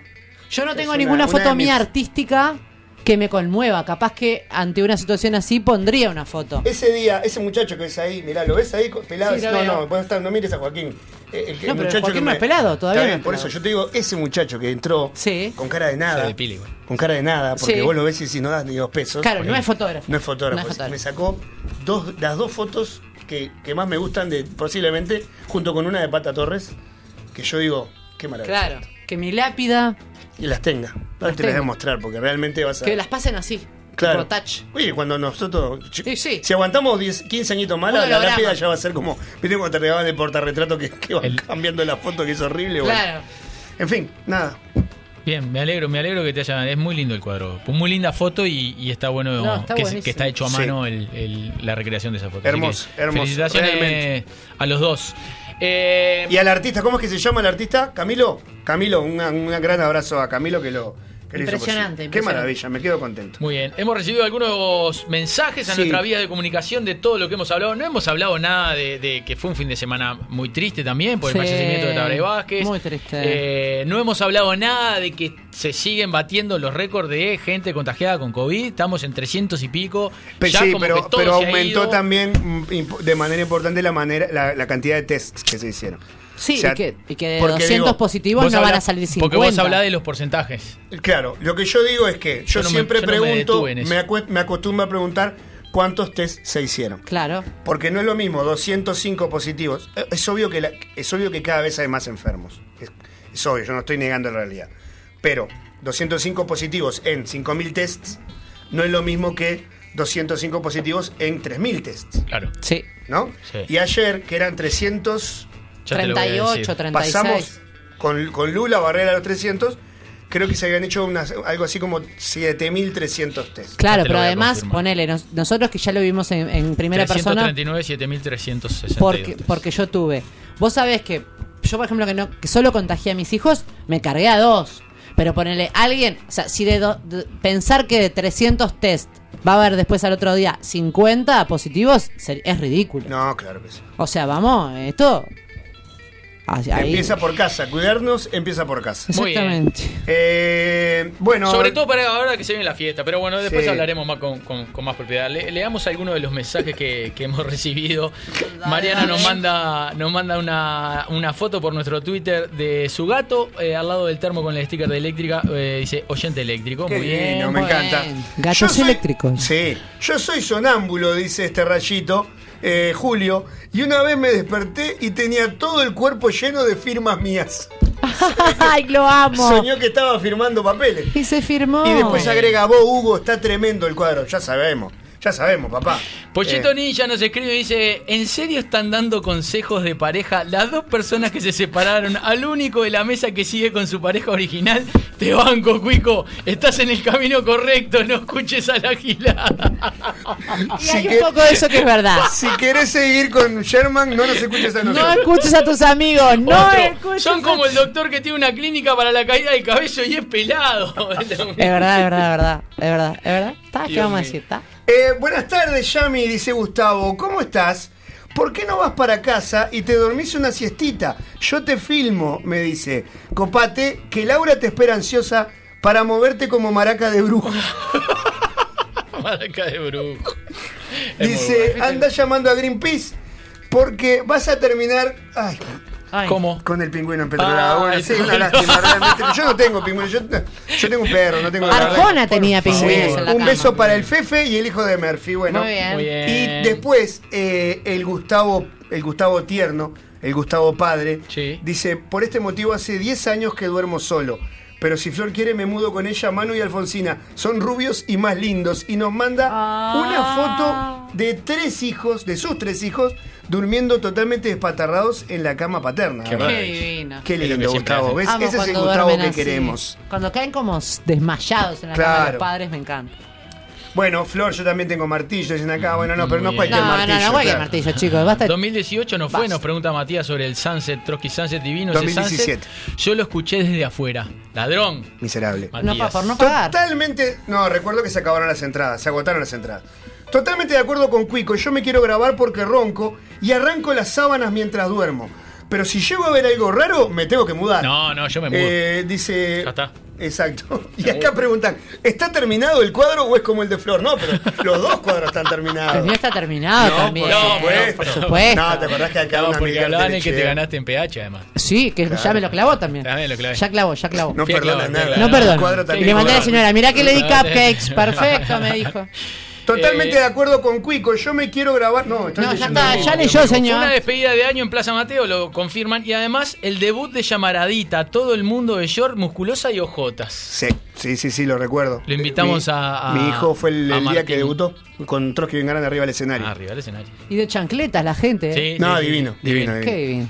Yo no tengo
una-
ninguna
una
foto
de mis-
mía artística que me conmueva. Capaz que ante una situación así pondría una foto.
Ese día, ese muchacho que es ahí, mirá, ¿lo ves ahí? Co- Pelado.
Sí, lo
no,
veo.
no, vos estás- no mires a Joaquín. Eh, El,
No, pero Joaquín no es pelado, todavía no
Está bien,
es
por
pelado.
eso yo te digo, ese muchacho que entró con cara de nada.
Se depila igual.
Con cara de nada, porque
Sí.
vos lo ves y si no das ni dos pesos.
Claro,
porque
no es fotógrafo.
No es fotógrafo.
No es fotógrafo.
Me sacó dos, las dos fotos que, que más me gustan de posiblemente, junto con una de Pata Torres, que yo digo, qué maravilla.
Claro, que mi lápida,
Y las tenga. Ahora
Las
te las voy a
tengo.
mostrar, porque realmente vas a.
que las pasen así.
Claro.
tipo touch.
Oye, cuando nosotros.
sí.
Si aguantamos 10, 15 añitos más, la,
Un
la
holograma.
lápida ya va a ser como. Viste cuando te regaban el portarretrato que, que van cambiando la foto, que es horrible. bueno.
Claro.
En fin, nada.
Bien, me alegro, me alegro que te hayan. Es muy lindo el cuadro. Pues Muy linda foto y, y está bueno
No, está
que, se-
buenísimo.
que está hecho a
Sí.
mano el- el- la recreación de esa foto. Así
Hermoso,
que
hermoso,
Felicitaciones
realmente.
a los dos.
Eh,
y al artista, ¿cómo es que se llama el artista? Camilo. Camilo, una- un gran abrazo a Camilo que lo. Que lo hizo
Impresionante,
posible. Qué
impresionante.
maravilla, me quedo contento.
Muy bien, hemos recibido algunos mensajes a
Sí.
nuestra vía de comunicación de todo lo que hemos hablado. No hemos hablado nada de, de que fue un fin de semana muy triste también por el
Sí.
fallecimiento de Tabaré Vázquez.
Muy triste.
Eh, no hemos hablado nada de que se siguen batiendo los récords de gente contagiada con COVID. Estamos en 300 y pico.
Pe-
Ya
sí,
como
pero,
que todo
pero
se ha
aumentó
ido.
también mm, imp- de manera importante la manera la, la cantidad de tests que se hicieron.
Sí,
O sea,
y, que, y que de
porque
200
digo,
positivos no
vos
van a
hablás-
salir 50.
Porque vos hablás de los porcentajes.
Claro, lo que yo digo es que yo,
Yo no me-
siempre
yo no me
pregunto,
detuve en
me,
eso.
acue- me acostumbro a preguntar cuántos test se hicieron.
Claro.
Porque no es lo mismo 205 positivos. Eh, Es obvio que, la- es obvio que cada vez hay más enfermos. Es, es obvio, yo no estoy negando la realidad. Pero 205 positivos en 5.000 tests no es lo mismo que 205 positivos en 3.000 tests.
Claro.
Sí.
¿No?
Sí.
Y ayer, que eran 300...
Ya te lo voy a 38, decir. 36.
Pasamos con, con Lula, Barrera, los 300. Creo que se habían hecho unas, algo así como 7.300 test.
Claro, pero además, ponele, nos- nosotros que ya lo vimos en, en primera persona,
339, 7.362.
porque, porque yo tuve. Vos sabés que yo, por ejemplo, que, no, que solo contagié a mis hijos, me cargué a dos. Pero ponerle alguien, o sea, si de, do- de- pensar que de 300 test va a haber después al otro día 50 positivos, ser- es ridículo.
No, claro que sí.
O sea, vamos, esto... ahí- ahí-
Empieza por casa, cuidarnos empieza por casa.
Muy bien. Exactamente.
Eh, bueno,
Sobre todo para ahora que se viene la fiesta, pero bueno, después
Sí.
hablaremos más con, con- con más propiedad. Le, leamos algunos de los mensajes que, que hemos recibido. Mariana nos manda, nos manda una, una foto por nuestro Twitter de su gato eh, al lado del termo con el sticker de eléctrica. eh, dice oyente eléctrico.
Qué
muy bien.
lindo, me
muy
encanta.
bien.
Yo
Gatos
soy-
eléctricos.
Sí, yo soy sonámbulo, dice este rayito, eh, Julio, y una vez me desperté y tenía todo el cuerpo lleno de firmas mías.
¡Ay, lo amo!
Soñó que estaba firmando papeles.
Y se firmó.
Y después agrega, vos, Hugo, está tremendo el cuadro. Ya sabemos, ya sabemos, papá.
Pochito
Eh,
Ninja nos escribe y dice: ¿En serio están dando consejos de pareja las dos personas que se separaron al único de la mesa que sigue con su pareja original? Te banco, Cuico. Estás en el camino correcto. No escuches a la gilada.
Y hay un poco de eso que es verdad.
Si querés seguir con Sherman, no nos escuches a
No
nosotros.
escuches a tus amigos, no
Otro,
escuches.
Son como el doctor que tiene una clínica para la caída del cabello y es pelado.
Es verdad, es verdad, es verdad, es verdad, es verdad. Está, ¿Qué
Dios
vamos a
mío.
decir? Está.
Eh, buenas tardes, Yami, dice Gustavo. ¿Cómo estás? ¿Por qué no vas para casa y te dormís una siestita? Yo te filmo, me dice. Copate, que Laura te espera ansiosa para moverte como maraca de brujo.
Maraca de brujo. Es muy
Dice,
bueno.
anda llamando a Greenpeace porque vas a terminar... Ay,
¿Cómo?
Con el pingüino en Petrolada.
Ay,
bueno, sí, una
bueno.
lástima, realmente. Yo no tengo pingüino, yo, yo tengo un perro, no tengo... la verdad.
Arjona tenía
Sí,
pingüinos en la
un
cama.
beso para el Fefe y el hijo de Murphy. Bueno,
Muy bien. Muy bien.
y después eh, el Gustavo, el Gustavo tierno, el Gustavo padre, dice: Por este motivo hace 10 años que duermo solo. Pero si Flor quiere, me mudo con ella, Manu y Alfonsina. Son rubios y más lindos. Y nos manda una foto de tres hijos, de sus tres hijos, durmiendo totalmente despatarrados en la cama paterna.
Qué
¿verdad?
divino.
Qué
Es lo
lindo,
que siempre
Gustavo.
hacen.
¿Ves?
Amo
Ese es el
cuando
Gustavo
duermen
que
así.
queremos.
Cuando caen como s- desmayados en la cama de
Claro.
los padres, me encanta.
Bueno, Flor, yo también tengo martillo, dicen acá. Bueno, no, pero no cualquier
No, no, no,
martillo.
cualquier
claro.
martillo, chicos. Basta.
2018 no fue, nos pregunta Matías sobre el Sunset, Trotsky Sunset Divino. ese
2017.
sunset, yo lo escuché desde afuera. Ladrón.
Miserable.
Matías.
Totalmente. No, recuerdo que se acabaron las entradas, se agotaron las entradas. Totalmente de acuerdo con Cuico, yo me quiero grabar porque ronco y arranco las sábanas mientras duermo. Pero si llego a ver algo raro, me tengo que mudar.
No, no, yo me mudo.
Eh, dice.
Ya está.
Exacto. Y acá preguntan, ¿está terminado el cuadro o es como el de Flor? No, pero los dos cuadros están
El
terminados.
mío está terminado
No,
también.
pues
por supuesto.
por supuesto.
No, ¿te acordás que acá
No,
una
porque
amiga
hablaban el
te
que te
lechea?
ganaste en PH, además.
Sí, que ya me lo clavó también.
También lo clavé.
Ya clavó, ya clavó.
No perdona nada.
No
El cuadro
perdona. Y
también
le mandé a la
clavó.
señora, mirá que le di
Clavate.
cupcakes. Perfecto, me dijo.
Totalmente
Eh,
de acuerdo con Cuico, yo me quiero grabar. No, estoy
No, ya
leyendo
está,
el
Ah, ya
libro.
leyó,
Fue
señor.
una despedida de año en Plaza Mateo, lo confirman. Y además, el debut de Llamaradita, todo el mundo de short, musculosa y ojotas.
Sí, sí, sí, sí, lo recuerdo.
Lo invitamos
Mi-
a, a-
Mi hijo fue el,
a
el día
Martín.
que debutó con Trotsky bien grande arriba del escenario.
Arriba del escenario.
Y de chancletas la gente. ¿eh?
No, divino, divino, divino.
Qué divino.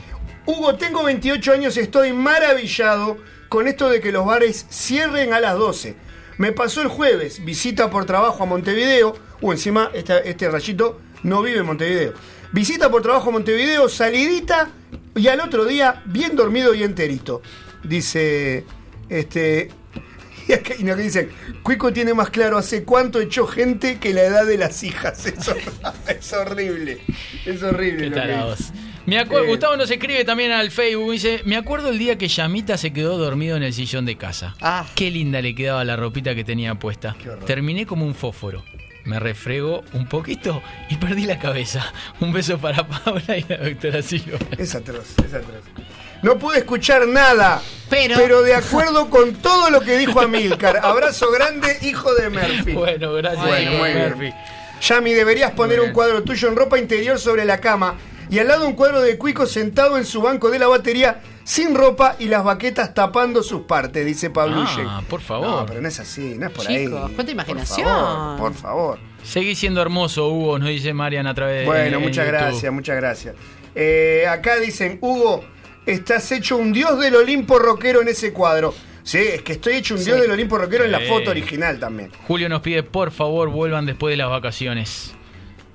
Hugo, tengo 28 años y estoy maravillado con esto de que los bares cierren a las 12. Me pasó el jueves, visita por trabajo a Montevideo, o encima esta- este rayito no vive en Montevideo. Visita por trabajo a Montevideo, salidita y al otro día bien dormido y enterito. Dice, este... Y acá y acá dicen, Cuico tiene más claro hace cuánto echó gente que la edad de las hijas. Es, hor- es horrible, es horrible.
Qué
lo que
tarados.
dice.
Me acuer-
Eh.
Gustavo nos escribe también al Facebook. Dice: Me acuerdo el día que Yamita se quedó dormido en el sillón de casa.
Ah.
Qué linda le quedaba la ropita que tenía puesta. Terminé como un fósforo. Me refrego un poquito y perdí la cabeza. Un beso para Paula y la doctora Silva.
Es atroz, es atroz. No pude escuchar nada.
Pero...
de acuerdo con todo lo que dijo Amilcar. Abrazo grande, hijo de Murphy.
Bueno, gracias.
Bueno,
Nico
muy bien.
Murphy.
Yami, deberías poner un cuadro tuyo en ropa interior sobre la cama y al lado un cuadro de Cuico sentado en su banco de la batería sin ropa y las baquetas tapando sus partes, dice Pablo
Ah, por favor.
No, pero no es así, no es por ahí.
Chicos, cuánta imaginación.
Por favor, por favor.
Seguí siendo hermoso, Hugo, nos dice Marian a través de.
Bueno,
eh, en- en
muchas
YouTube.
gracias, muchas gracias. Eh, acá dicen, Hugo, estás hecho un dios del Olimpo rockero en ese cuadro. Sí, es que estoy hecho un dios del Olimpo rockero en la
Sí.
foto original también.
Julio nos pide, por favor, vuelvan después de las vacaciones.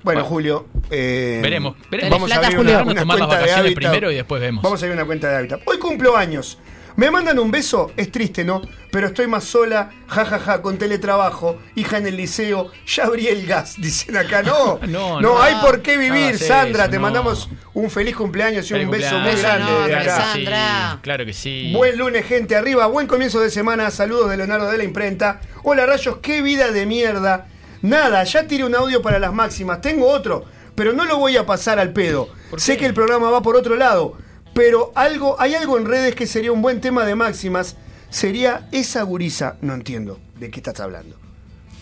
Bueno,
Va-
Julio. eh,
Veremos, veremos.
Vamos a
Tenés plata,
abrir
Julio.
una,
Vamos a
una
tomar las
cuenta de
vacaciones
hábitat.
primero y después vemos.
Vamos a abrir una cuenta de hábitat. Hoy cumplo años. Me mandan un beso, es triste, ¿no? Pero estoy más sola, jajaja, con teletrabajo, hija en el liceo, ya abrí el gas, dicen acá. No,
No,
no,
no.
hay por qué vivir,
No, sí,
Sandra.
eso
Te
no.
mandamos un feliz cumpleaños y
Feliz
un beso
cumpleaños.
muy grande.
Beso
desde
enorme,
acá.
Sandra. Claro que sí.
Buen lunes, gente. Arriba, buen comienzo de semana. Saludos de Leonardo de la imprenta. Hola, rayos, qué vida de mierda. Nada, ya tiré un audio para las máximas. Tengo otro, pero no lo voy a pasar al pedo. Sé que el programa va por otro lado, pero algo, hay algo en redes que sería un buen tema de máximas. Sería esa gurisa. No entiendo de qué estás hablando.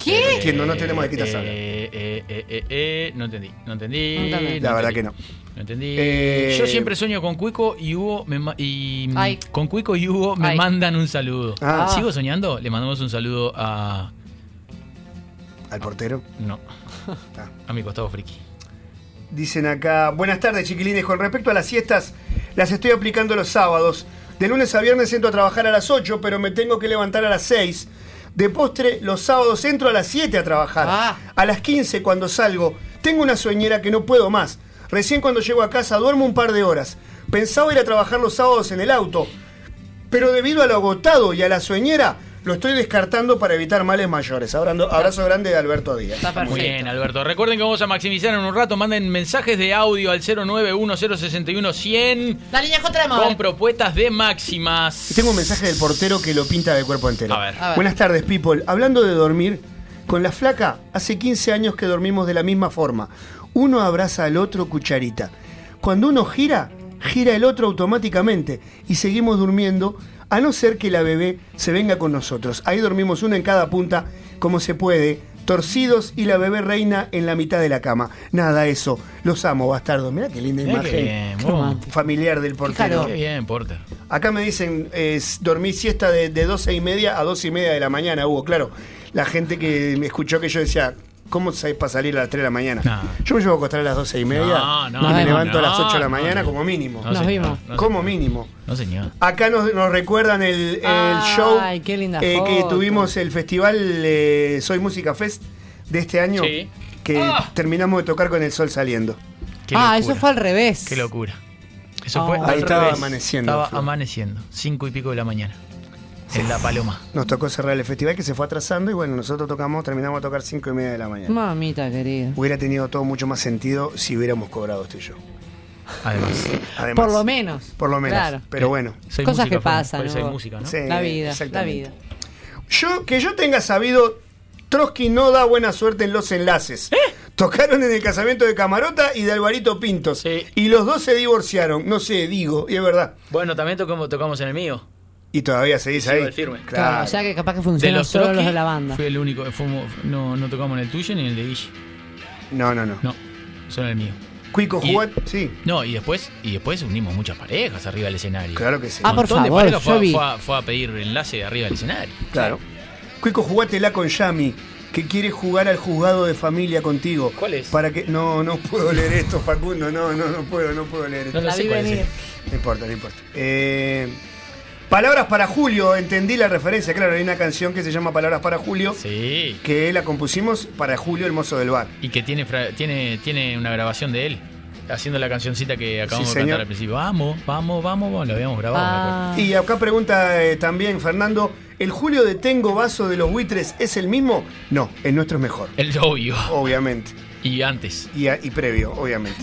¿Qué?
No entiendo, no tenemos de qué estás
Eh,
hablando.
eh, eh, eh, eh, no entendí, no entendí.
No entendí.
Eh, no
La verdad
entendí,
que no.
No entendí.
Eh,
Yo siempre sueño con Cuico y Hugo me ma- y mm,
Ay.
con Cuico y Hugo me
Ay.
mandan un saludo.
Ah.
¿Sigo soñando? Le mandamos un saludo a
¿Al portero? Ah.
no. A mi costado friki.
Dicen acá, buenas tardes chiquilines, con respecto a las siestas, las estoy aplicando los sábados. De lunes a viernes entro a trabajar a las 8, pero me tengo que levantar a las 6. De postre, los sábados entro a las 7 a trabajar. A las 15 cuando salgo, tengo una sueñera que no puedo más. Recién cuando llego a casa duermo un par de horas. Pensaba ir a trabajar los sábados en el auto, pero debido a lo agotado y a la sueñera, lo estoy descartando para evitar males mayores. Abrando- Abrazo grande de Alberto Díaz.
Muy bien, Alberto. Recuerden que vamos a maximizar en un rato. Manden mensajes de audio al 091061100
La niña contra de
con
móvil.
propuestas de máximas.
Tengo un mensaje del portero que lo pinta de cuerpo entero.
A ver.
Buenas tardes, people. Hablando de dormir, con la flaca, hace 15 años que dormimos de la misma forma. Uno abraza al otro cucharita. Cuando uno gira, gira el otro automáticamente y seguimos durmiendo, a no ser que la bebé se venga con nosotros. Ahí dormimos uno en cada punta, como se puede, torcidos y la bebé reina en la mitad de la cama. Nada, eso. Los amo, bastardos. Mirá qué linda
Mirá qué
imagen
bien, vos.
familiar del portero.
Qué bien, Porter.
Acá me dicen, es, dormí siesta de, de 12 y media a 12 y media de la mañana, Hugo. Claro, la gente que me escuchó que yo decía, ¿cómo sabés para salir a las 3 de la mañana? Yo me llevo a acostar a las 12 y media
No, no,
y me
no,
levanto a las
no,
8 de la
no,
mañana
no.
como mínimo.
No, Nos señor, vimos. no,
como
señor.
mínimo.
No, señor.
Acá nos, nos recuerdan el, el
Ay,
show
qué Ah, linda
eh, que
foto.
tuvimos el festival eh, Soy Música Fest de este año,
Sí.
que
Ah.
terminamos de tocar con el sol saliendo.
Qué
Ah,
locura.
eso fue al revés. Ah.
Qué locura. Eso fue
Ahí
al
estaba
revés.
amaneciendo,
Estaba
Flor.
amaneciendo. Cinco y pico de la mañana. En La Paloma.
Nos tocó cerrar el festival que se fue atrasando y bueno, nosotros tocamos, terminamos de tocar 5 y media de la mañana.
Mamita querida.
Hubiera tenido todo mucho más sentido si hubiéramos cobrado este show.
Además.
Además,
Por lo menos.
Por lo menos.
Claro.
Pero bueno.
Soy
Cosas
música,
que
fue-
pasan,
fue- soy
Hugo.
música, ¿no?
Sí,
la vida, la
exactamente.
vida.
Yo, que yo tenga sabido, Trotsky no da buena suerte en los
¿Eh?
enlaces. Tocaron en el casamiento de Camarota y de Alvarito Pintos. Y los dos se divorciaron. No sé, digo, y es verdad.
Bueno, también tocamos, tocamos en el mío.
Y todavía seguís
Sigo
ahí.
el firme.
Claro, o sea que capaz que funcionan solo los de la banda.
Fue el único que fuimos- no, no tocamos en el tuyo ni en el de Guille.
No, no, no.
No, solo en el mío.
Cuico
jugó,
sí.
No, y después, y después unimos muchas parejas arriba del escenario.
Claro que sí.
Un
Ah, por
montón de
favor,
parejas fue,
yo
a-
vi.
fue a- fue a pedir enlace arriba del escenario.
Claro. Cuico, jugátela con Yami, que quiere jugar al juzgado de familia contigo. ¿Cuál es? Para que... No, no puedo leer esto, Facundo. No, no, no puedo, no puedo leer esto.
No lo La sé vi cuál es. venir.
No importa, no importa. Eh, Palabras para Julio, entendí la referencia. Claro, hay una canción que se llama Palabras para Julio.
Sí.
Que la compusimos para Julio, el mozo del bar.
Y que tiene, fra- tiene, tiene una grabación de él haciendo la cancioncita que acabamos
Sí,
de
señor.
cantar al principio. Vamos, vamos, vamos, vamos. Lo habíamos grabado. me acuerdo.
Y acá pregunta eh, también Fernando, ¿el Julio de Tengo Vaso de los Buitres es el mismo? No, el nuestro es mejor.
El obvio.
Obviamente.
Y antes.
Y, a- y previo, obviamente.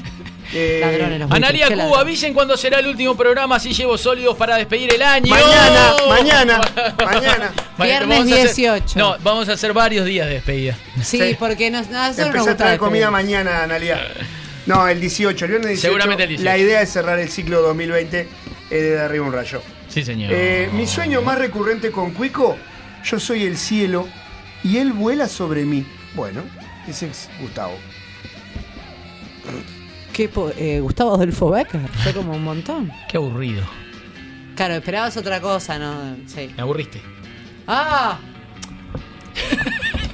Eh,
Analia Cuba, avisen cuándo será el último programa si llevo sólidos para despedir el año.
Mañana, mañana, mañana.
Vale,
Viernes
vamos a hacer-
18.
no, vamos a hacer varios días de despedida.
Sí, porque nos, no, a nosotros nos
Empezá a
gusta
traer
la
comida
comida.
mañana, Analia. No, el 18, el viernes 18.
Seguramente el 18.
La idea es cerrar el ciclo 2020 eh, de Arriba un Rayo.
Sí, señor.
Eh, mi sueño más recurrente con Cuico, yo soy el cielo y él vuela sobre mí. Bueno, ese es Gustavo.
¿Qué po- eh, Gustavo Adolfo Becker, fue como un montón.
Qué aburrido.
Claro, esperabas otra cosa, ¿no? Sí.
Me aburriste.
¡Ah!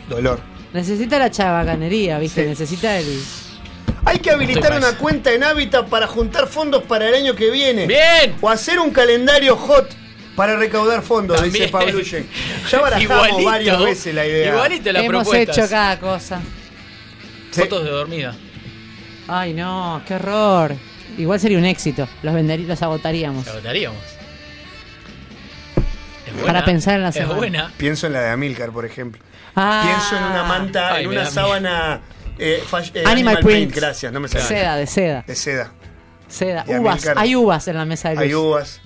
Dolor.
Necesita la chabacanería, ¿viste? Necesita el.
Hay que habilitar
Estoy
una
más.
cuenta en Hábitat para juntar fondos para el año que viene.
¡Bien!
O hacer un calendario hot para recaudar fondos, dice
También.
Pablo Ya barajamos
Igualito,
varias veces la idea.
igualito la
Hemos
propuesta
hecho
es-
cada cosa.
Fotos de dormida.
Ay, no, qué horror. Igual sería un éxito. Los venderí- los agotaríamos.
La votaríamos. Es
Para pensar en la semana.
Es buena.
Pienso en la de Amilcar, por ejemplo.
Ah.
Pienso en una manta,
Ay,
en
me
una
da
sábana. eh, fall- eh,
Animal print.
Gracias, no me
De
sale.
seda, de seda.
De seda.
Seda.
Y a
Uvas.
Milcar.
Hay uvas en la mesa de luz.
Hay uvas.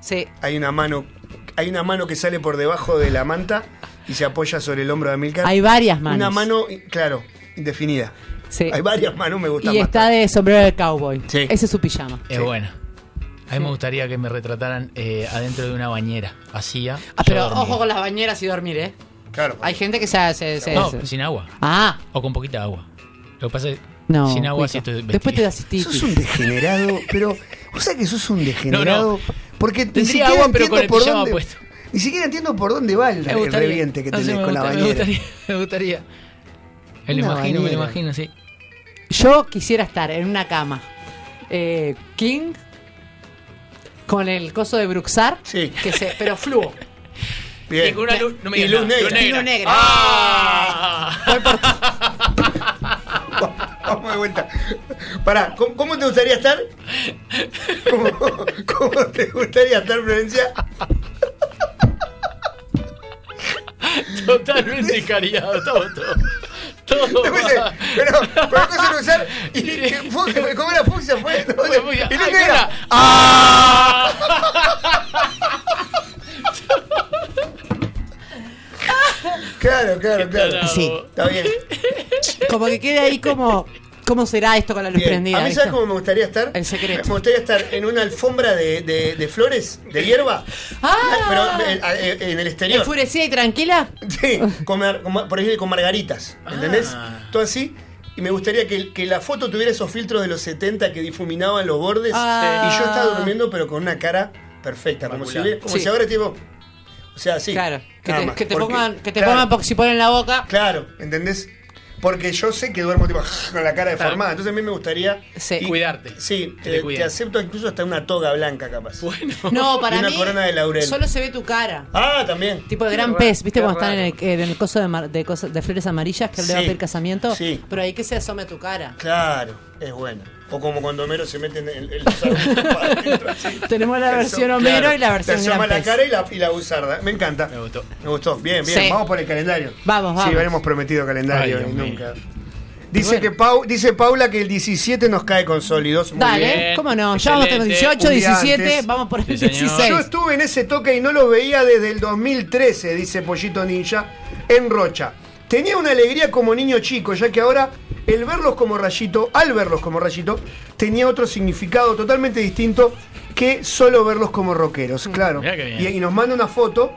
Sí.
Hay una mano. Hay una mano que sale por debajo de la manta y se apoya sobre el hombro de Amilcar.
Hay varias manos.
Una mano, claro, indefinida. Hay varias manos, me gusta
Y
más.
está de sombrero de cowboy. Ese es su pijama.
Es buena. A mí me gustaría que me retrataran eh, adentro de una bañera vacía.
Ah, pero
yo dormido.
ojo con las bañeras y dormir, ¿eh?
Claro.
Hay gente que se hace. se-
No,
se-
sin agua.
Ah.
O con poquita agua. Lo que pasa es
No,
sin agua
Cuico.
sí estoy
Después te
vestido.
das cistitis.
Sos un degenerado, pero. O sea que sos un
No,
degenerado.
no.
Porque ni
Tendría
siquiera
agua, pero
entiendo
con el
por
pijama
dónde.
puesto.
Ni siquiera entiendo por dónde va el,
Me
el
gustaría.
reviente que
No sé,
tenés
me
con la
gusta-
bañera.
Me gustaría. Me, gustaría. Me lo
Una
imagino, me lo
bañera.
imagino, sí.
Yo quisiera estar en una cama. eh, King. Con el coso de Bruxar.
Sí.
Que se, pero fluo.
Bien.
Y con una luz, no me
Y
digas
luz
nada,
negra.
Y luz negra.
¡Ah!
Vamos de vuelta. Pará, ¿cómo, cómo te gustaría estar? ¿Cómo, cómo te gustaría estar, Florencia?
Totalmente cariado, todo. Todo. todo
Después, eh, pero, pero ¿qué se lo usar? Y, que fue- que fue- ¿Cómo era fucsia? Fue, no, y luz
Ay,
negra.
mira. ¡Ah!
Claro, claro, claro.
Sí.
Está bien.
Como que quede ahí como. ¿Cómo será esto con la luz
Bien.
prendida?
A mí,
¿viste?
¿sabes cómo me gustaría estar? El secreto. Me gustaría estar en una alfombra de, de- de flores, de hierba,
¡Ah!
pero eh, eh, en el exterior.
¿Enfurecida y tranquila?
Sí, con mar- con mar- por ejemplo, con margaritas, ¿entendés?
Ah.
Todo así. Y me gustaría que, que la foto tuviera esos filtros de los 70 que difuminaban los bordes.
Ah.
Y yo estaba durmiendo, pero con una cara perfecta. Como si,
Inmaculada.
hubiera- como
Sí.
si ahora, tipo. O sea, sí.
Claro. Que
nada
te,
más.
que te
Porque-
pongan, que te
claro,
pongan porque si ponen la boca.
Claro, ¿entendés? Porque yo sé que duermo tipo con la cara deformada. Entonces a mí me gustaría. y-
Cuidarte.
Sí,
Que te
te,
cuiden.
te Eh, acepto incluso hasta una toga blanca, capaz. Bueno.
No, para
y una
mí.
corona de laurel.
Solo se ve tu cara.
Ah, también.
Tipo de
Qué
gran
raro,
pez, ¿viste?
qué
Cuando están
raro.
en el, en el coso de, mar- de, cosas- de flores amarillas que le va a
Sí,
pedir casamiento.
sí.
Pero ahí que se asome tu cara.
Claro, es bueno. O como cuando Homero se mete en el, en los arbustos para adentro, así.
Tenemos la
Te
versión
aso-
Homero
claro,
y la versión
Te asoma
gran
la
pez.
cara y la, y la buzarda. ¿eh? Me encanta. Me gustó. Me gustó. Bien, bien.
Sí.
Vamos por el calendario.
Vamos, vamos.
Sí, habíamos prometido calendario
Ay,
y
Dios
nunca. Dice, que Pau, dice Paula que el 17 nos cae con sólidos. Muy
Dale,
bien.
¿cómo no? Ya vamos a tener 18,
Un día
17,
antes.
vamos por el 16.
Yo estuve en ese toque y no lo veía desde el 2013, dice Pollito Ninja, en Rocha. Tenía una alegría como niño chico, ya que ahora el verlos como rayito, al verlos como rayito, tenía otro significado totalmente distinto que solo verlos como rockeros,
Mm.
claro.
mirá qué bien.
Y, y nos manda una foto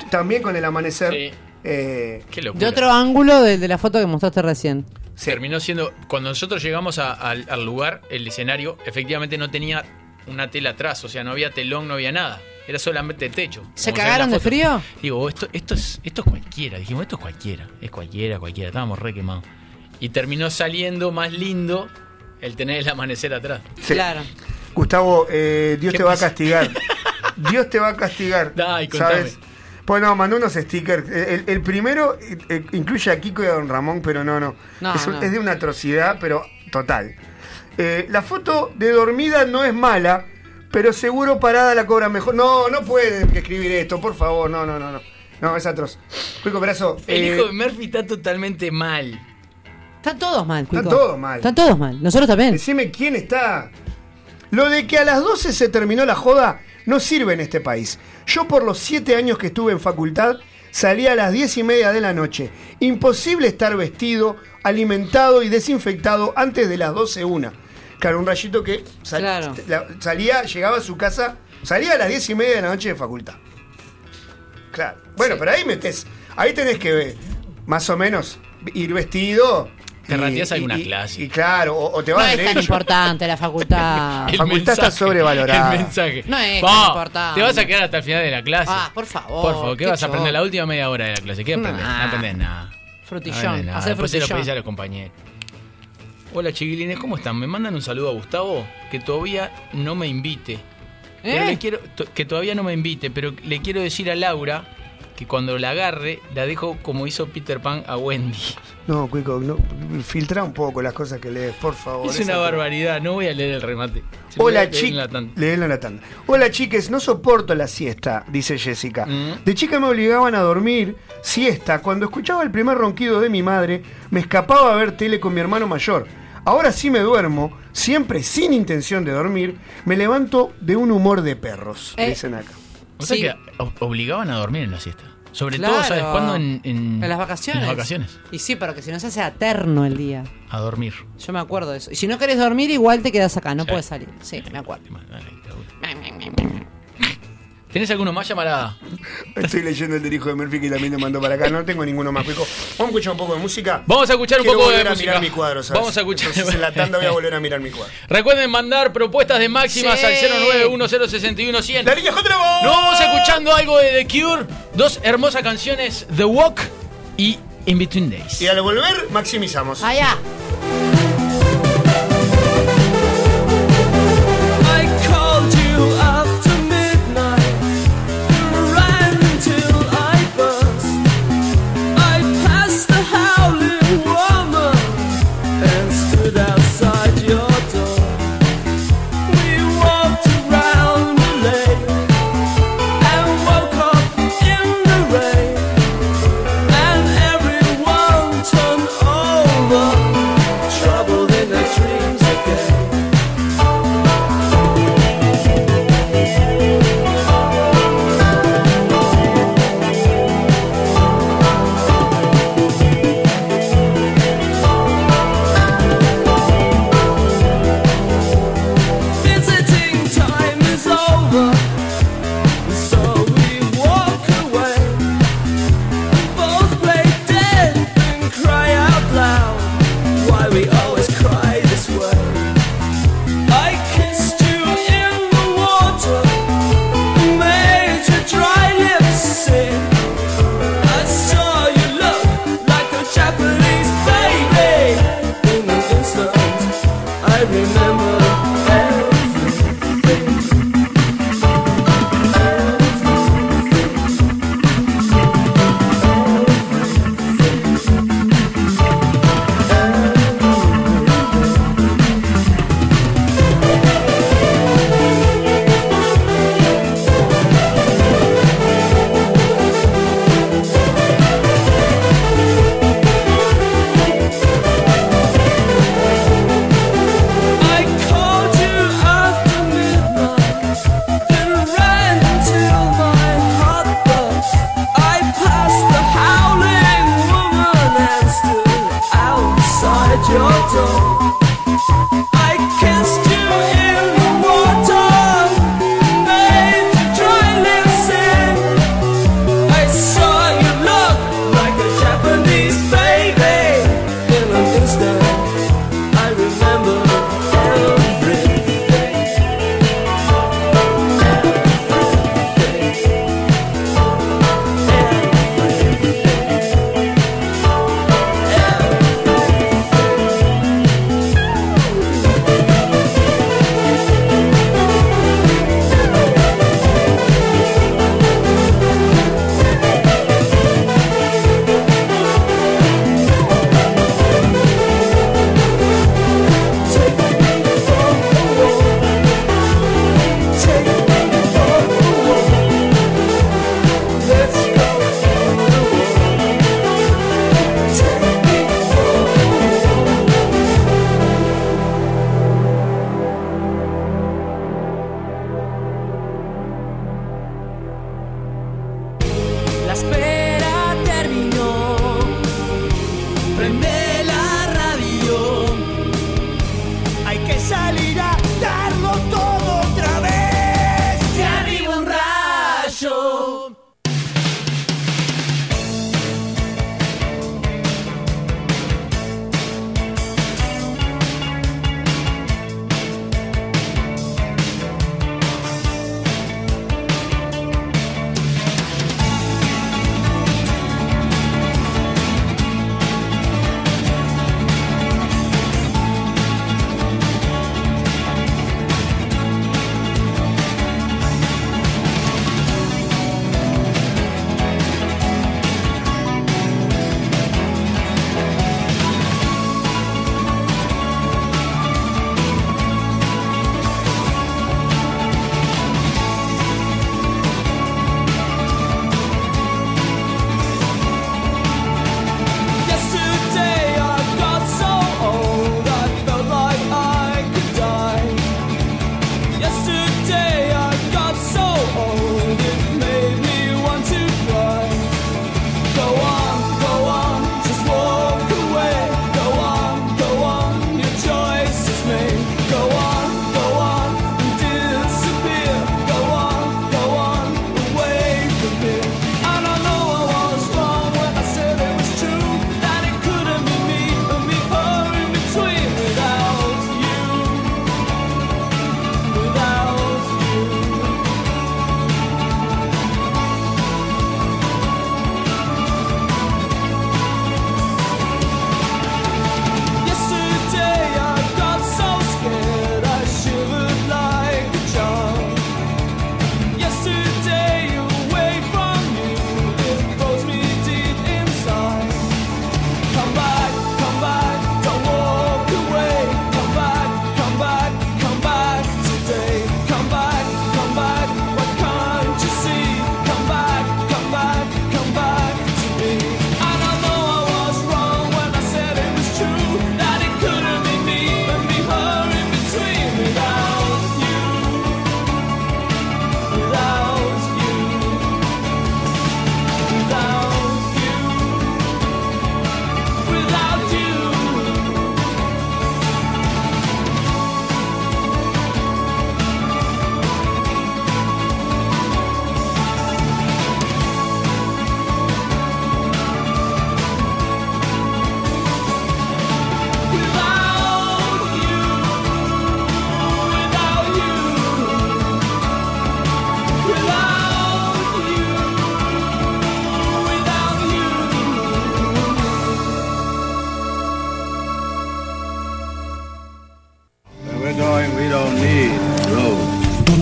t- también con el amanecer. eh,
De otro ángulo de, de la foto que mostraste recién.
Terminó siendo. Cuando nosotros llegamos a- al, al lugar, el escenario, efectivamente no tenía una tela atrás, o sea, no había telón, no había nada. Era solamente techo.
¿Se
Como ve en
cagaron
la
de
foto.
frío?
Digo, esto, esto, es, esto es cualquiera. Dijimos, esto es cualquiera. Es cualquiera, cualquiera. Estábamos re quemados. Y terminó saliendo más lindo el tener el amanecer atrás.
Sí. Gustavo, eh, Dios te va a castigar. Dios te va a castigar.
contame.
¿Sabes? Bueno, mandó unos stickers. El, el primero eh, eh, incluye a Kiko y a Don Ramón, pero no, no.
No,
es, un-
no.
es de una atrocidad, pero total. Eh, la foto de dormida no es mala, pero seguro parada la cobra mejor. No, no pueden escribir esto, por favor. No, no, no, no. No, es atroz. Cuico, brazo.
El
eh,
hijo de Murphy está totalmente mal.
Están todos mal, Cuico.
Están todos mal.
Están todos mal. Nosotros también.
Decime quién está. Lo de que a las 12 se terminó la joda no sirve en este país. Yo por los 7 años que estuve en facultad salí a las 10 y media de la noche. Imposible estar vestido, alimentado y desinfectado antes de las 12 una. Claro, un rayito que sal- la- salía, llegaba a su casa, salía a las 10 y media de la noche de facultad. Claro. Bueno, pero ahí metés, ahí tenés que ver, más o menos, ir vestido.
Te
y-
rateás
y-
alguna
y-
clase.
Y claro, o, o te
No
vas
es tan
derecho.
importante la facultad. Ah,
La facultad está sobrevalorada.
El mensaje.
No es tan
Pa,
importante.
Te vas a quedar hasta el final de la clase.
Ah, por favor.
Por favor, ¿qué, vas a
show.
aprender la última media hora de la clase? ¿Qué aprendes?
Nah.
No aprendes nada.
Frutillón,
No aprendés nada.
hacer
Después se lo
frutillón.
pedís a los compañeros. Hola chiquilines, ¿cómo están? Me mandan un saludo a Gustavo, que todavía no me invite. Pero
¿Eh?
le quiero, to- que todavía no me invite, pero le quiero decir a Laura que cuando la agarre, la dejo como hizo Peter Pan a Wendy.
No, Cuico, no, filtra un poco las cosas que lees, por favor.
es una
Esa-
barbaridad, no voy a leer el remate. Se lo voy a
Hola,
leer en la
chicas.
tanda.
la tanda. Hola, chiques. No soporto la siesta, dice Jessica.
Mm.
De chica me obligaban a dormir siesta. Cuando escuchaba el primer ronquido de mi madre, me escapaba a ver tele con mi hermano mayor. Ahora sí me duermo, siempre sin intención de dormir. Me levanto de un humor de perros,
Eh.
dicen acá.
O sea
Sí.
que o- obligaban a dormir en la siesta. Sobre todo,
Claro.
¿sabes cuándo? En, en-
En las vacaciones.
en las vacaciones.
Y sí, pero que si no se hace eterno el día.
A dormir.
Yo me acuerdo de eso. Y si no querés dormir, igual te quedas acá, no
Sí.
puedes salir. Sí, me acuerdo.
¿Tenés alguno más llamarada?
Estoy leyendo el del hijo de Murphy que también lo mandó para acá. No tengo ninguno más, Cuico. Vamos a escuchar un poco de música.
Vamos a escuchar un
Quiero
poco de
volver a
música.
mirar mi cuadro, ¿sabes?
Vamos a escuchar-
Entonces, en la tanda voy a volver a mirar mi cuadro.
Recuerden mandar propuestas de máximas
Sí.
al 091061100.
¡La línea contra vos!
Nos vamos escuchando algo de The Cure, dos hermosas canciones, The Walk y In Between Days.
Y al volver, maximizamos.
Allá.
I called you after midnight, ran until I burst. I passed the howling woman and stood outside your door. We walked around the lake and woke up in the rain, and everyone turned over.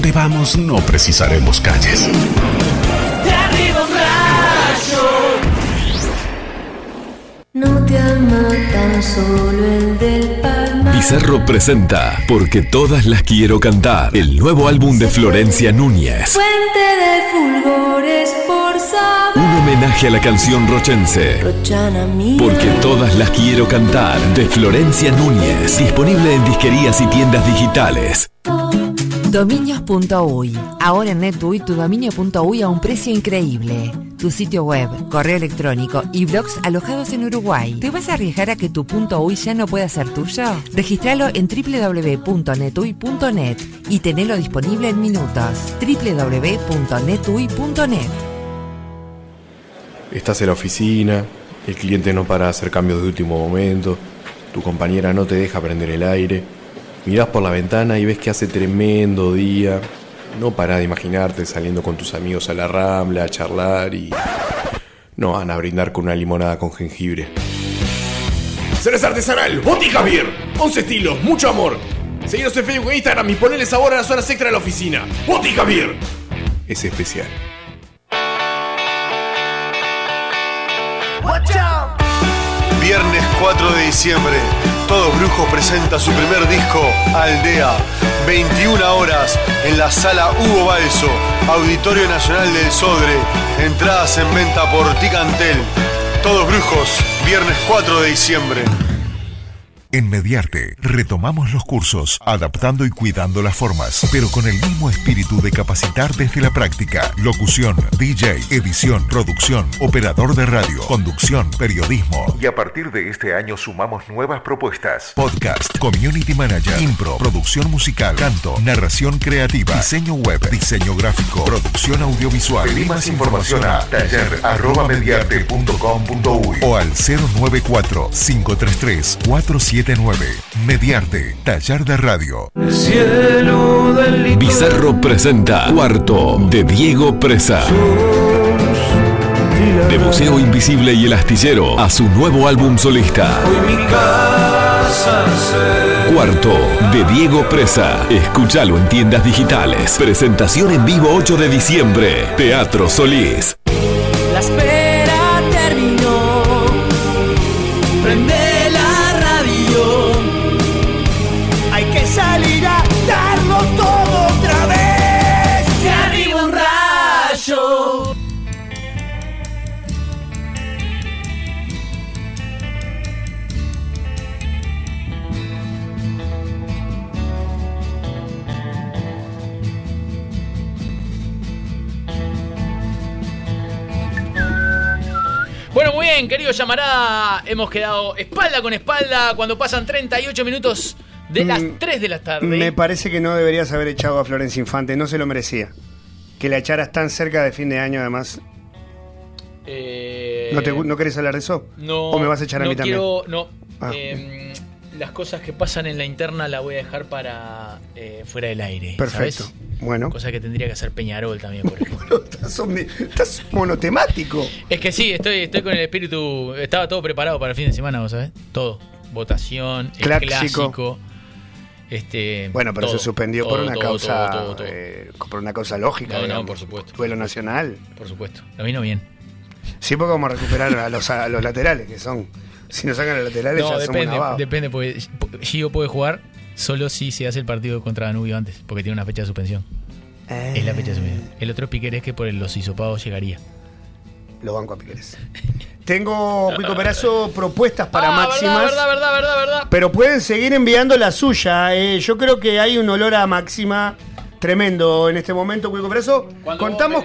sepamos no precisaremos calles.
De arriba un rayo.
No te ama tan solo el del palmar.
Pizarro presenta Porque todas las quiero cantar, el nuevo álbum de Florencia Núñez.
Fuente de fulgores por saber.
Un homenaje a la canción rochense.
Rochana mía.
Porque todas las quiero cantar, de Florencia Núñez. Disponible en disquerías y tiendas digitales.
Dominios.uy. Ahora en NetUI tu dominio.uy a un precio increíble. Tu sitio web, correo electrónico y blogs alojados en Uruguay. ¿Te vas a arriesgar a que tu punto .uy ya no pueda ser tuyo? Registralo en www.netui.net y tenelo disponible en minutos. www.netui.net
Estás en la oficina, el cliente no para de hacer cambios de último momento, tu compañera no te deja prender el aire, mirás por la ventana y ves que hace tremendo día, no para de imaginarte saliendo con tus amigos a la rambla a charlar y no van a brindar con una limonada con jengibre.
Cerveza artesanal, Botica Beer. 11 estilos, mucho amor. Seguinos en Facebook e Instagram y ponele sabor a las horas extra de la oficina. Botica Beer.
Es especial.
Viernes 4 de diciembre, Todos Brujos presenta su primer disco, Aldea. 21 horas en la sala Hugo Balso, Auditorio Nacional del Sodre. Entradas en venta por Ticantel. Todos Brujos, viernes 4 de diciembre.
En Mediarte retomamos los cursos, adaptando y cuidando las formas, pero con el mismo espíritu de capacitar desde la práctica. Locución, DJ, edición, producción, operador de radio, conducción, periodismo.
Y a partir de este año sumamos nuevas propuestas.
Podcast, community manager, impro, producción musical, canto, narración creativa, diseño web, diseño gráfico, producción audiovisual.
Pedí más información a taller.mediarte.com.uy
o al 094-533-479. Mediarte, taller de radio.
Cielo del
Bizarro presenta Cuarto de Diego Presa. De Museo Invisible y El Astillero a su nuevo álbum solista. Cuarto de Diego Presa. Escúchalo en tiendas digitales. Presentación en vivo 8 de diciembre. Teatro Solís.
La espera terminó. Prende la radio. Hay que salir a darlo todo otra vez. De arriba un rayo.
Bueno, muy bien, querido llamará. Hemos quedado espalda con espalda cuando pasan 38 minutos de las
Mm.
3 de la tarde.
Me parece que no deberías haber echado a Florencia Infante, no se lo merecía. Que la echaras tan cerca de fin de año, además.
Eh,
¿No, te, ¿No querés hablar de eso?
No.
¿O me vas a echar a
no
mí
quiero- No.
Ah,
Eh, las cosas que pasan en la interna las voy a dejar para eh, fuera del aire.
también? Perfecto.
¿sabes?
Bueno,
Cosa que tendría que hacer Peñarol también, por ejemplo.
estás, omni- estás monotemático.
es que sí, estoy, estoy con el espíritu. Estaba todo preparado para el fin de semana, ¿vos sabés? Todo. Votación, el
Clásico.
clásico. este,
Bueno, pero
todo,
se suspendió por
todo,
una
todo,
causa
todo, todo, todo.
eh, por una causa lógica.
No, no,
digamos.
por supuesto.
Duelo nacional.
Por supuesto. Lo vino bien.
Sí, porque vamos a recuperar a los, a los laterales, que son. Si nos sacan los laterales,
No,
ya somos
depende,
lavados.
depende, porque Gio puede jugar solo si se hace el partido contra Danubio antes, porque tiene una fecha de suspensión. Es la fecha de suspensión.
Eh.
El otro piquerés que por los hisopados llegaría.
Lo banco a Piqueres. Tengo, Pico Perazo, propuestas para máximas.
Ah, verdad, verdad, verdad, verdad.
Pero pueden seguir enviando la suya. eh. Yo creo que hay un olor a máxima tremendo en este momento, Cuico Perazo. Contamos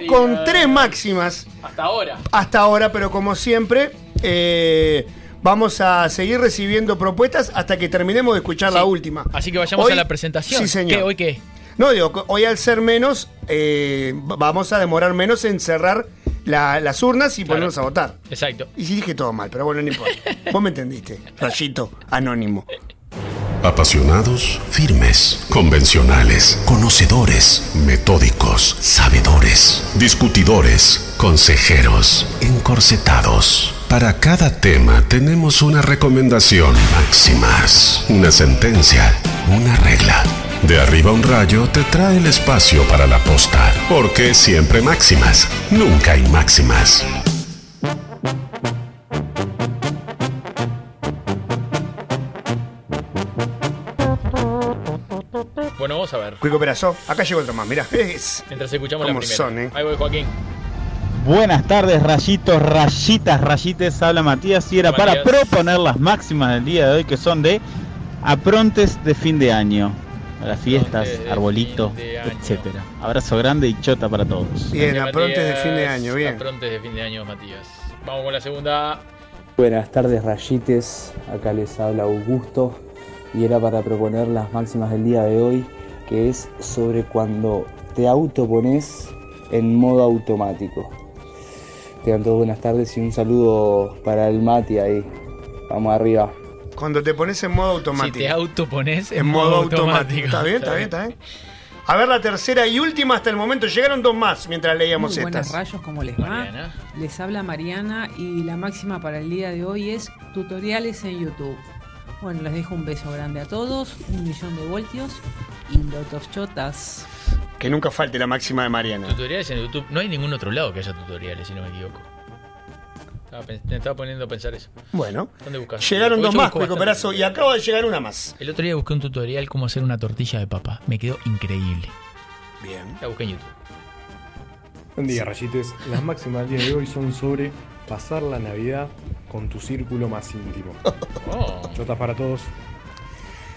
vos me
con
digas.
tres máximas
Hasta ahora.
hasta ahora, pero como siempre, eh, vamos a seguir recibiendo propuestas hasta que terminemos de escuchar la última.
Así que vayamos
Hoy-
a la presentación.
Sí, señor.
¿Qué, ¿Hoy qué?
No, digo, co- hoy al ser menos, eh, va- vamos a demorar menos en cerrar la- las urnas y ponernos a votar.
Exacto.
Y sí dije todo mal, pero bueno, no importa. Vos me entendiste. Rayito, anónimo.
Apasionados, firmes, convencionales, conocedores, metódicos, sabedores, discutidores, consejeros, encorsetados. Para cada tema tenemos una recomendación máximas, una sentencia, una regla. De arriba un rayo te trae el espacio para la posta. Porque siempre máximas, nunca hay máximas.
Bueno, vamos a ver.
Cuico Perazo, acá llegó otro más, mirá. Es-
Mientras escuchamos la
¿Cómo
primera.
son, eh?
Ahí voy, Joaquín.
Buenas tardes, rayitos, rayitas, rayites. Habla Matías y era para
Matías.
proponer las máximas del día de hoy que son de aprontes de fin de año. A las fiestas, arbolito, etcétera. Abrazo grande y chota para todos.
Gracias, Matías. Aprontes de fin de año, Matías. Vamos con la segunda.
Buenas tardes rayites, acá les habla Augusto y era para proponer las máximas del día de hoy que es sobre cuando te autopones en modo automático. Tengan todos buenas tardes y un saludo para el Mati ahí. Vamos arriba.
Cuando te pones en modo automático.
Si te autopones
en, modo automático. Está bien, está bien, está bien. A ver la tercera y última hasta el momento. Llegaron dos más mientras leíamos
Muy buenos
estas.
rayos, ¿cómo les va?
¿eh?
Les habla Mariana y la máxima para el día de hoy es tutoriales en YouTube. Bueno, les dejo un beso grande a todos, un millón de voltios y lotos chotas.
Que nunca falte la máxima de Mariana.
Tutoriales en YouTube. No hay ningún otro lado que haya tutoriales, si no me equivoco. Estaba, pens- me estaba poniendo a pensar eso.
Bueno.
¿Dónde buscas?
Llegaron
Porque
dos
yo
más,
busco
Cuico
bastante.
Perazo, y acaba de llegar una más.
El otro día busqué un tutorial cómo hacer una tortilla de papa. Me quedó increíble.
Bien.
La busqué en YouTube.
Buen día, rayites. Las máximas del día de hoy son sobre pasar la Navidad con tu círculo más íntimo. Chotas para todos.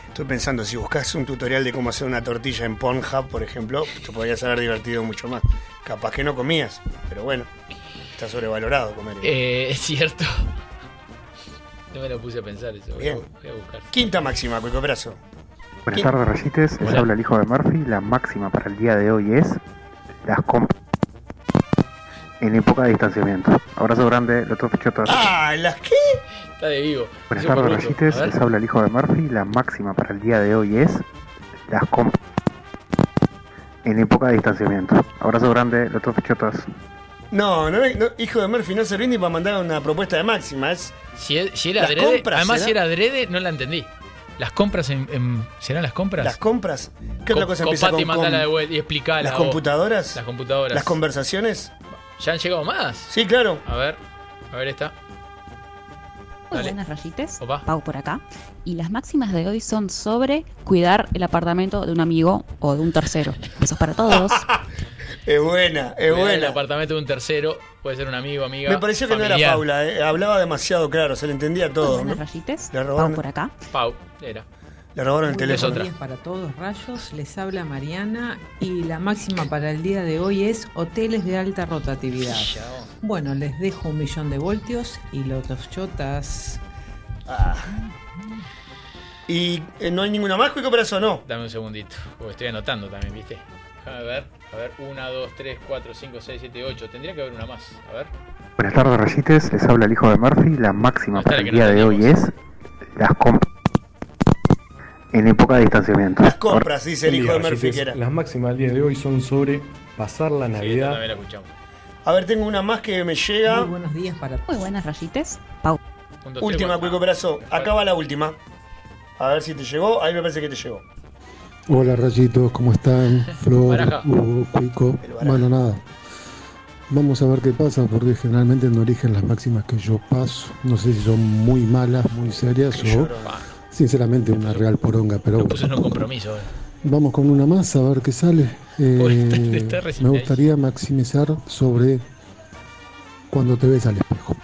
Estoy pensando, si buscas un tutorial de cómo hacer una tortilla en Pornhub, por ejemplo, te podrías haber divertido mucho más. Capaz que no comías, pero bueno, está sobrevalorado comer.
Eh, es cierto. No me lo puse a pensar eso. Voy a- Voy a buscar.
Quinta máxima, Cuico Perazo.
Buenas tardes, Rayites. Les habla el hijo de Murphy. La máxima para el día de hoy es las compras en época de distanciamiento. Abrazo grande, los chotas.
Ah, ¿las qué?
Está de vivo.
Buenas
Eso
tardes,
por gusto.
Rayites.
A ver.
Les habla el hijo de Murphy. La máxima para el día de hoy es las compras en época de distanciamiento. Abrazo grande, los chotas.
No, no, no, hijo de Murphy, no se rinde para mandar una propuesta de máxima. Es,
Si, es- si era
Las
adrede,
compras, ¿eh?
además
¿será?
si era adrede, no la entendí. Las compras en, en- ¿Serán las compras?
Las compras. ¿Qué otra
Co-
cosa empieza
copate
con
y mandala
com?
de vuelta y explicala.
¿Las
vos.
computadoras?
Las computadoras.
¿Las conversaciones?
¿Ya han llegado más?
Sí, claro.
A ver, a ver esta.
Muy
Dale.
buenas rayites,
Opa.
Pau por acá. Y las máximas de hoy son sobre cuidar el apartamento de un amigo o de un tercero. Besos para todos.
Es buena,
Cuidar
es
El
buena.
apartamento de un tercero, puede ser un amigo, amiga.
Me pareció que no era
familiar.
Paula, eh, hablaba demasiado claro, se le entendía todo.
buenas
¿no?
rayites.
Le robaron,
Pau por acá.
Pau, era.
le robaron el
Es
teléfono.
otra.
Para todos rayos, les habla Mariana y la máxima para el día de hoy es hoteles de alta rotatividad. Bueno, les dejo un millón de voltios y lotos chotas.
Ah. ¿Y eh, no hay ninguna más, Cuico Perazo? No.
Dame un segundito, porque estoy anotando también, ¿viste? A ver, a ver, 1, 2, 3, 4, 5, 6, 7, 8. Tendría que haber una más. A ver.
Buenas tardes, Rayites. Les habla el hijo de Murphy. La máxima para el
que no
día de hoy es las compras en época de distanciamiento.
compras, dice el hijo de Murphy, que era.
Las máximas del día de hoy son sobre pasar la Navidad
A ver, tengo una más que me llega. Muy
buenos días para
Muy buenas rayites.
dos, tres,
Última,
cuatro.
Cuico Perazo. Acaba la última. A ver si te llegó. Ahí me parece que te llegó.
Hola rayitos, ¿cómo están? Flor,
Baraja.
Hugo, Cuico, bueno, nada. Vamos a ver qué pasa, porque generalmente no eligen las máximas que yo paso. No sé si son muy malas, muy serias o, sinceramente, una real poronga. Pero bueno.
Puse en un compromiso. eh.
vamos con una más a ver qué sale. Eh,
está
me
resignado.
gustaría maximizar sobre cuando te ves al espejo.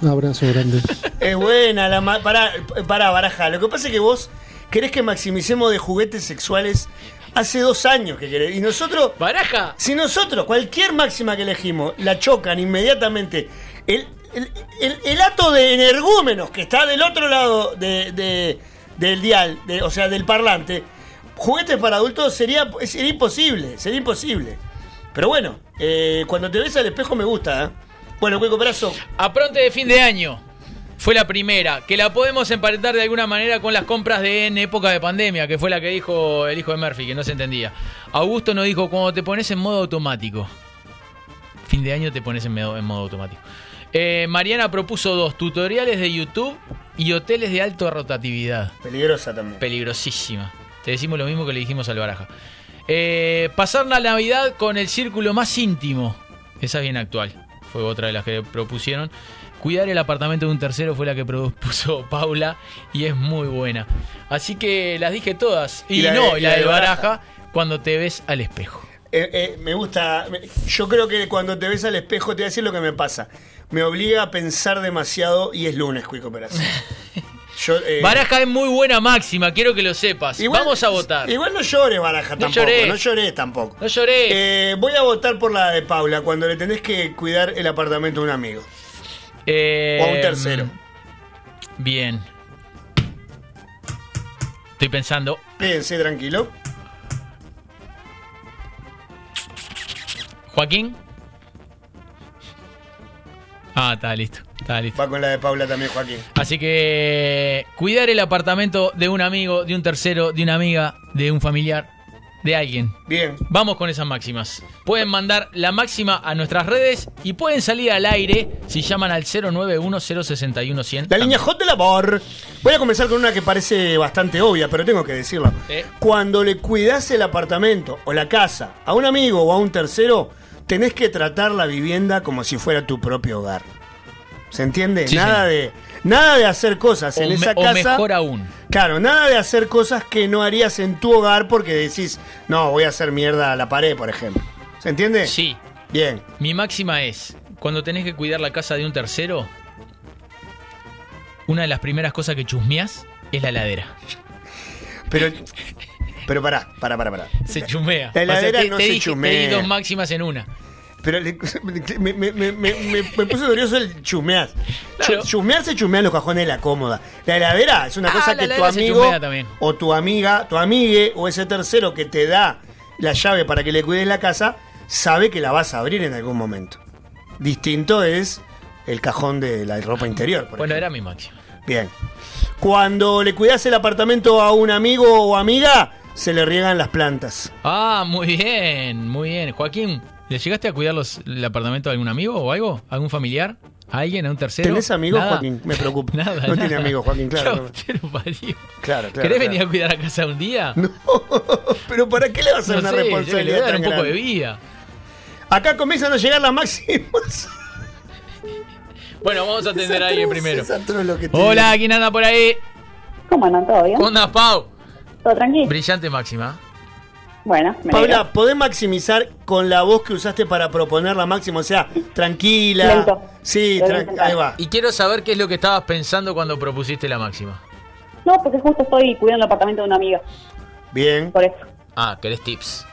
Un abrazo grande.
Es buena la ma- pará, eh, pará, baraja. Lo que pasa es que vos querés que maximicemos de juguetes sexuales hace dos años que querés. Y nosotros.
¡Baraja!
Si nosotros, cualquier máxima que elegimos, la chocan inmediatamente. El, el, el- el hato de energúmenos que está del otro lado de- de- del dial, de- o sea, del parlante, juguetes para adultos sería, sería imposible. Sería imposible. Pero bueno, eh, cuando te ves al espejo me gusta, ¿eh? Bueno, Cueco Brazo.
A pronto de fin de año. Fue la primera, que la podemos emparentar de alguna manera con las compras de en época de pandemia, que fue la que dijo el hijo de Murphy, que no se entendía. Augusto nos dijo, cuando te pones en modo automático. Fin de año te pones en modo, en modo automático. Eh, Mariana propuso dos, tutoriales de YouTube y hoteles de alta rotatividad.
Peligrosa también.
Peligrosísima. Te decimos lo mismo que le dijimos al baraja. Eh, pasar la Navidad con el círculo más íntimo. Esa es bien actual. Fue otra de las que propusieron. Cuidar el apartamento de un tercero fue la que propuso Paula y es muy buena. Así que las dije todas. Y,
Y la
no,
de- y
la,
la
del
de
baraja,
Baraja.
cuando te ves al espejo.
Eh, eh, me gusta. me- Yo creo que cuando te ves al espejo te voy a decir lo que me pasa. Me obliga a pensar demasiado y es lunes, Cuico Peraza. Yo, eh,
Baraja es muy buena máxima, quiero que lo sepas.
Igual-
Vamos a votar.
Igual no llores, Baraja,
No
tampoco.
lloré.
No lloré tampoco.
No lloré.
Eh, voy a votar por la de Paula, cuando le tenés que cuidar el apartamento a un amigo.
Eh, mm,
o a un tercero.
Bien. Estoy pensando.
Piense tranquilo.
¿Joaquín? Ah, está listo. Está listo.
Va con la de Paula también, Joaquín.
Así que cuidar el apartamento de un amigo, de un tercero, de una amiga, de un familiar, de alguien.
Bien.
Vamos con esas máximas. Pueden mandar la máxima a nuestras redes y pueden salir al aire si llaman al 091 061 100.
La línea Hot de labor. Voy a comenzar con una que parece bastante obvia, pero tengo que decirla.
Eh.
Cuando le cuidás el apartamento o la casa a un amigo o a un tercero, tenés que tratar la vivienda como si fuera tu propio hogar. ¿Se entiende?
Sí,
nada
señor.
de nada de hacer cosas
O
en
me-
esa
o
casa.
mejor aún.
Claro, nada de hacer cosas que no harías en tu hogar porque decís, no, voy a hacer mierda a la pared, por ejemplo. ¿Se entiende?
Sí.
Bien.
Mi máxima es, cuando tenés que cuidar la casa de un tercero, una de las primeras cosas que chusmeás es la heladera.
Pero, pero pará, pará, pará, pará.
Se chumea.
La heladera
O sea, te,
no
te
se
dije- te
chumea.
di dos máximas en una.
Pero le- me, me, me, me, me- me puso curioso el chumear. Chu- Chumear se chumean los cajones de la cómoda. La heladera es una
Ah,
cosa
la
que tu
heladera se
amigo
chumea también.
o tu amiga, tu amigue o ese tercero que te da la llave para que le cuides la casa, sabe que la vas a abrir en algún momento. Distinto es el cajón de la ropa interior. por
Bueno,
ejemplo.
era mi máxima.
Bien. Cuando le cuidas el apartamento a un amigo o amiga, se le riegan las plantas.
Ah, muy bien, muy bien. Joaquín, ¿le llegaste a cuidar los- el apartamento de algún amigo o algo? ¿Algún familiar? ¿A alguien? ¿A un tercero?
¿Tenés amigos,
Nada.
Joaquín? Me preocupa.
Nada,
no tiene
nada.
amigos,
Yo
Joaquín, claro.
te lo parió.
Claro, claro.
¿Querés
claro.
venir a cuidar a casa un día?
No, pero ¿para qué le vas a hacer
No
una
sé, yo le voy a
responsabilidad
dar
tan
un poco de
grande?
vida.
Acá comienzan a llegar las máximas.
Bueno, vamos a atender a alguien primero.
Es atroz lo que te
Hola, ¿quién anda por ahí?
¿Cómo andan? ¿Todo bien?
¿Cómo andas, Pau?
¿Todo tranquilo?
Brillante máxima.
Bueno, me alegro.
Paula, ¿podés maximizar con la voz que usaste para proponer la máxima? O sea, tranquila.
Lento.
Sí,
Lo voy a
tran-
intentar.
ahí va.
Y quiero saber qué es lo que estabas pensando cuando propusiste la máxima.
No, porque justo estoy cuidando el apartamento de una amiga.
Bien.
Por eso.
Ah, querés tips.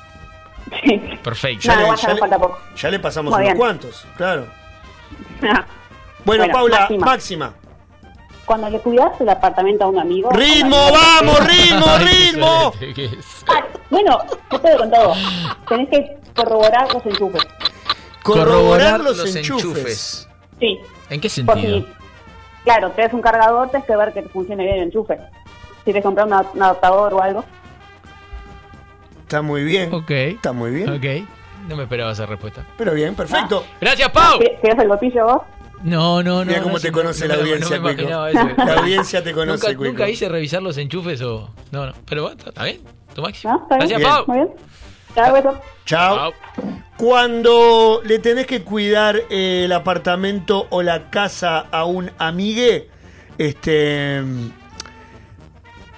Sí.
Perfecto.
Nada, igual ya nos falta poco.
ya le pasamos
Muy
unos
bien.
cuantos, claro.
Ah,
Bueno, Paula, máxima.
Cuando le cuidas el apartamento a un amigo.
¡Ritmo,
cuando-
vamos, ritmo, ritmo!
Ah, bueno, yo te lo he contado. Tenés que corroborar los enchufes.
Corroborar los
enchufes. Sí.
¿En qué
Por
sentido?
si, claro, tenés un cargador, tenés que ver que te funcione bien el enchufe. Si te compras un ad- un adaptador o algo.
Está muy bien.
Ok.
Está muy bien.
Ok. No me esperaba esa respuesta.
Pero bien, perfecto.
Gracias, Pau.
¿Querés el botillo vos?
No, no, no.
Mira cómo
no,
te
sí,
conoce
no,
la
no,
audiencia,
no me
Cuico.
imaginaba eso.
La audiencia te conoce,
nunca,
Cuico.
nunca hice revisar los enchufes o. No, no. Pero bueno, está- está bien. Tu máxima.
¿No? ¿Está bien?
Gracias, Pau.
Muy bien. Chao, besos.
Chao. Cuando le tenés que cuidar eh, el apartamento o la casa a un amigue, este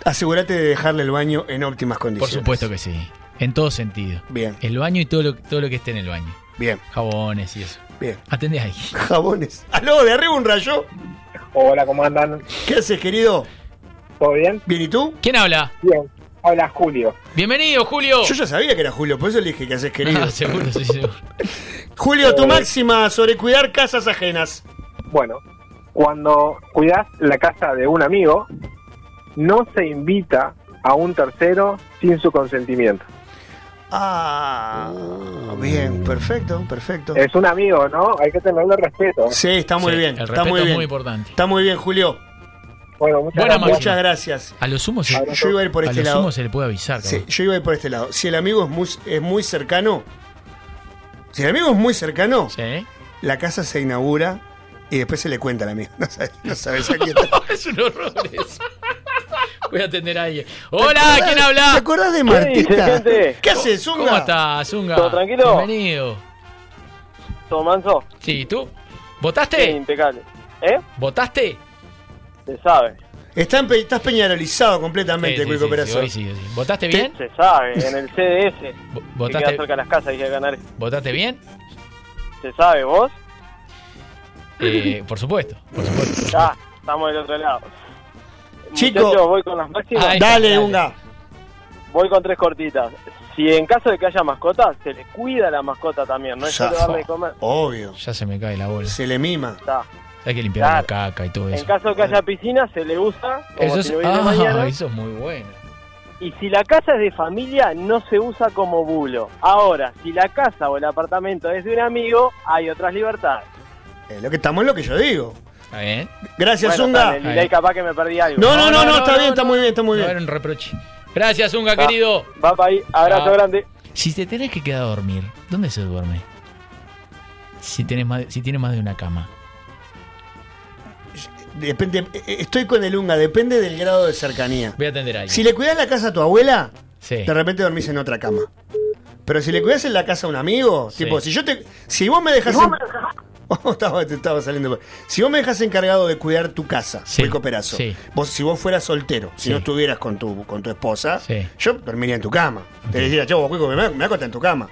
asegúrate de dejarle el baño en óptimas
Por
condiciones.
supuesto que sí. En todo sentido.
Bien.
El baño y todo lo, todo lo que esté en el baño.
Bien.
Jabones y eso.
Bien.
Atendés ahí.
Jabones. Aló, de arriba un rayo.
Hola, ¿cómo andan?
¿Qué haces, querido?
¿Todo bien?
Bien, ¿y tú?
¿Quién habla?
Bien. Hola, Julio.
Bienvenido, Julio.
Yo ya sabía que era Julio, por eso le dije que haces, querido.
Ah, seguro, sí, seguro.
Julio, tu máxima sobre cuidar casas ajenas.
Eh, Bueno, cuando cuidas la casa de un amigo, no se invita a un tercero sin su consentimiento.
Ah, bien, perfecto, perfecto.
Es un amigo, ¿no? Hay que tenerle respeto.
Sí, está muy
Sí,
bien.
el
está
respeto
muy
es
bien.
muy importante.
Está muy bien, Julio.
Bueno, muchas
Buena
Muchas
máxima.
gracias.
A los humos
Yo, yo iba a ir por este
a lo
lado.
sumo se le puede avisar.
Sí,
cabrón.
yo iba a ir por este lado. Si el amigo es muy, es muy cercano, si el amigo es muy cercano, la casa se inaugura y después se le cuenta al amigo. No sabes, no sabes a quién.
es un horror eso. Voy a atender a alguien. Hola, ¿quién habla?
¿Te acordás de
¿Qué
Martita?
dice, gente?
¿Qué haces, Zunga?
¿Cómo estás, Zunga?
¿Todo tranquilo?
Bienvenido.
¿Todo manso?
Sí, ¿y tú? ¿Votaste?
Sí, impecable. ¿Eh?
¿Votaste?
Se sabe.
Está en pe- estás peñarolizado completamente, Cuico Perazo.
hoy sí, hoy sí. ¿Votaste bien?
Se sabe, en el CDS. Que queda
¿Votaste,
cerca de las casas, dije de Canales.
¿Votaste bien?
¿Se sabe vos?
Eh, por supuesto.
Ya, estamos del otro lado.
Chico.
Muchachos, voy con las máximas.
Ahí está, Dale, dale. Unga.
Voy con tres cortitas. Si en caso de que haya mascota, se le cuida la mascota también, no es solo darle de comer.
Obvio.
Ya se me cae la bola.
Se le mima.
Está.
Hay que limpiar la caca y todo
En
eso.
caso de que haya piscina, se le usa como
Eso es,
si no hubiera
ah,
mañana.
eso es muy bueno.
Y si la casa es de familia, no se usa como bulo. Ahora, si la casa o el apartamento es de un amigo, hay otras libertades.
Eh, lo que estamos es lo que yo digo.
¿Está bien?
Gracias,
Bueno,
Zunga.
dale, delay, capaz que me perdí algo.
No, no, no, no, está bien, Ah, está muy bien, está muy bien.
Era un reproche. Gracias, Unga,
Va.
querido.
Va para ahí, abrazo
Ah.
grande.
Si te tenés que quedar a dormir, ¿dónde se duerme? Si tenés más, si tiene más de una cama.
Depende, eh, estoy con el Unga, depende del grado de cercanía.
Voy a atender a alguien.
Si le cuidás la casa a tu abuela,
Sí.
de repente dormís en otra cama. Pero si le cuidás en la casa a un amigo, tipo, si yo te. Si vos me dejas. estaba, te estaba saliendo. Si vos me dejas encargado de cuidar tu casa, fui cooperazo.
sí.
Vos, si vos fueras soltero, si
Sí.
no estuvieras con tu, con tu esposa,
Sí.
yo dormiría en tu cama. Te diría, yo, Cuico, me, me acosté en tu cama.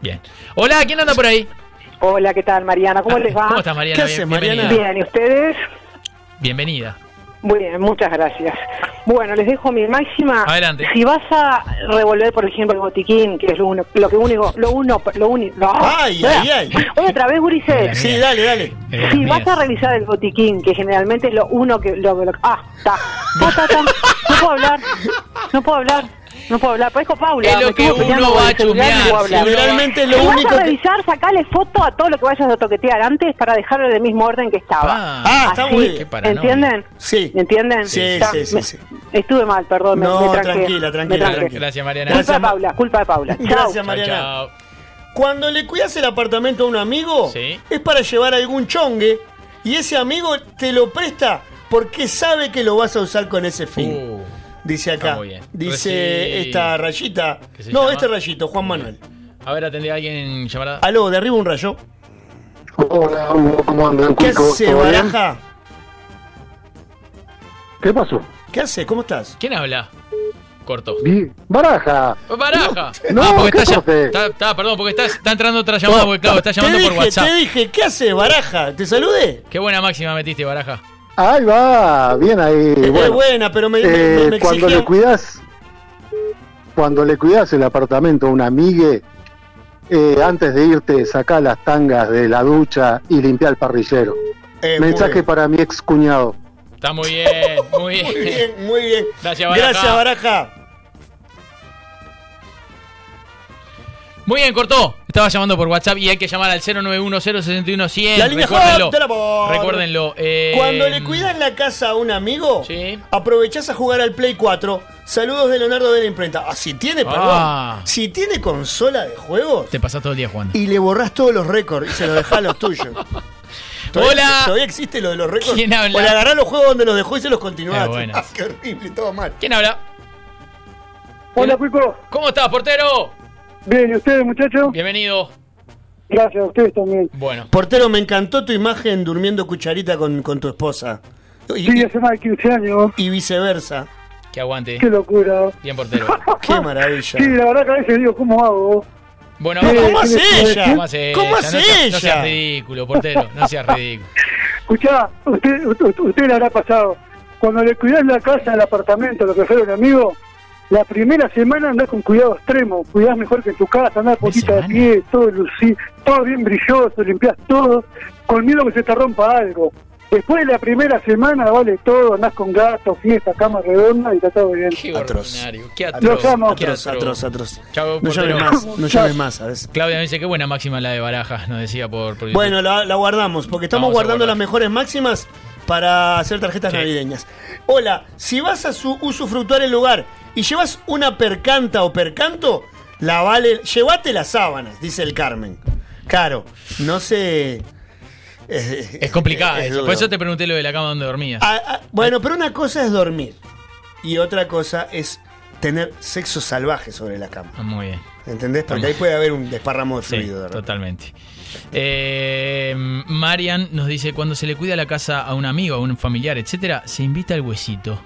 Bien. Hola, ¿quién anda por ahí?
Hola, ¿qué tal, Mariana? ¿Cómo les va?
¿Cómo estás, Mariana? ¿Qué Bien- haces, Mariana? bienvenida.
Bien, ¿y ustedes?
Bienvenida.
Muy bien, muchas gracias. Bueno, les dejo mi máxima.
Adelante.
Si vas a revolver, por ejemplo, el botiquín, que es lo, uno, lo que único, lo uno, lo único.
Ay, ay, ay.
Otra vez, Gurises.
Sí, dale, dale.
Eh,
Si vas a revisar el botiquín, que generalmente es lo uno que lo, lo- ah, está. Ta, ta, ta. No puedo hablar. No puedo hablar. No puedo hablar. Parezco Paula.
Es lo
me
que
estuvo
uno
peleando
va
con
a
el celular y no
chumear,
puedo hablar.
generalmente es lo
Si vas
único que-
a revisar, sacale foto a todo lo que vayas a toquetear antes para dejarlo del mismo orden que estaba.
Ah, está
Así,
muy bien. Qué paranoia.
¿Entienden?
Sí.
¿Entienden?
Sí,
Está,
sí, sí,
me-
sí.
Estuve mal, perdón. me-
No,
me, tranqué,
tranquila,
me
tranquila,
tranqué.
tranquila.
Gracias, Mariana.
Culpa de
Gracias, Ma-
Paula, culpa de Paula. Chau.
Gracias, Mariana. Cuando le cuidas el apartamento a un amigo, es para llevar algún chongue y ese amigo te lo presta porque sabe que lo vas a usar con ese fin.
Uh.
Dice acá. Dice
Reci-
esta rayita.
¿Qué se
No,
llama?
este rayito, Juan Manuel.
A ver, atendí a alguien llamará.
Aló, derriba un rayo.
Hola, Hugo, ¿cómo andan,
¿Qué
chicos?
hace,
¿Todo bien?
baraja?
¿Qué pasó?
¿Qué hace? ¿Cómo estás?
¿Quién habla? Corto.
Vi- Baraja.
Baraja.
No,
ah, porque
¿qué
está, ya-
profe?
está, está, perdón, porque está, está entrando otra llamada, porque claro, está
te
llamando por
dije,
WhatsApp.
te
dije, ¿qué hace Baraja? ¿Te saludé?
Qué buena máxima metiste, Baraja.
Ahí va, bien ahí.
Es
bueno. Eh,
buena, pero me- me- me- me
cuando
exigía-
le cuidas, cuando le cuidas el apartamento a un amigue, eh, antes de irte sacá las tangas de la ducha y limpia el parrillero.
Eh, muy
Mensaje
bien.
para mi ex cuñado.
Está muy bien, muy bien.
Muy bien, muy bien.
Gracias, Baraja.
Gracias, Baraja.
Muy bien, cortó. Estaba llamando por WhatsApp y hay que llamar al 091061100.
La línea
Recuérdenlo.
Hot de la Bor.
Recuérdenlo. eh,
Cuando le cuidas la casa a un amigo, aprovechás a jugar al Play 4. Saludos de Leonardo de la imprenta. Ah, si tiene, perdón.
Ah.
Si tiene consola de juegos
Te pasás todo el día jugando.
y le borrás todos los récords y se los dejás a los tuyos. Todavía-
Hola.
Todavía existe lo de los récords.
¿Quién habla?
O le agarrás los juegos donde los dejó y se los continuás.
Eh, bueno.
Ah, qué horrible, todo mal.
¿Quién habla?
Hola, Cuico.
¿Cómo estás, portero?
Bien, ¿y ustedes, muchachos?
Bienvenido.
Gracias a ustedes también.
Bueno.
Portero, me encantó tu imagen durmiendo cucharita con, con tu esposa. Y,
Sí, hace más de 15 años.
y viceversa.
Que aguante.
Qué locura.
Bien, portero.
Qué maravilla.
Sí, la verdad que a veces digo, ¿cómo hago?
Bueno,
Sí,
vamos.
¿cómo hace ella?
¿Cómo hace
¿Cómo
ella? No
hace
seas-
ella?
No seas ridículo, portero. No seas ridículo.
Escuchá, usted, usted, usted le habrá pasado. Cuando le cuidás la casa, el apartamento, lo que fuera un amigo, la primera semana andás con cuidado extremo. Cuidás mejor que en tu casa, andás poquita de pie, todo lucí, todo bien brilloso, limpiás todo, con miedo que se te rompa algo. Después de la primera semana vale todo, andás con gato, fiesta, cama redonda y está todo bien.
Atroz.
Qué
Los amo.
Atroz,
Qué atroz.
atroz, atroz.
Chau,
No llames
portero.
más, no llames más, ¿sabes?
Claudia me dice, qué buena máxima la de barajas, nos decía por, por YouTube.
Bueno, la, la guardamos, porque estamos
Vamos a
guardando
guardar.
las mejores máximas para hacer tarjetas
Sí.
navideñas. Hola, si vas a su, usufructuar el lugar y llevas una percanta o percanto, la vale, llévate las sábanas, dice el Carmen. Claro, no se,
Es complicado.
Es
eso. Por
duro.
eso te pregunté lo de la cama donde dormías.
Ah, ah, bueno, pero una cosa es dormir y otra cosa es tener sexo salvaje sobre la cama.
Ah, Muy bien.
¿Entendés? Porque
Estamos-
ahí puede haber un desparramo de
Sí,
fluido. de repente.
totalmente. Eh, Marian nos dice, cuando se le cuida la casa a un amigo, a un familiar, etcétera, se invita al huesito.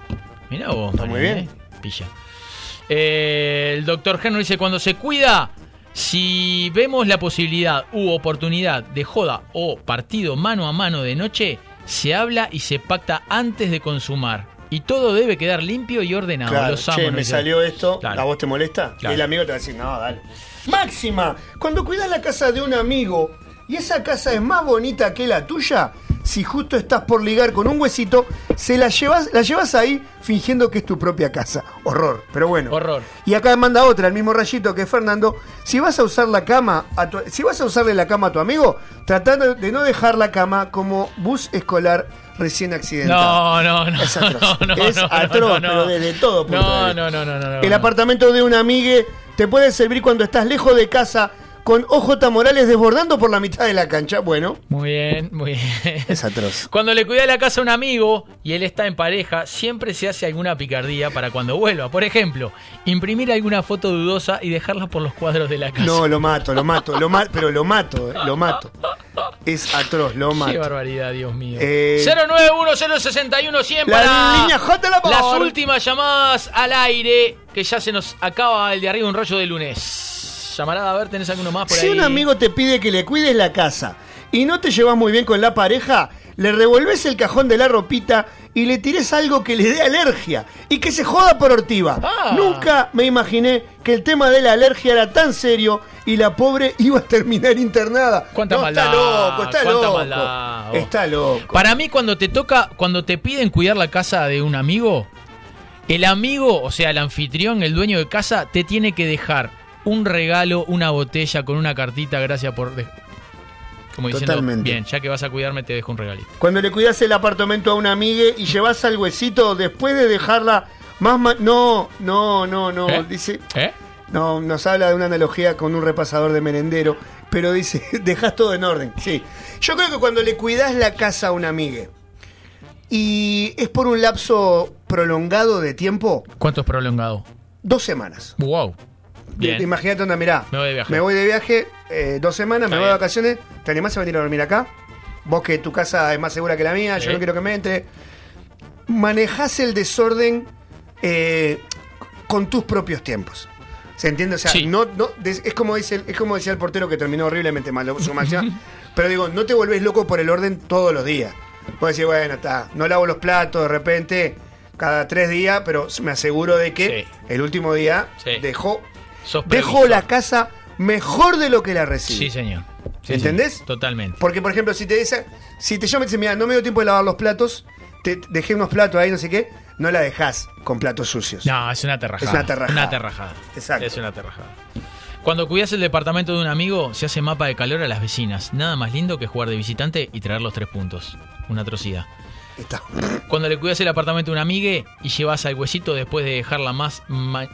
Mira vos.
Está muy
Marian,
bien.
¿eh? Pilla. Eh, el doctor Henry dice, cuando se cuida, si vemos la posibilidad u oportunidad de joda o partido mano a mano de noche, se habla y se pacta antes de consumar. Y todo debe quedar limpio y ordenado.
Claro,
Los amo,
che,
nos
me
dice.
salió esto,
Claro.
¿a vos te molesta?
Claro.
Y el amigo te va a decir, no, dale. Máxima, cuando cuidas la casa de un amigo y esa casa es más bonita que la tuya, si justo estás por ligar con un huesito, se la llevas, la llevas ahí fingiendo que es tu propia casa. Horror, pero bueno.
Horror.
Y acá manda otra, el mismo rayito que Fernando. Si vas a usar la cama, a tu- si vas a usarle la cama a tu amigo, tratando de no dejar la cama como bus escolar recién accidentado.
No, no, no.
Es atroz.
no, no,
Es
no, no,
atroz,
no, no.
pero desde todo punto
no,
de
no, no, no, no, no,
El
no.
apartamento de un amigue te puede servir cuando estás lejos de casa con OJ Morales desbordando por la mitad de la cancha. Bueno,
Muy bien, muy bien.
es atroz.
Cuando le cuida la casa a un amigo y él está en pareja, siempre se hace alguna picardía para cuando vuelva. Por ejemplo, imprimir alguna foto dudosa y dejarla por los cuadros de la casa.
No, lo mato, lo mato, lo mato, pero lo mato, eh, lo mato. Es atroz, lo
Qué
mato.
barbaridad, Dios mío.
Eh,
091061100
La
para
línea J del amor.
las últimas llamadas al aire, que ya se nos acaba el de arriba un rollo de lunes. Llamarada, a ver, ¿tenés alguno más Ah, por
si
ahí?
un amigo te pide que le cuides la casa y no te llevas muy bien con la pareja, le revolves el cajón de la ropita y le tires algo que le dé alergia y que se joda por ortiva.
Ah.
Nunca me imaginé que el tema de la alergia era tan serio y la pobre iba a terminar internada.
¿Cuánta
No,
maldad?
Está loco, está
¿Cuánta
loco.
maldad? Oh.
Está loco.
Para mí, cuando te toca, cuando te piden cuidar la casa de un amigo, el amigo, o sea, el anfitrión, el dueño de casa, te tiene que dejar un regalo, una botella con una cartita, gracias por. de- Como diciendo,
Totalmente.
bien, ya que vas a cuidarme, te dejo un regalito.
Cuando le cuidas el apartamento a una amigue y llevas al huesito después de dejarla más... ma- no, no, no, no.
¿Eh?
Dice,
¿Eh?
No, nos habla de una analogía con un repasador de merendero, pero dice, dejas todo en orden. Sí. Yo creo que cuando le cuidas la casa a un amigue y es por un lapso prolongado de tiempo,
¿Cuánto es prolongado?
dos semanas.
Wow.
Te- te
Bien.
Imagínate onda, mirá,
Me voy de viaje.
me voy de viaje eh, dos semanas,
Está
me voy de
bien.
vacaciones, ¿te animás a venir a dormir acá? Vos que tu casa es más segura que la mía,
Sí.
yo no quiero que me entre. Manejás el desorden eh, con tus propios tiempos. ¿Se entiende? O sea,
Sí.
no, no, des- es, como dice, el- es como decía el portero que terminó horriblemente mal su máxima. pero digo, no te volvés loco por el orden todos los días. Vos decís, bueno, está, no lavo los platos de repente cada tres días, pero me aseguro de que el último día
Sí.
dejó
Sos
dejó
previsor.
la casa mejor de lo que la recibe.
Sí, señor. Sí,
¿Entendés?
señor. Totalmente.
Porque, por ejemplo, si te dice, si te llaman y te dicen, mira, no me dio tiempo de lavar los platos, te te dejé unos platos ahí, no sé qué, no la dejás con platos sucios.
No, es una terrajada.
Es una terrajada.
Una terrajada.
Exacto.
Es una terrajada. Cuando cuidas el departamento de un amigo, se hace mapa de calor a las vecinas. Nada más lindo que jugar de visitante y traer los tres puntos. Una atrocidad.
Está.
Cuando le cuidas el apartamento de un amigue y llevas al huesito después de dejarla más. ma-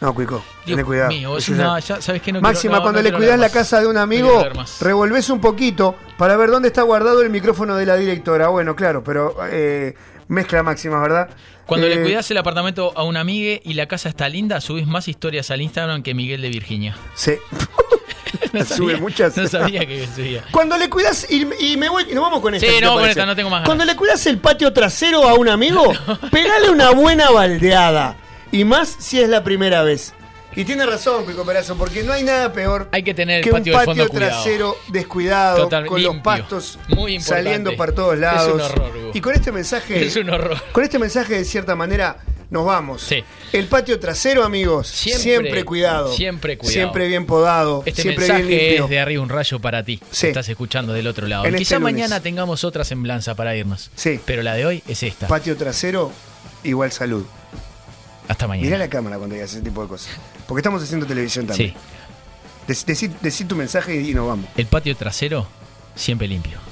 No, Cuico,
Dios
tené cuidado.
mío, es
Eso ya-
una- ya- ¿sabes qué? No quiero-
Máxima,
no,
cuando
no
le
quiero
cuidás
hablar
la
más.
casa de un
No
amigo,
quiero hablar más.
revolvés un poquito para ver dónde está guardado el micrófono de la directora. Bueno, claro, pero eh, mezcla máxima, ¿verdad?
Cuando le
Eh,
cuidas el apartamento a un amigue y la casa está linda, subís más historias al Instagram que Miguel de Virginia.
Sí.
No
Sube muchas.
No sabía que subía.
Cuando le cuidas y, y me voy, y nos vamos con esta.
Sí,
si te
no, con
parece.
esta, no tengo más ganas.
Cuando le cuidas el patio trasero a un amigo, pegale una buena baldeada. Y más si es la primera vez. Y tiene razón, Pico Perazo, porque no hay nada peor
Hay que tener el
que
patio,
un
de
patio
fondo cuidado.
trasero descuidado,
Total-
con los
limpio.
pastos
Muy importante.
saliendo para todos
Es
lados.
un horror, Hugo.
y con este mensaje,
Es un horror.
con este mensaje de cierta manera nos vamos. El patio trasero, amigos, siempre, cuidado,
siempre cuidado.
siempre bien podado,
Este
siempre bien
mensaje
limpio.
es de arriba un rayo para ti. que Estás escuchando del otro lado.
En
Y
este
quizá
lunes.
mañana tengamos otra semblanza para irnos.
Sí.
Pero la de hoy es esta.
Patio trasero, igual salud.
Hasta mañana.
Mirá la cámara cuando digas ese tipo de cosas. Porque estamos haciendo televisión también. Sí. Decí, tu mensaje y nos vamos.
El patio trasero siempre limpio.